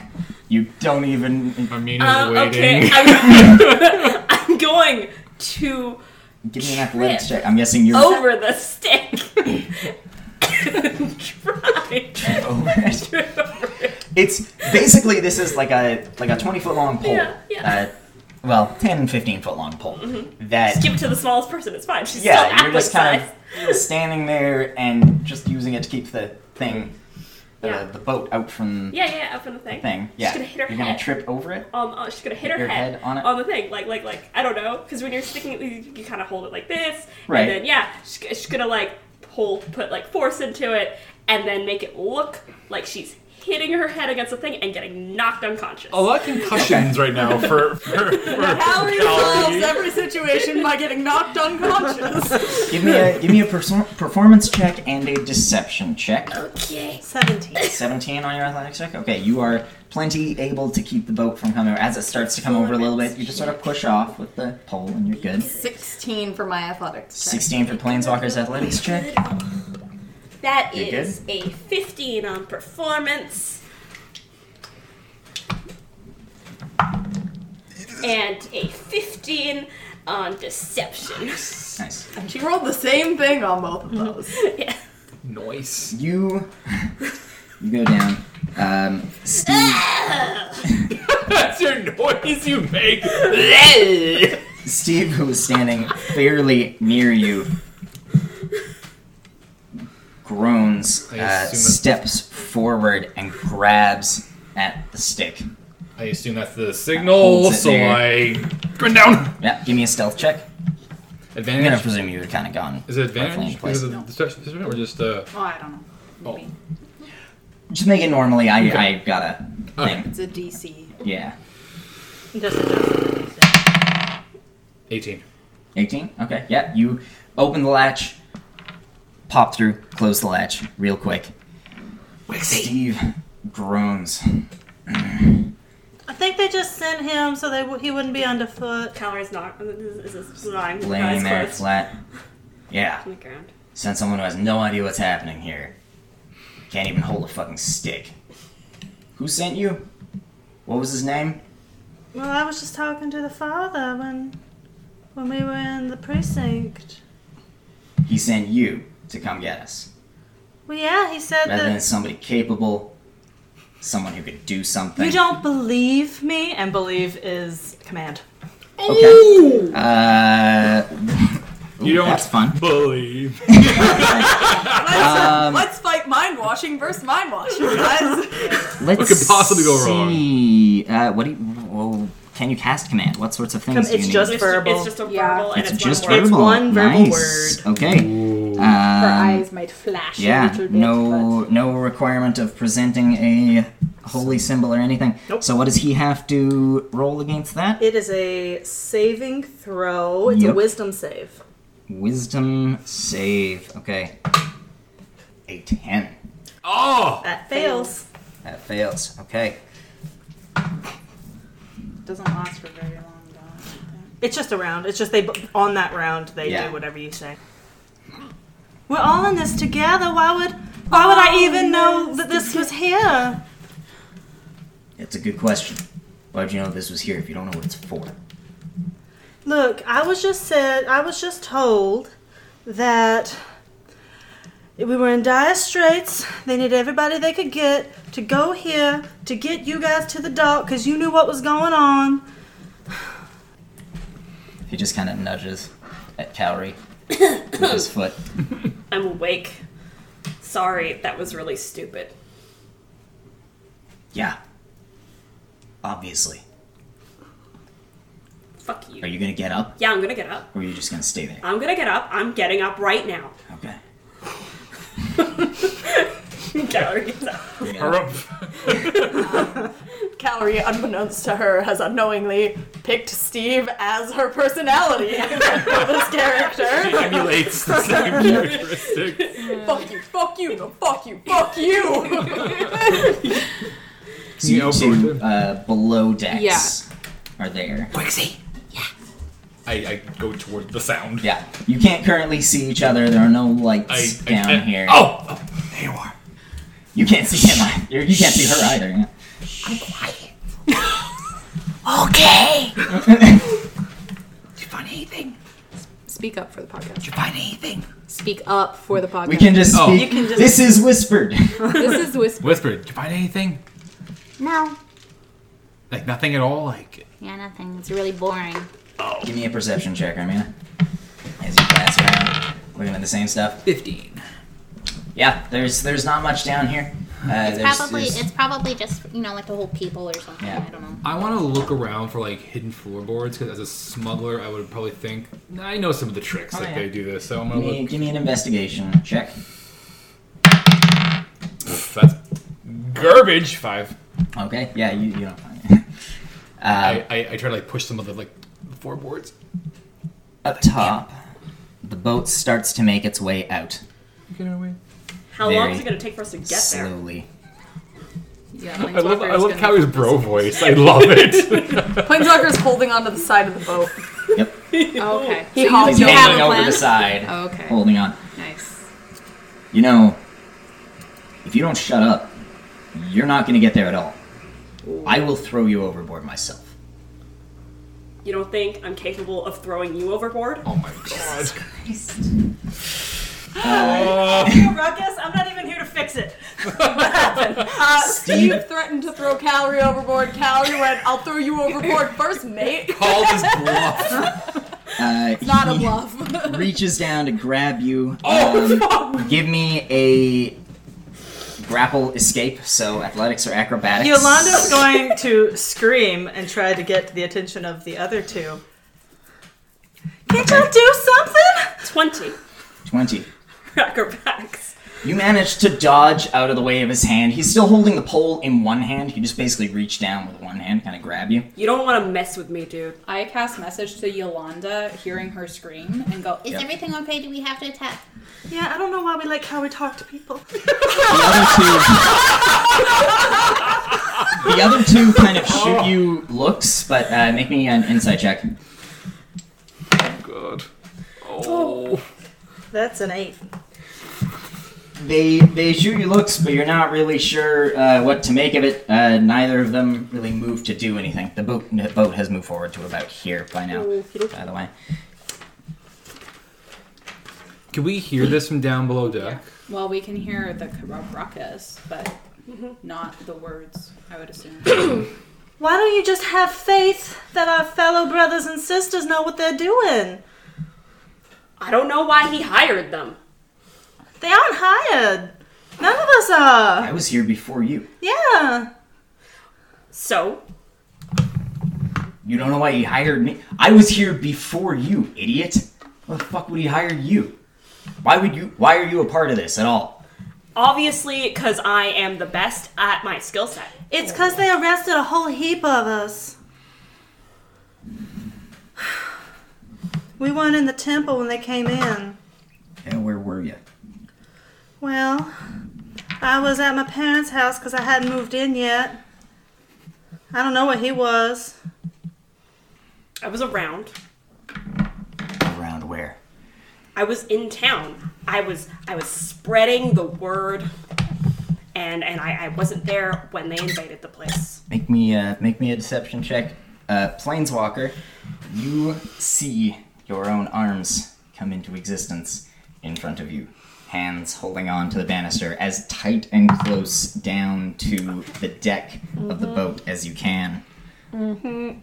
Speaker 1: You don't even
Speaker 5: Armin is
Speaker 2: Uh,
Speaker 6: Um,
Speaker 5: waiting.
Speaker 6: okay, I'm, I'm going to
Speaker 1: give me an athletics check. I'm guessing
Speaker 2: Oh,
Speaker 1: you're
Speaker 6: over the stick. Try
Speaker 1: over it.
Speaker 6: to remember it.
Speaker 1: It's basically this is like a like a twenty foot long pole.
Speaker 6: Yeah, yeah. Mm-hmm.
Speaker 1: Uh, well, 10, 15 foot long pole. That
Speaker 6: Give it to the smallest person. It's fine. She's
Speaker 1: yeah,
Speaker 6: still
Speaker 1: you're just
Speaker 6: athlete
Speaker 1: kind of standing there and just using it to keep the thing
Speaker 6: Yeah.
Speaker 1: the, the boat out from
Speaker 6: Yeah, yeah, up in the
Speaker 1: the
Speaker 6: thing.
Speaker 1: thing. Yeah.
Speaker 6: gonna hit her
Speaker 1: You're gonna
Speaker 6: head.
Speaker 1: trip over it.
Speaker 6: Um, oh, she's gonna hit her
Speaker 1: Your
Speaker 6: head, Oh.
Speaker 1: head on it?
Speaker 6: the thing, like, like, like, I don't know, because when you're sticking it, you, you kind of hold it like this,
Speaker 1: Right.
Speaker 6: And then yeah, she's, g- she's gonna like pull, put like force into it, and then make it look like she's hitting her head against the thing and getting knocked unconscious.
Speaker 5: A
Speaker 1: Oh,
Speaker 5: lot of concussions right now for for, for
Speaker 2: Allie resolves
Speaker 5: Callie.
Speaker 2: every situation by getting knocked unconscious.
Speaker 1: Give me a give me a perso- performance check and a deception check.
Speaker 6: Okay.
Speaker 4: 17.
Speaker 1: 17 on your athletics check? Okay, you are plenty able to keep the boat from coming over. As it starts to come over a little bit, you just sort of push off with the pole and you're good.
Speaker 2: 16 for my athletics. check.
Speaker 1: 16 for Planeswalker's athletics check.
Speaker 6: That
Speaker 1: You
Speaker 6: is a 15 on performance. And a 15 on deception.
Speaker 1: Nice.
Speaker 2: She rolled the same thing on both of those.
Speaker 6: yeah.
Speaker 5: Noise.
Speaker 1: You you go down. Um, Steve,
Speaker 5: That's your noise you make.
Speaker 1: Steve, who is standing fairly near you, groans,
Speaker 5: I
Speaker 1: uh,
Speaker 5: assume it's-
Speaker 1: steps forward, and grabs at the stick.
Speaker 5: I assume that's the
Speaker 1: Holds
Speaker 5: signal,
Speaker 1: it
Speaker 5: so
Speaker 1: there.
Speaker 5: I run down.
Speaker 1: Yeah, give me a stealth check. I'm gonna
Speaker 5: Advantage.
Speaker 1: presume you would kind of gone.
Speaker 5: Is it
Speaker 1: roughly in
Speaker 5: advantage?
Speaker 1: place.
Speaker 5: Is it the deception or just uh?
Speaker 7: Oh, I don't know.
Speaker 5: Oh.
Speaker 7: Maybe.
Speaker 1: Just make it normally. I I got a
Speaker 5: Okay.
Speaker 1: thing.
Speaker 7: It's a DC.
Speaker 1: Yeah.
Speaker 4: Just
Speaker 5: 18.
Speaker 1: 18? Okay. Yeah. You open the latch, pop through, close the latch real quick. Steve groans.
Speaker 4: I think they just sent him so they w- he wouldn't be underfoot.
Speaker 6: Calorie's not. This is this is lying. with her
Speaker 1: laying
Speaker 6: eyes
Speaker 1: there
Speaker 6: closed
Speaker 1: flat. Yeah.
Speaker 6: On the ground.
Speaker 1: Send someone who has no idea what's happening here. Can't even hold a fucking stick. Who sent you? What was his name?
Speaker 4: Well, I was just talking to the father when when we were in the precinct.
Speaker 1: He sent you to come get us.
Speaker 4: Well, yeah, he said
Speaker 1: Rather than
Speaker 4: that.
Speaker 1: somebody capable, someone who could do something.
Speaker 4: You don't believe me, and believe is command.
Speaker 1: Okay. Uh,
Speaker 5: You don't-
Speaker 1: That's fun.
Speaker 5: Bully.
Speaker 1: Um,
Speaker 2: Let's fight mind washing versus mind washing, guys.
Speaker 1: Let's
Speaker 5: What could possibly go wrong?
Speaker 1: see. Uh, what do you? Well, can you cast command? What sorts of things?
Speaker 4: Com-
Speaker 1: do you
Speaker 4: it's
Speaker 1: need?
Speaker 4: just-
Speaker 6: It's,
Speaker 4: verbal.
Speaker 6: it's just a verbal
Speaker 7: Yeah.
Speaker 6: and
Speaker 1: It's
Speaker 6: it's,
Speaker 1: just
Speaker 6: one word.
Speaker 1: verbal.
Speaker 4: one verbal
Speaker 1: nice. word. Okay. Um,
Speaker 7: Her eyes might flash a
Speaker 1: Yeah.
Speaker 7: little bit.
Speaker 1: No. No requirement of presenting a holy symbol or anything.
Speaker 4: Nope.
Speaker 1: So what does he have to roll against that?
Speaker 4: It is a saving throw. It's
Speaker 1: Yep.
Speaker 4: a wisdom save.
Speaker 1: Wisdom save. Okay. A ten.
Speaker 5: Oh!
Speaker 4: That fails.
Speaker 1: That fails. Okay.
Speaker 7: But doesn't last for very long. though.
Speaker 4: It's just a round. It's just they b- on that round they
Speaker 1: Yeah.
Speaker 4: do whatever you say. We're all in this together. Why would why would I even know that this was here?
Speaker 1: That's a good question. Why would you know this was here if you don't know what it's for?
Speaker 4: Look, I was just said, I was just told that we were in dire straits. They needed everybody they could get to go here to get you guys to the dock because you knew what was going on.
Speaker 1: He just kind of nudges at Cowrie with his foot.
Speaker 6: I'm awake. Sorry, that was really stupid.
Speaker 1: Yeah. Obviously.
Speaker 6: Fuck you.
Speaker 1: Are you gonna get up,
Speaker 6: Yeah, I'm gonna get up.
Speaker 1: or are you just gonna stay there?
Speaker 6: I'm gonna get up. I'm getting up right now.
Speaker 1: Okay.
Speaker 6: Calorie gets up.
Speaker 2: Calorie, unbeknownst to her, has unknowingly picked Steve as her personality for this character.
Speaker 5: emulates the same characteristics.
Speaker 2: fuck you, fuck you, no, fuck you, fuck you.
Speaker 1: So you
Speaker 5: Yeah,
Speaker 1: two
Speaker 5: okay.
Speaker 1: uh, below decks
Speaker 7: Yeah.
Speaker 1: are there.
Speaker 5: I, I go toward the sound.
Speaker 1: Yeah. You can't currently see each other. There are no
Speaker 5: I,
Speaker 1: lights
Speaker 5: I
Speaker 1: down
Speaker 5: can't-
Speaker 1: here.
Speaker 5: Oh, oh, there you are.
Speaker 1: You can't see him. either. You can't see her either. yeah.
Speaker 7: Speak up for the podcast. Did you find anything? Speak up for the podcast.
Speaker 1: We can just
Speaker 5: Oh.
Speaker 1: speak.
Speaker 5: You
Speaker 4: can just-
Speaker 1: This is whispered.
Speaker 7: This is whisper.
Speaker 5: Whisper, did you find anything?
Speaker 3: No.
Speaker 5: Like nothing at all? Like
Speaker 3: Yeah, nothing. It's really boring.
Speaker 1: Give me a perception check, Armina. As you pass around, looking at the same stuff.
Speaker 5: 15.
Speaker 1: Yeah. There's there's not much down here. Uh,
Speaker 3: It's
Speaker 1: there's-
Speaker 3: probably
Speaker 1: there's-
Speaker 3: it's probably just you know like the whole people or something.
Speaker 1: Yeah.
Speaker 3: I don't know.
Speaker 5: I want to look around for like hidden floorboards because as a smuggler, I would probably think "Nah, I know some of the tricks
Speaker 1: Oh,
Speaker 5: that
Speaker 1: yeah.
Speaker 5: they do this. So I'm
Speaker 1: give
Speaker 5: gonna
Speaker 1: me,
Speaker 5: look.
Speaker 1: give me an investigation check.
Speaker 5: Oof, that's garbage. Five.
Speaker 1: Okay, yeah, you, you don't find it. Uh,
Speaker 5: I, I, I try to like push some of the like floorboards.
Speaker 1: up top, the boat starts to make its way out
Speaker 5: Get away.
Speaker 6: How long is
Speaker 1: Very
Speaker 6: it going to take for us to get there?
Speaker 1: slowly.
Speaker 7: Yeah,
Speaker 5: I love I love
Speaker 7: how
Speaker 5: Cowie's bro voice. I love it.
Speaker 2: Planeswalker's holding onto the side of the boat.
Speaker 1: Yep,
Speaker 7: Oh, okay.
Speaker 2: He hops
Speaker 1: he's
Speaker 2: in.
Speaker 7: have a
Speaker 1: holding over
Speaker 7: plan?
Speaker 1: the side,
Speaker 7: Oh, okay.
Speaker 1: holding on.
Speaker 7: Nice.
Speaker 1: You know, if you don't shut up, you're not going to get there at all. I will throw you overboard myself.
Speaker 6: You don't think I'm capable of throwing you overboard?
Speaker 5: oh my god. Oh.
Speaker 4: Ruckus, I'm not even here to fix it.
Speaker 2: Uh, Steve threatened to throw Calorie overboard. Calorie went, I'll throw you overboard first, mate.
Speaker 5: Call this bluff.
Speaker 1: Uh,
Speaker 7: Not a
Speaker 1: he
Speaker 7: bluff.
Speaker 1: reaches down to grab you.
Speaker 5: Oh,
Speaker 1: um, give me a grapple escape, so athletics or acrobatics.
Speaker 4: Yolanda's going to scream and try to get the attention of the other two. Can't y'all do something?
Speaker 6: 20.
Speaker 1: 20.
Speaker 6: Acrobatics.
Speaker 1: You manage to dodge out of the way of his hand. He's still holding the pole in one hand. He just basically reached down with one hand, kind of grab you.
Speaker 6: You don't want to mess with me, dude.
Speaker 7: I cast message to Yolanda, hearing her scream, and go.
Speaker 3: Is
Speaker 1: Yep.
Speaker 3: everything okay? Do we have to attack?
Speaker 4: Yeah, I don't know why we like how we talk to people.
Speaker 1: The other two. the other two kind of shoot you looks, but uh, make me an insight check.
Speaker 5: god. Oh.
Speaker 4: That's an eight.
Speaker 1: They they shoot you looks, but you're not really sure uh, what to make of it. Uh, neither of them really move to do anything. The boat the boat has moved forward to about here by now. By the way,
Speaker 5: Can we hear this from down below deck?
Speaker 7: Well, we can hear the Karab ruckus, but not the words. I would assume.
Speaker 4: Why don't you just have faith that our fellow brothers and sisters know what they're doing?
Speaker 6: I don't know why he hired them.
Speaker 4: They aren't hired. None of us are.
Speaker 1: I was here before you.
Speaker 4: Yeah.
Speaker 6: So,
Speaker 1: You don't know why he hired me. I was here before you, idiot. Why the fuck would he hire you? Why would you? Why are you a part of this at all?
Speaker 6: obviously, because I am the best at my skill set.
Speaker 4: It's because they arrested a whole heap of us. We weren't in the temple when they came in.
Speaker 1: Yeah, where were you?
Speaker 4: Well, I was at my parents' house because I hadn't moved in yet. I don't know where he was.
Speaker 6: I was around.
Speaker 1: Around where?
Speaker 6: I was in town. I was I was spreading the word, and and I, I wasn't there when they invaded the place.
Speaker 1: Make me uh, make me a deception check. Uh, Planeswalker, you see your own arms come into existence in front of you. Hands holding on to the banister as tight and close down to the deck of the boat as you can. Mm-hmm.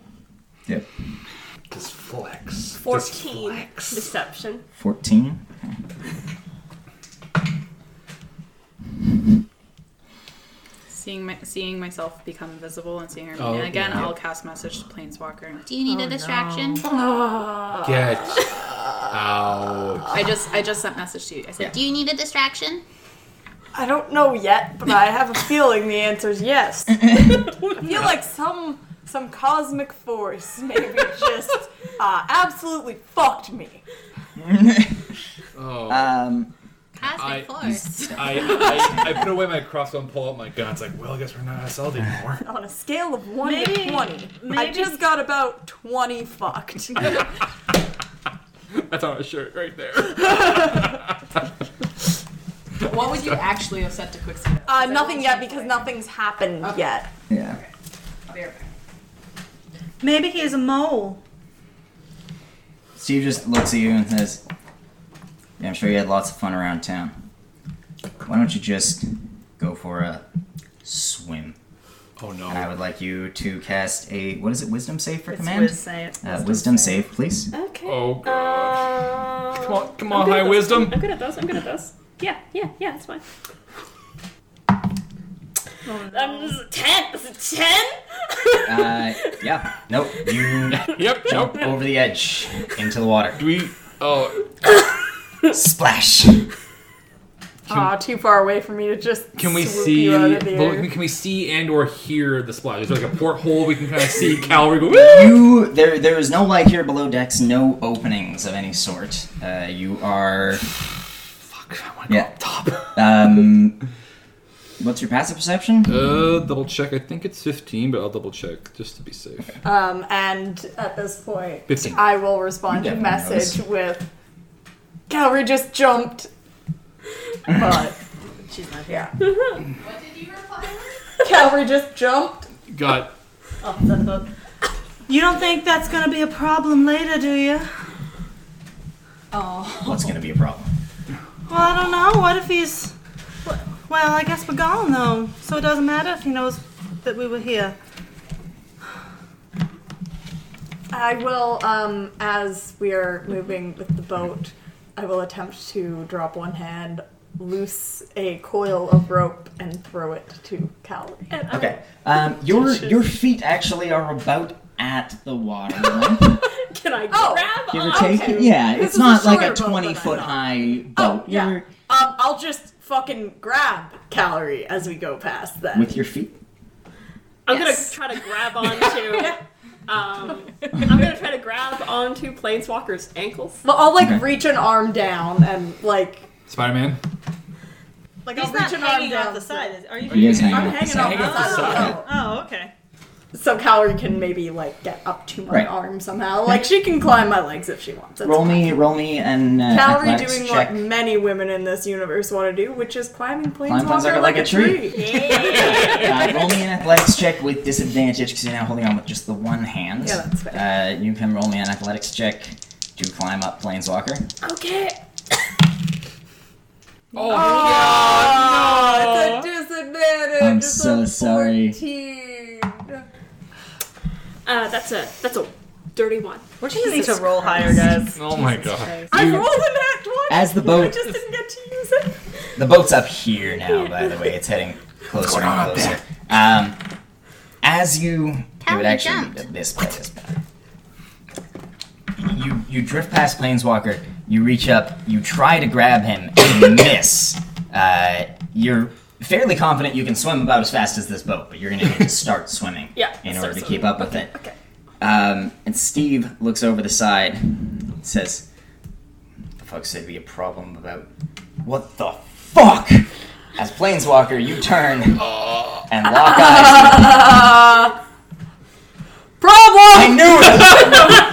Speaker 1: Yep.
Speaker 5: Just flex.
Speaker 6: Fourteen deception.
Speaker 1: Fourteen.
Speaker 7: seeing my, seeing myself become invisible and seeing her
Speaker 5: Oh,
Speaker 7: and again,
Speaker 5: yeah.
Speaker 7: I'll cast message to Planeswalker.
Speaker 3: Do you need a distraction?
Speaker 5: Get out.
Speaker 7: I just I just sent message to you. I said,
Speaker 3: Do you need a distraction?
Speaker 2: I don't know yet, but I have a feeling the answer's yes. I feel like some some cosmic force maybe just uh, absolutely fucked me.
Speaker 5: Oh.
Speaker 1: Um,
Speaker 5: I,
Speaker 3: Cosmic
Speaker 5: you
Speaker 3: force.
Speaker 5: s- I, I, I put away my crossbow and pull out my gun. It's like, well, I guess we're not SL'd anymore.
Speaker 2: On a scale of one
Speaker 4: Maybe-
Speaker 2: to twenty, I
Speaker 4: maybe-
Speaker 2: just got about twenty fucked.
Speaker 5: That's on a shirt right there.
Speaker 7: "What would you actually have said to Quicksilver?"
Speaker 2: Uh, nothing yet because nothing's happened
Speaker 7: Okay.
Speaker 2: yet.
Speaker 1: yeah.
Speaker 7: I'll be right back.
Speaker 4: Maybe he's a mole.
Speaker 1: Steve just looks at you and says, yeah, I'm sure you had lots of fun around town. Why don't you just go for a swim?
Speaker 5: Oh
Speaker 1: And I
Speaker 5: no.
Speaker 1: would like you to cast a, what is it, wisdom save for
Speaker 4: It's
Speaker 1: command?
Speaker 4: Wiz say it.
Speaker 1: uh, wisdom save, please.
Speaker 6: Okay.
Speaker 5: Oh god.
Speaker 6: Uh,
Speaker 5: Come on, come
Speaker 6: I'm
Speaker 5: on,
Speaker 6: good at
Speaker 5: high
Speaker 6: those.
Speaker 5: wisdom.
Speaker 2: Oh,
Speaker 6: I'm good at those. I'm good at those. Yeah, yeah, yeah. That's fine. I'm Um, this is a ten. This is a ten.
Speaker 1: Uh, yeah. Nope. You
Speaker 5: Yep,
Speaker 1: jump
Speaker 5: jump.
Speaker 1: over the edge into the water.
Speaker 5: Do we? Oh,
Speaker 1: Splash.
Speaker 2: Aw, too far away for me to just.
Speaker 5: can we
Speaker 2: swoop
Speaker 5: see?
Speaker 2: You out of the
Speaker 5: well,
Speaker 2: air.
Speaker 5: Can we see and or hear the splash? Is there like a porthole we can kind of see Calvary go? Woo!
Speaker 1: You there. There is no light here below decks. No openings of any sort. Uh, you are.
Speaker 5: Fuck, I want to
Speaker 1: Yeah.
Speaker 5: go up top.
Speaker 1: Um. What's your passive perception?
Speaker 5: Uh, double check. I think it's fifteen, but I'll double check just to be safe.
Speaker 2: Um, and at this point,
Speaker 5: Fifteen.
Speaker 2: I will respond
Speaker 1: You
Speaker 2: to
Speaker 1: definitely
Speaker 2: message with, Calvary just jumped. But
Speaker 4: She's not here.
Speaker 2: yeah. What did you reply? Calvary just jumped.
Speaker 5: Got
Speaker 4: You don't think that's gonna be a problem later, do you?
Speaker 1: What's going to be a problem?
Speaker 4: Well, I don't know. What if he's. Well, I guess we're gone though, so it doesn't matter if he knows that we were here.
Speaker 2: I will, um, as we are moving with the boat, I will attempt to drop one hand, loose a coil of rope, and throw it to Calvary.
Speaker 1: Okay. Um, your your feet actually are about at the water line,
Speaker 6: Can I
Speaker 2: Oh.
Speaker 6: grab?
Speaker 1: give or
Speaker 6: on-
Speaker 1: take. Yeah,
Speaker 2: This
Speaker 1: it's
Speaker 2: is
Speaker 1: not
Speaker 2: a
Speaker 1: like
Speaker 2: shorter
Speaker 1: a
Speaker 2: boat than I
Speaker 1: twenty foot
Speaker 2: thought. Oh,
Speaker 1: high boat.
Speaker 2: yeah.
Speaker 1: You're-
Speaker 2: Um, I'll just fucking grab Calvary as we go past that.
Speaker 1: with your feet.
Speaker 6: I'm
Speaker 2: Yes.
Speaker 6: gonna try to grab onto. um, I'm gonna try to grab onto Planeswalker's ankles.
Speaker 2: But I'll like
Speaker 1: Okay.
Speaker 2: reach an arm down and like
Speaker 5: Spider Man.
Speaker 4: Like,
Speaker 2: He's
Speaker 4: I'll
Speaker 2: not
Speaker 4: reach an
Speaker 2: hanging
Speaker 4: arm
Speaker 2: off
Speaker 4: down
Speaker 2: the
Speaker 4: the side. Is- Are you
Speaker 1: He is hanging
Speaker 4: I'm
Speaker 1: off the
Speaker 4: hanging
Speaker 1: side.
Speaker 4: off
Speaker 5: Hanging off
Speaker 4: the
Speaker 5: the
Speaker 4: side.
Speaker 5: side.
Speaker 4: Oh, okay.
Speaker 2: so Calorie can maybe like get up to my
Speaker 1: Right.
Speaker 2: arm somehow. Like she can climb my legs if she wants. That's
Speaker 1: Roll
Speaker 2: fine.
Speaker 1: me, roll me, and uh,
Speaker 2: Calorie
Speaker 1: athletics
Speaker 2: doing
Speaker 1: check.
Speaker 2: what many women in this universe want to do, which is climbing
Speaker 1: Climb
Speaker 2: planeswalker like, a tree.
Speaker 1: Uh, roll me an athletics check with disadvantage because you're now holding on with just the one hand.
Speaker 2: Yeah, that's
Speaker 1: fair. Uh, you can roll me an athletics check to climb up Planeswalker.
Speaker 6: Okay.
Speaker 5: Oh,
Speaker 2: Oh, it's a disadvantage.
Speaker 1: I'm
Speaker 2: It's
Speaker 1: so
Speaker 2: a
Speaker 1: sorry.
Speaker 2: 14.
Speaker 6: Uh, that's a that's a dirty one.
Speaker 4: We're just gonna need to roll higher, guys.
Speaker 5: Oh my god.
Speaker 2: I rolled an act one.
Speaker 1: As the
Speaker 2: I
Speaker 1: boat,
Speaker 2: just didn't get to use it.
Speaker 1: the boat's up here now. By the way, it's heading closer and closer. Um, as you, it would
Speaker 3: Calorie
Speaker 1: actually
Speaker 3: jumped.
Speaker 1: be this way. This better. You you drift past Planeswalker. You reach up. You try to grab him and you miss. Uh, you're fairly confident you can swim about as fast as this boat, but you're gonna need to start swimming
Speaker 6: Yeah,
Speaker 1: in
Speaker 6: start
Speaker 1: order to
Speaker 6: swimming.
Speaker 1: keep up with it. Okay. Um, and Steve looks over the side and says, "The fuck said be a problem about what the fuck?" As Planeswalker, you turn and lock eyes.
Speaker 2: Problem.
Speaker 1: I knew it.